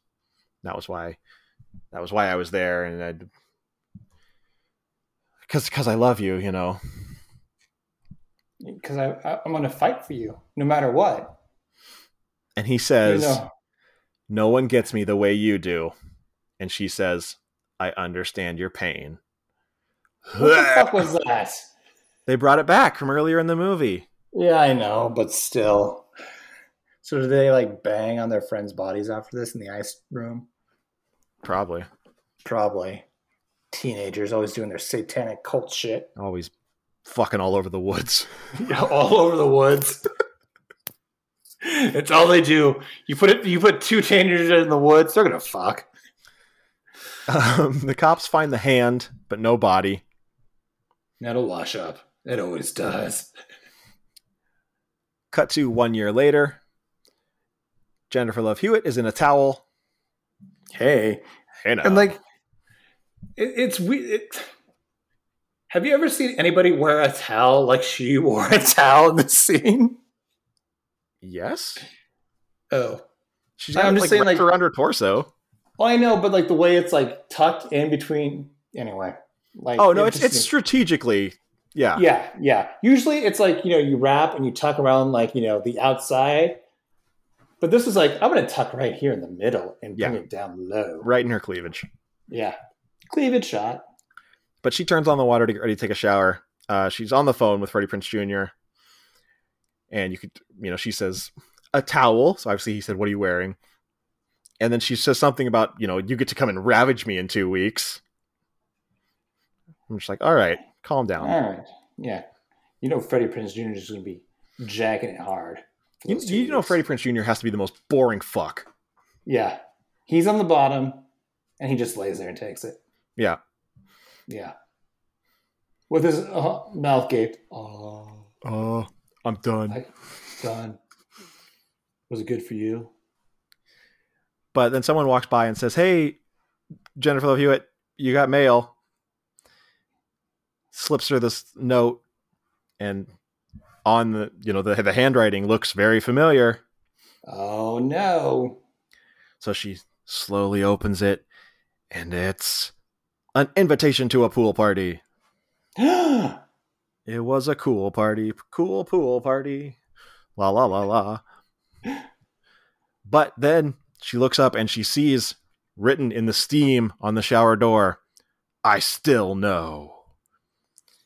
[SPEAKER 1] That was why, that was why I was there, and I, because because I love you, you know.
[SPEAKER 2] Because I, I, I'm going to fight for you no matter what.
[SPEAKER 1] And he
[SPEAKER 2] You
[SPEAKER 1] says,
[SPEAKER 2] know,
[SPEAKER 1] "No one gets me the way you do," and she says, "I understand your pain."
[SPEAKER 2] what the fuck was that?
[SPEAKER 1] They brought it back from earlier in the movie.
[SPEAKER 2] Yeah, I know, but still. So do they like bang on their friends' bodies after this in the ice room?
[SPEAKER 1] Probably
[SPEAKER 2] Probably. Teenagers always doing their satanic cult shit
[SPEAKER 1] always fucking all over the woods.
[SPEAKER 2] all over the woods. it's all they do. You put it. You put two teenagers in the woods. They're gonna fuck.
[SPEAKER 1] Um, the cops find the hand, but no body.
[SPEAKER 2] That'll wash up. It always does.
[SPEAKER 1] Cut to one year later. Jennifer Love Hewitt is in a towel.
[SPEAKER 2] Hey,
[SPEAKER 1] Hey, now.
[SPEAKER 2] and like, it, it's we. It, have you ever seen anybody wear a towel like she wore a towel in the scene?
[SPEAKER 1] yes,
[SPEAKER 2] Oh,
[SPEAKER 1] she's got it,
[SPEAKER 2] I'm just
[SPEAKER 1] like,
[SPEAKER 2] saying,
[SPEAKER 1] wrapped
[SPEAKER 2] like-
[SPEAKER 1] around her torso.
[SPEAKER 2] well, I know, but like the way it's like tucked in between. Anyway, like
[SPEAKER 1] Oh no,
[SPEAKER 2] it
[SPEAKER 1] it's
[SPEAKER 2] just-
[SPEAKER 1] it's strategically, yeah,
[SPEAKER 2] yeah yeah usually it's like you know you wrap and you tuck around like you know the outside but this is like i'm gonna tuck right here in the middle and bring
[SPEAKER 1] Yeah.
[SPEAKER 2] it down low
[SPEAKER 1] right in her cleavage.
[SPEAKER 2] yeah cleavage shot
[SPEAKER 1] But she turns on the water to get ready to take a shower. Uh, she's on the phone with Freddie Prince Jr. And you could, you know, she says a towel. So obviously he said, "What are you wearing?" And then she says something about, you know, you get to come and ravage me in two weeks. I'm just like, all right, calm down.
[SPEAKER 2] all right yeah you know freddie prince jr is gonna be jacking it hard for
[SPEAKER 1] You,
[SPEAKER 2] those two
[SPEAKER 1] you know,
[SPEAKER 2] weeks.
[SPEAKER 1] Freddie Prince Jr. has to be the most boring fuck.
[SPEAKER 2] yeah he's on the bottom and he just lays there and takes it
[SPEAKER 1] Yeah.
[SPEAKER 2] yeah with his uh, mouth gaped oh
[SPEAKER 1] Oh, I'm done.
[SPEAKER 2] I- done was it good for you
[SPEAKER 1] But then someone walks by and says, "Hey, Jennifer Love Hewitt, you got mail." Slips her this note, and on the you know the the handwriting looks very familiar.
[SPEAKER 2] oh no
[SPEAKER 1] So she slowly opens it, and it's an invitation to a pool party.
[SPEAKER 2] oh
[SPEAKER 1] It was a cool party, cool pool party, la la la la. But then she looks up and she sees written in the steam on the shower door, "I still know."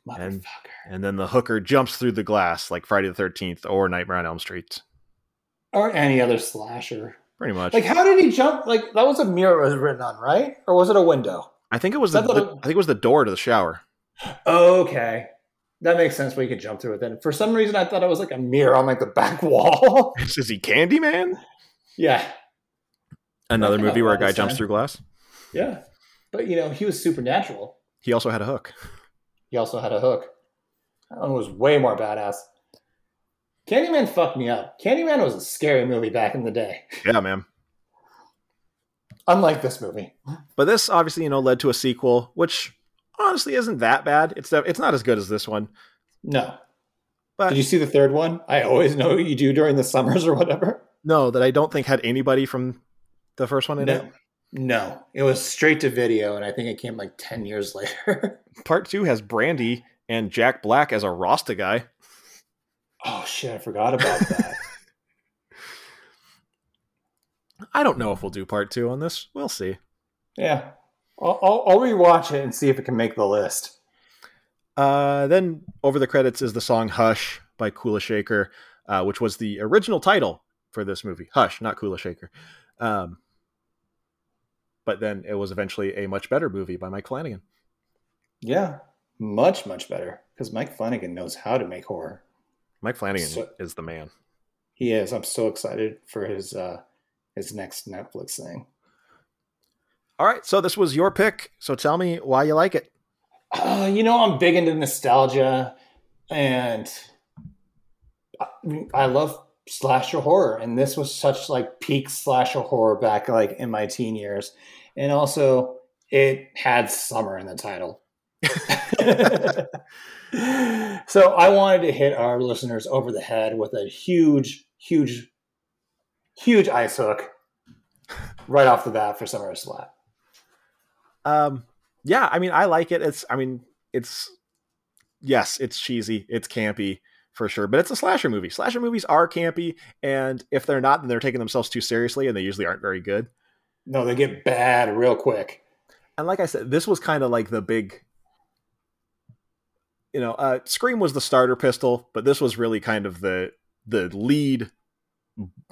[SPEAKER 2] Motherfucker.
[SPEAKER 1] And then the hooker jumps through the glass like Friday the Thirteenth or Nightmare on Elm Street,
[SPEAKER 2] or any other slasher.
[SPEAKER 1] pretty much.
[SPEAKER 2] Like, how did he jump? Like, that was a mirror it was written on, right? Or was it a window?
[SPEAKER 1] I think it was the,
[SPEAKER 2] That's what
[SPEAKER 1] I think it was the door to the shower.
[SPEAKER 2] Okay. That makes sense where you could jump through it then. For some reason, I thought it was like a mirror on like the back wall.
[SPEAKER 1] Is he Candyman?
[SPEAKER 2] yeah.
[SPEAKER 1] Another
[SPEAKER 2] Nothing
[SPEAKER 1] movie where a guy
[SPEAKER 2] about
[SPEAKER 1] jumps
[SPEAKER 2] that.
[SPEAKER 1] through glass.
[SPEAKER 2] Yeah. But, you know, he was supernatural.
[SPEAKER 1] He also had a hook.
[SPEAKER 2] He also had a hook. That one was way more badass. Candyman fucked me up. Candyman was a scary movie back in the day,
[SPEAKER 1] Yeah, man.
[SPEAKER 2] unlike this movie.
[SPEAKER 1] But this obviously, you know, led to a sequel, which honestly isn't that bad. It's it's not as good as this one.
[SPEAKER 2] No.
[SPEAKER 1] But-
[SPEAKER 2] Did you see the third one? I always know what you do during the summers or whatever.
[SPEAKER 1] No, that I don't think had anybody from the first one in
[SPEAKER 2] No,
[SPEAKER 1] it.
[SPEAKER 2] no, it was straight to video, and I think it came like ten years later.
[SPEAKER 1] Part two has Brandy and Jack Black as a Rasta guy.
[SPEAKER 2] oh shit, I forgot about that.
[SPEAKER 1] I don't know if we'll do part two on this. We'll see.
[SPEAKER 2] yeah, I'll, I'll, I'll rewatch it and see if it can make the list.
[SPEAKER 1] Uh, then over the credits is the song "Hush" by Kula Shaker, uh, which was the original title for this movie. Hush, not Kula Shaker. Um, but then it was eventually a much better movie by Mike Flanagan.
[SPEAKER 2] Yeah, much much better because Mike Flanagan knows how to make horror.
[SPEAKER 1] Mike Flanagan
[SPEAKER 2] So-
[SPEAKER 1] is the man.
[SPEAKER 2] He is. I'm so excited for his uh his next Netflix thing.
[SPEAKER 1] All right, so this was your pick. So tell me why you like it.
[SPEAKER 2] Uh, you know, I'm big into nostalgia, and I, I love slasher horror, and this was such like peak slasher horror back like in my teen years, and also it had summer in the title. so I wanted to hit our listeners over the head with a huge, huge, huge ice hook right off the bat for Summer of Slat.
[SPEAKER 1] Um, yeah, I mean, I like it. It's, I mean, it's, yes, it's cheesy, it's campy for sure, but it's a slasher movie. Slasher movies are campy, and if they're not, then they're taking themselves too seriously, and they usually aren't very good.
[SPEAKER 2] No, they get bad real quick.
[SPEAKER 1] And like I said, this was kind of like the big, you know, uh, Scream was the starter pistol, but this was really kind of the the lead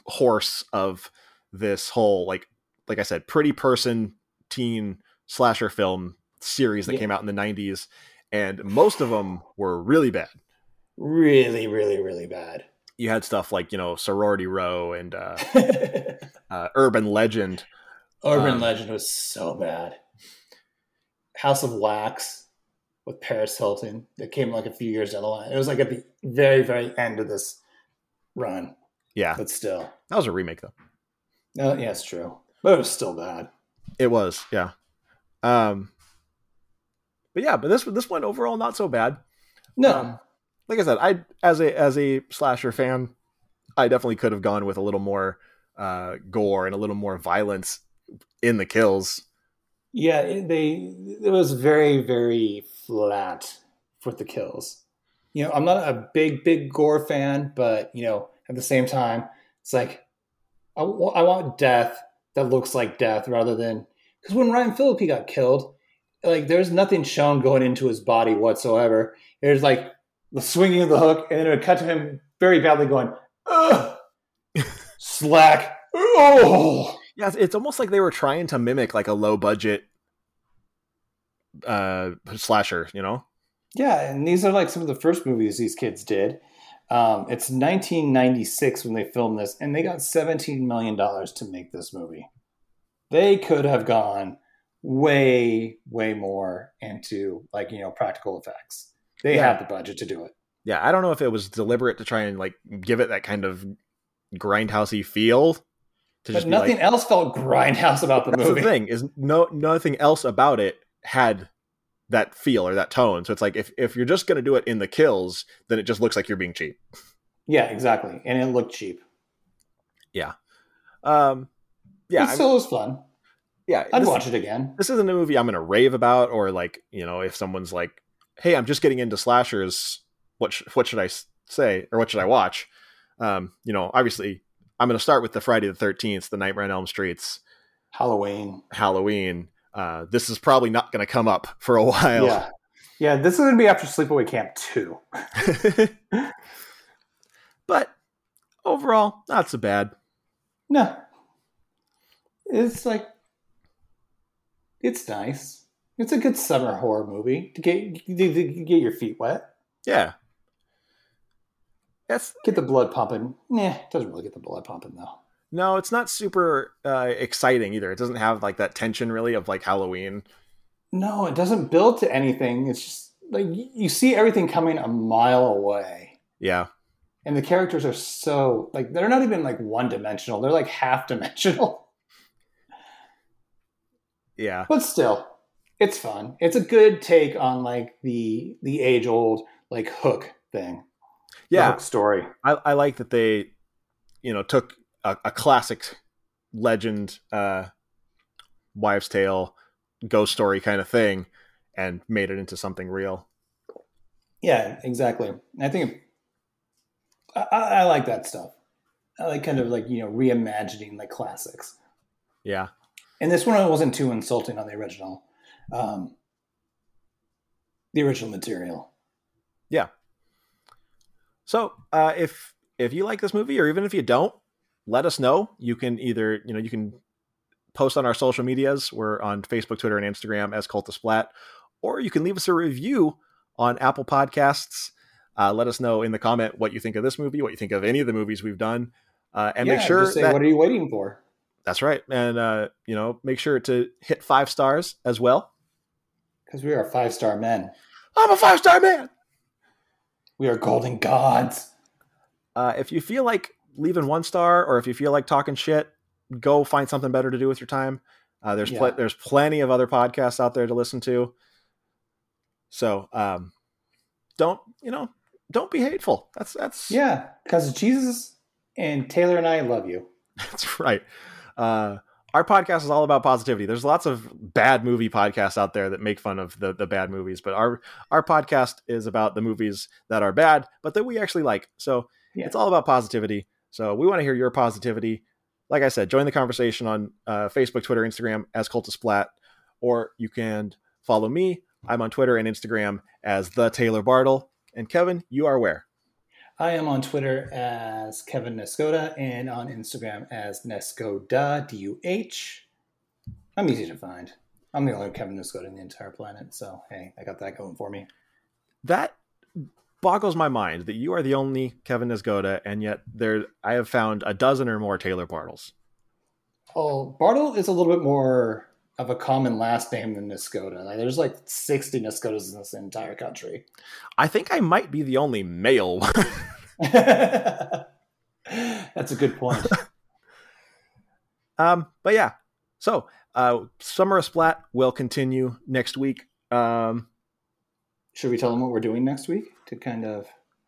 [SPEAKER 1] horse of this whole like like I said, pretty person teen slasher film series that
[SPEAKER 2] Yeah.
[SPEAKER 1] came out in the 90s and most of them were really bad.
[SPEAKER 2] Really, really, really bad.
[SPEAKER 1] You had stuff like, you know, Sorority Row and uh, uh Urban Legend.
[SPEAKER 2] Urban
[SPEAKER 1] Um,
[SPEAKER 2] Legend was so bad. House of Wax with Paris Hilton that came like a few years down the line. It was like at the very, very end of this run,
[SPEAKER 1] Yeah,
[SPEAKER 2] but still,
[SPEAKER 1] that was a remake though.
[SPEAKER 2] no, yeah, it's true. But it was still bad.
[SPEAKER 1] It was, yeah. Um but yeah, but this this one overall not so bad.
[SPEAKER 2] No,
[SPEAKER 1] Um, like I said, I as a as a slasher fan, I definitely could have gone with a little more uh, gore and a little more violence in the kills.
[SPEAKER 2] yeah, it, they it was very, very flat with the kills. You know, I'm not a big, big gore fan, but you know, at the same time, it's like I wa- I want death that looks like death rather than because when Ryan Phillippe got killed, like there's nothing shown going into his body whatsoever. There's like the swinging of the hook, and then it would cut to him very badly going, Ugh! slack, oh,
[SPEAKER 1] Yeah, it's, it's almost like they were trying to mimic like a low budget uh, slasher. You know,
[SPEAKER 2] Yeah, and these are like some of the first movies these kids did. Um, it's 1996 when they filmed this, and they got 17 million dollars to make this movie. They could have gone way, way more into like you know practical effects. They
[SPEAKER 1] Yeah.
[SPEAKER 2] had the budget to do it.
[SPEAKER 1] yeah, I don't know if it was deliberate to try and like give it that kind of grindhousey feel. To
[SPEAKER 2] But
[SPEAKER 1] just be
[SPEAKER 2] nothing
[SPEAKER 1] like,
[SPEAKER 2] else felt grindhouse about the
[SPEAKER 1] that's
[SPEAKER 2] movie.
[SPEAKER 1] the thing is no nothing else about it had that feel or that tone. So it's like if if you're just gonna do it in the kills, then it just looks like you're being cheap.
[SPEAKER 2] Yeah, exactly. And it looked cheap.
[SPEAKER 1] Um, yeah,
[SPEAKER 2] Yeah, it
[SPEAKER 1] I-
[SPEAKER 2] still was fun.
[SPEAKER 1] yeah.
[SPEAKER 2] I'd
[SPEAKER 1] this,
[SPEAKER 2] watch it again.
[SPEAKER 1] This isn't a movie I'm gonna rave about, or like you know, if someone's like, "Hey, I'm just getting into slashers. What sh- what should I s- say or what should I watch?" Um, you know, obviously, I'm gonna start with the Friday the Thirteenth, the Nightmare on Elm Street's
[SPEAKER 2] Halloween.
[SPEAKER 1] Halloween. Uh, this is probably not gonna come up for a while.
[SPEAKER 2] Yeah.
[SPEAKER 7] Yeah, this is gonna be after Sleepaway Camp two.
[SPEAKER 1] but overall, not so bad.
[SPEAKER 2] No. It's like it's nice. It's a good summer horror movie to get to, to get your feet wet,
[SPEAKER 1] Yeah. That's
[SPEAKER 2] get the blood pumping. Nah, doesn't really get the blood pumping though.
[SPEAKER 1] no, it's not super uh, exciting either. It doesn't have like that tension really of like Halloween.
[SPEAKER 2] No, it doesn't build to anything. It's just like y- you see everything coming a mile away.
[SPEAKER 1] Yeah.
[SPEAKER 2] And the characters are so like they're not even like one dimensional. They're like half dimensional.
[SPEAKER 1] Yeah.
[SPEAKER 2] but still it's fun it's a good take on like the the age old like hook thing The
[SPEAKER 1] Yeah.
[SPEAKER 2] hook story
[SPEAKER 1] I, I like that they, you know, took a, a classic legend, uh, wives' tale, ghost story kind of thing and made it into something real.
[SPEAKER 2] yeah exactly And i think I, I I like that stuff i like kind of like you know reimagining like classics
[SPEAKER 1] Yeah.
[SPEAKER 2] and this one wasn't too insulting on the original um the original material
[SPEAKER 1] So uh, if if you like this movie, or even if you don't, let us know. You can either you know you can post on our social medias. We're on Facebook, Twitter, and Instagram as Cult of Splat, or you can leave us a review on Apple Podcasts. Uh, Uh, let us know in the comment what you think of this movie, what you think of any of the movies we've done, uh, and
[SPEAKER 2] Yeah,
[SPEAKER 1] make sure
[SPEAKER 2] just say,
[SPEAKER 1] that
[SPEAKER 2] what are you waiting for?
[SPEAKER 1] that's right. And uh, you know, make sure to hit five stars as well.
[SPEAKER 2] Because we are five star men.
[SPEAKER 1] I'm a five star man.
[SPEAKER 2] We are golden gods.
[SPEAKER 1] Uh, if you feel like leaving one star, or if you feel like talking shit, go find something better to do with your time. Uh, there's pl-
[SPEAKER 2] Yeah.
[SPEAKER 1] there's plenty of other podcasts out there to listen to. So um, don't you know? Don't be hateful. That's that's
[SPEAKER 2] Yeah, because Jesus and Taylor and I love you.
[SPEAKER 1] That's right. Uh, our podcast is all about positivity. There's lots of bad movie podcasts out there that make fun of the, the bad movies, but our our podcast is about the movies that are bad, but that we actually like. So
[SPEAKER 2] Yeah.
[SPEAKER 1] it's all about positivity. So we want to hear your positivity. Like I said, join the conversation on uh, Facebook, Twitter, Instagram as Cult of Splat, or you can follow me. I'm on Twitter and Instagram as the Taylor Bartle. And Kevin, you are where?
[SPEAKER 2] I am on Twitter as Kevin Nescoda and on Instagram as Nescoda, D U H. I'm easy to find. I'm the only Kevin Nescoda in the entire planet, so hey, I got that going for me.
[SPEAKER 1] that boggles my mind that you are the only Kevin Nisgoda, and yet there I have found a dozen or more Taylor Bartles.
[SPEAKER 2] Oh, Bartle is a little bit more of a common last name than Nescoda. Like, there's like 60 Nescodas in this entire country.
[SPEAKER 1] I think I might be the only male. one.
[SPEAKER 2] That's a good point.
[SPEAKER 1] um, but yeah, so uh, Summer of Splat will continue next week. Um,
[SPEAKER 2] Should we tell them what we're doing next week to kind of,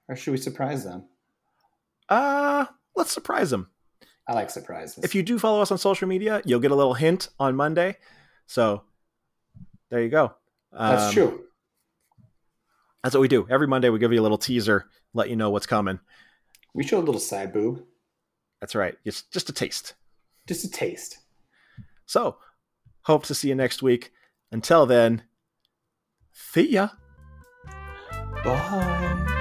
[SPEAKER 2] or should we surprise them?
[SPEAKER 1] uh, let's surprise them.
[SPEAKER 2] I like surprises.
[SPEAKER 1] If you do follow us on social media, you'll get a little hint on Monday. So there you go.
[SPEAKER 2] That's
[SPEAKER 1] Um,
[SPEAKER 2] true.
[SPEAKER 1] That's what we do. Every Monday, we give you a little teaser, let you know what's coming.
[SPEAKER 2] We show a little side boob,
[SPEAKER 1] That's right. It's just a taste.
[SPEAKER 2] just a taste.
[SPEAKER 1] So, hope to see you next week. Until then, see ya.
[SPEAKER 2] Bye.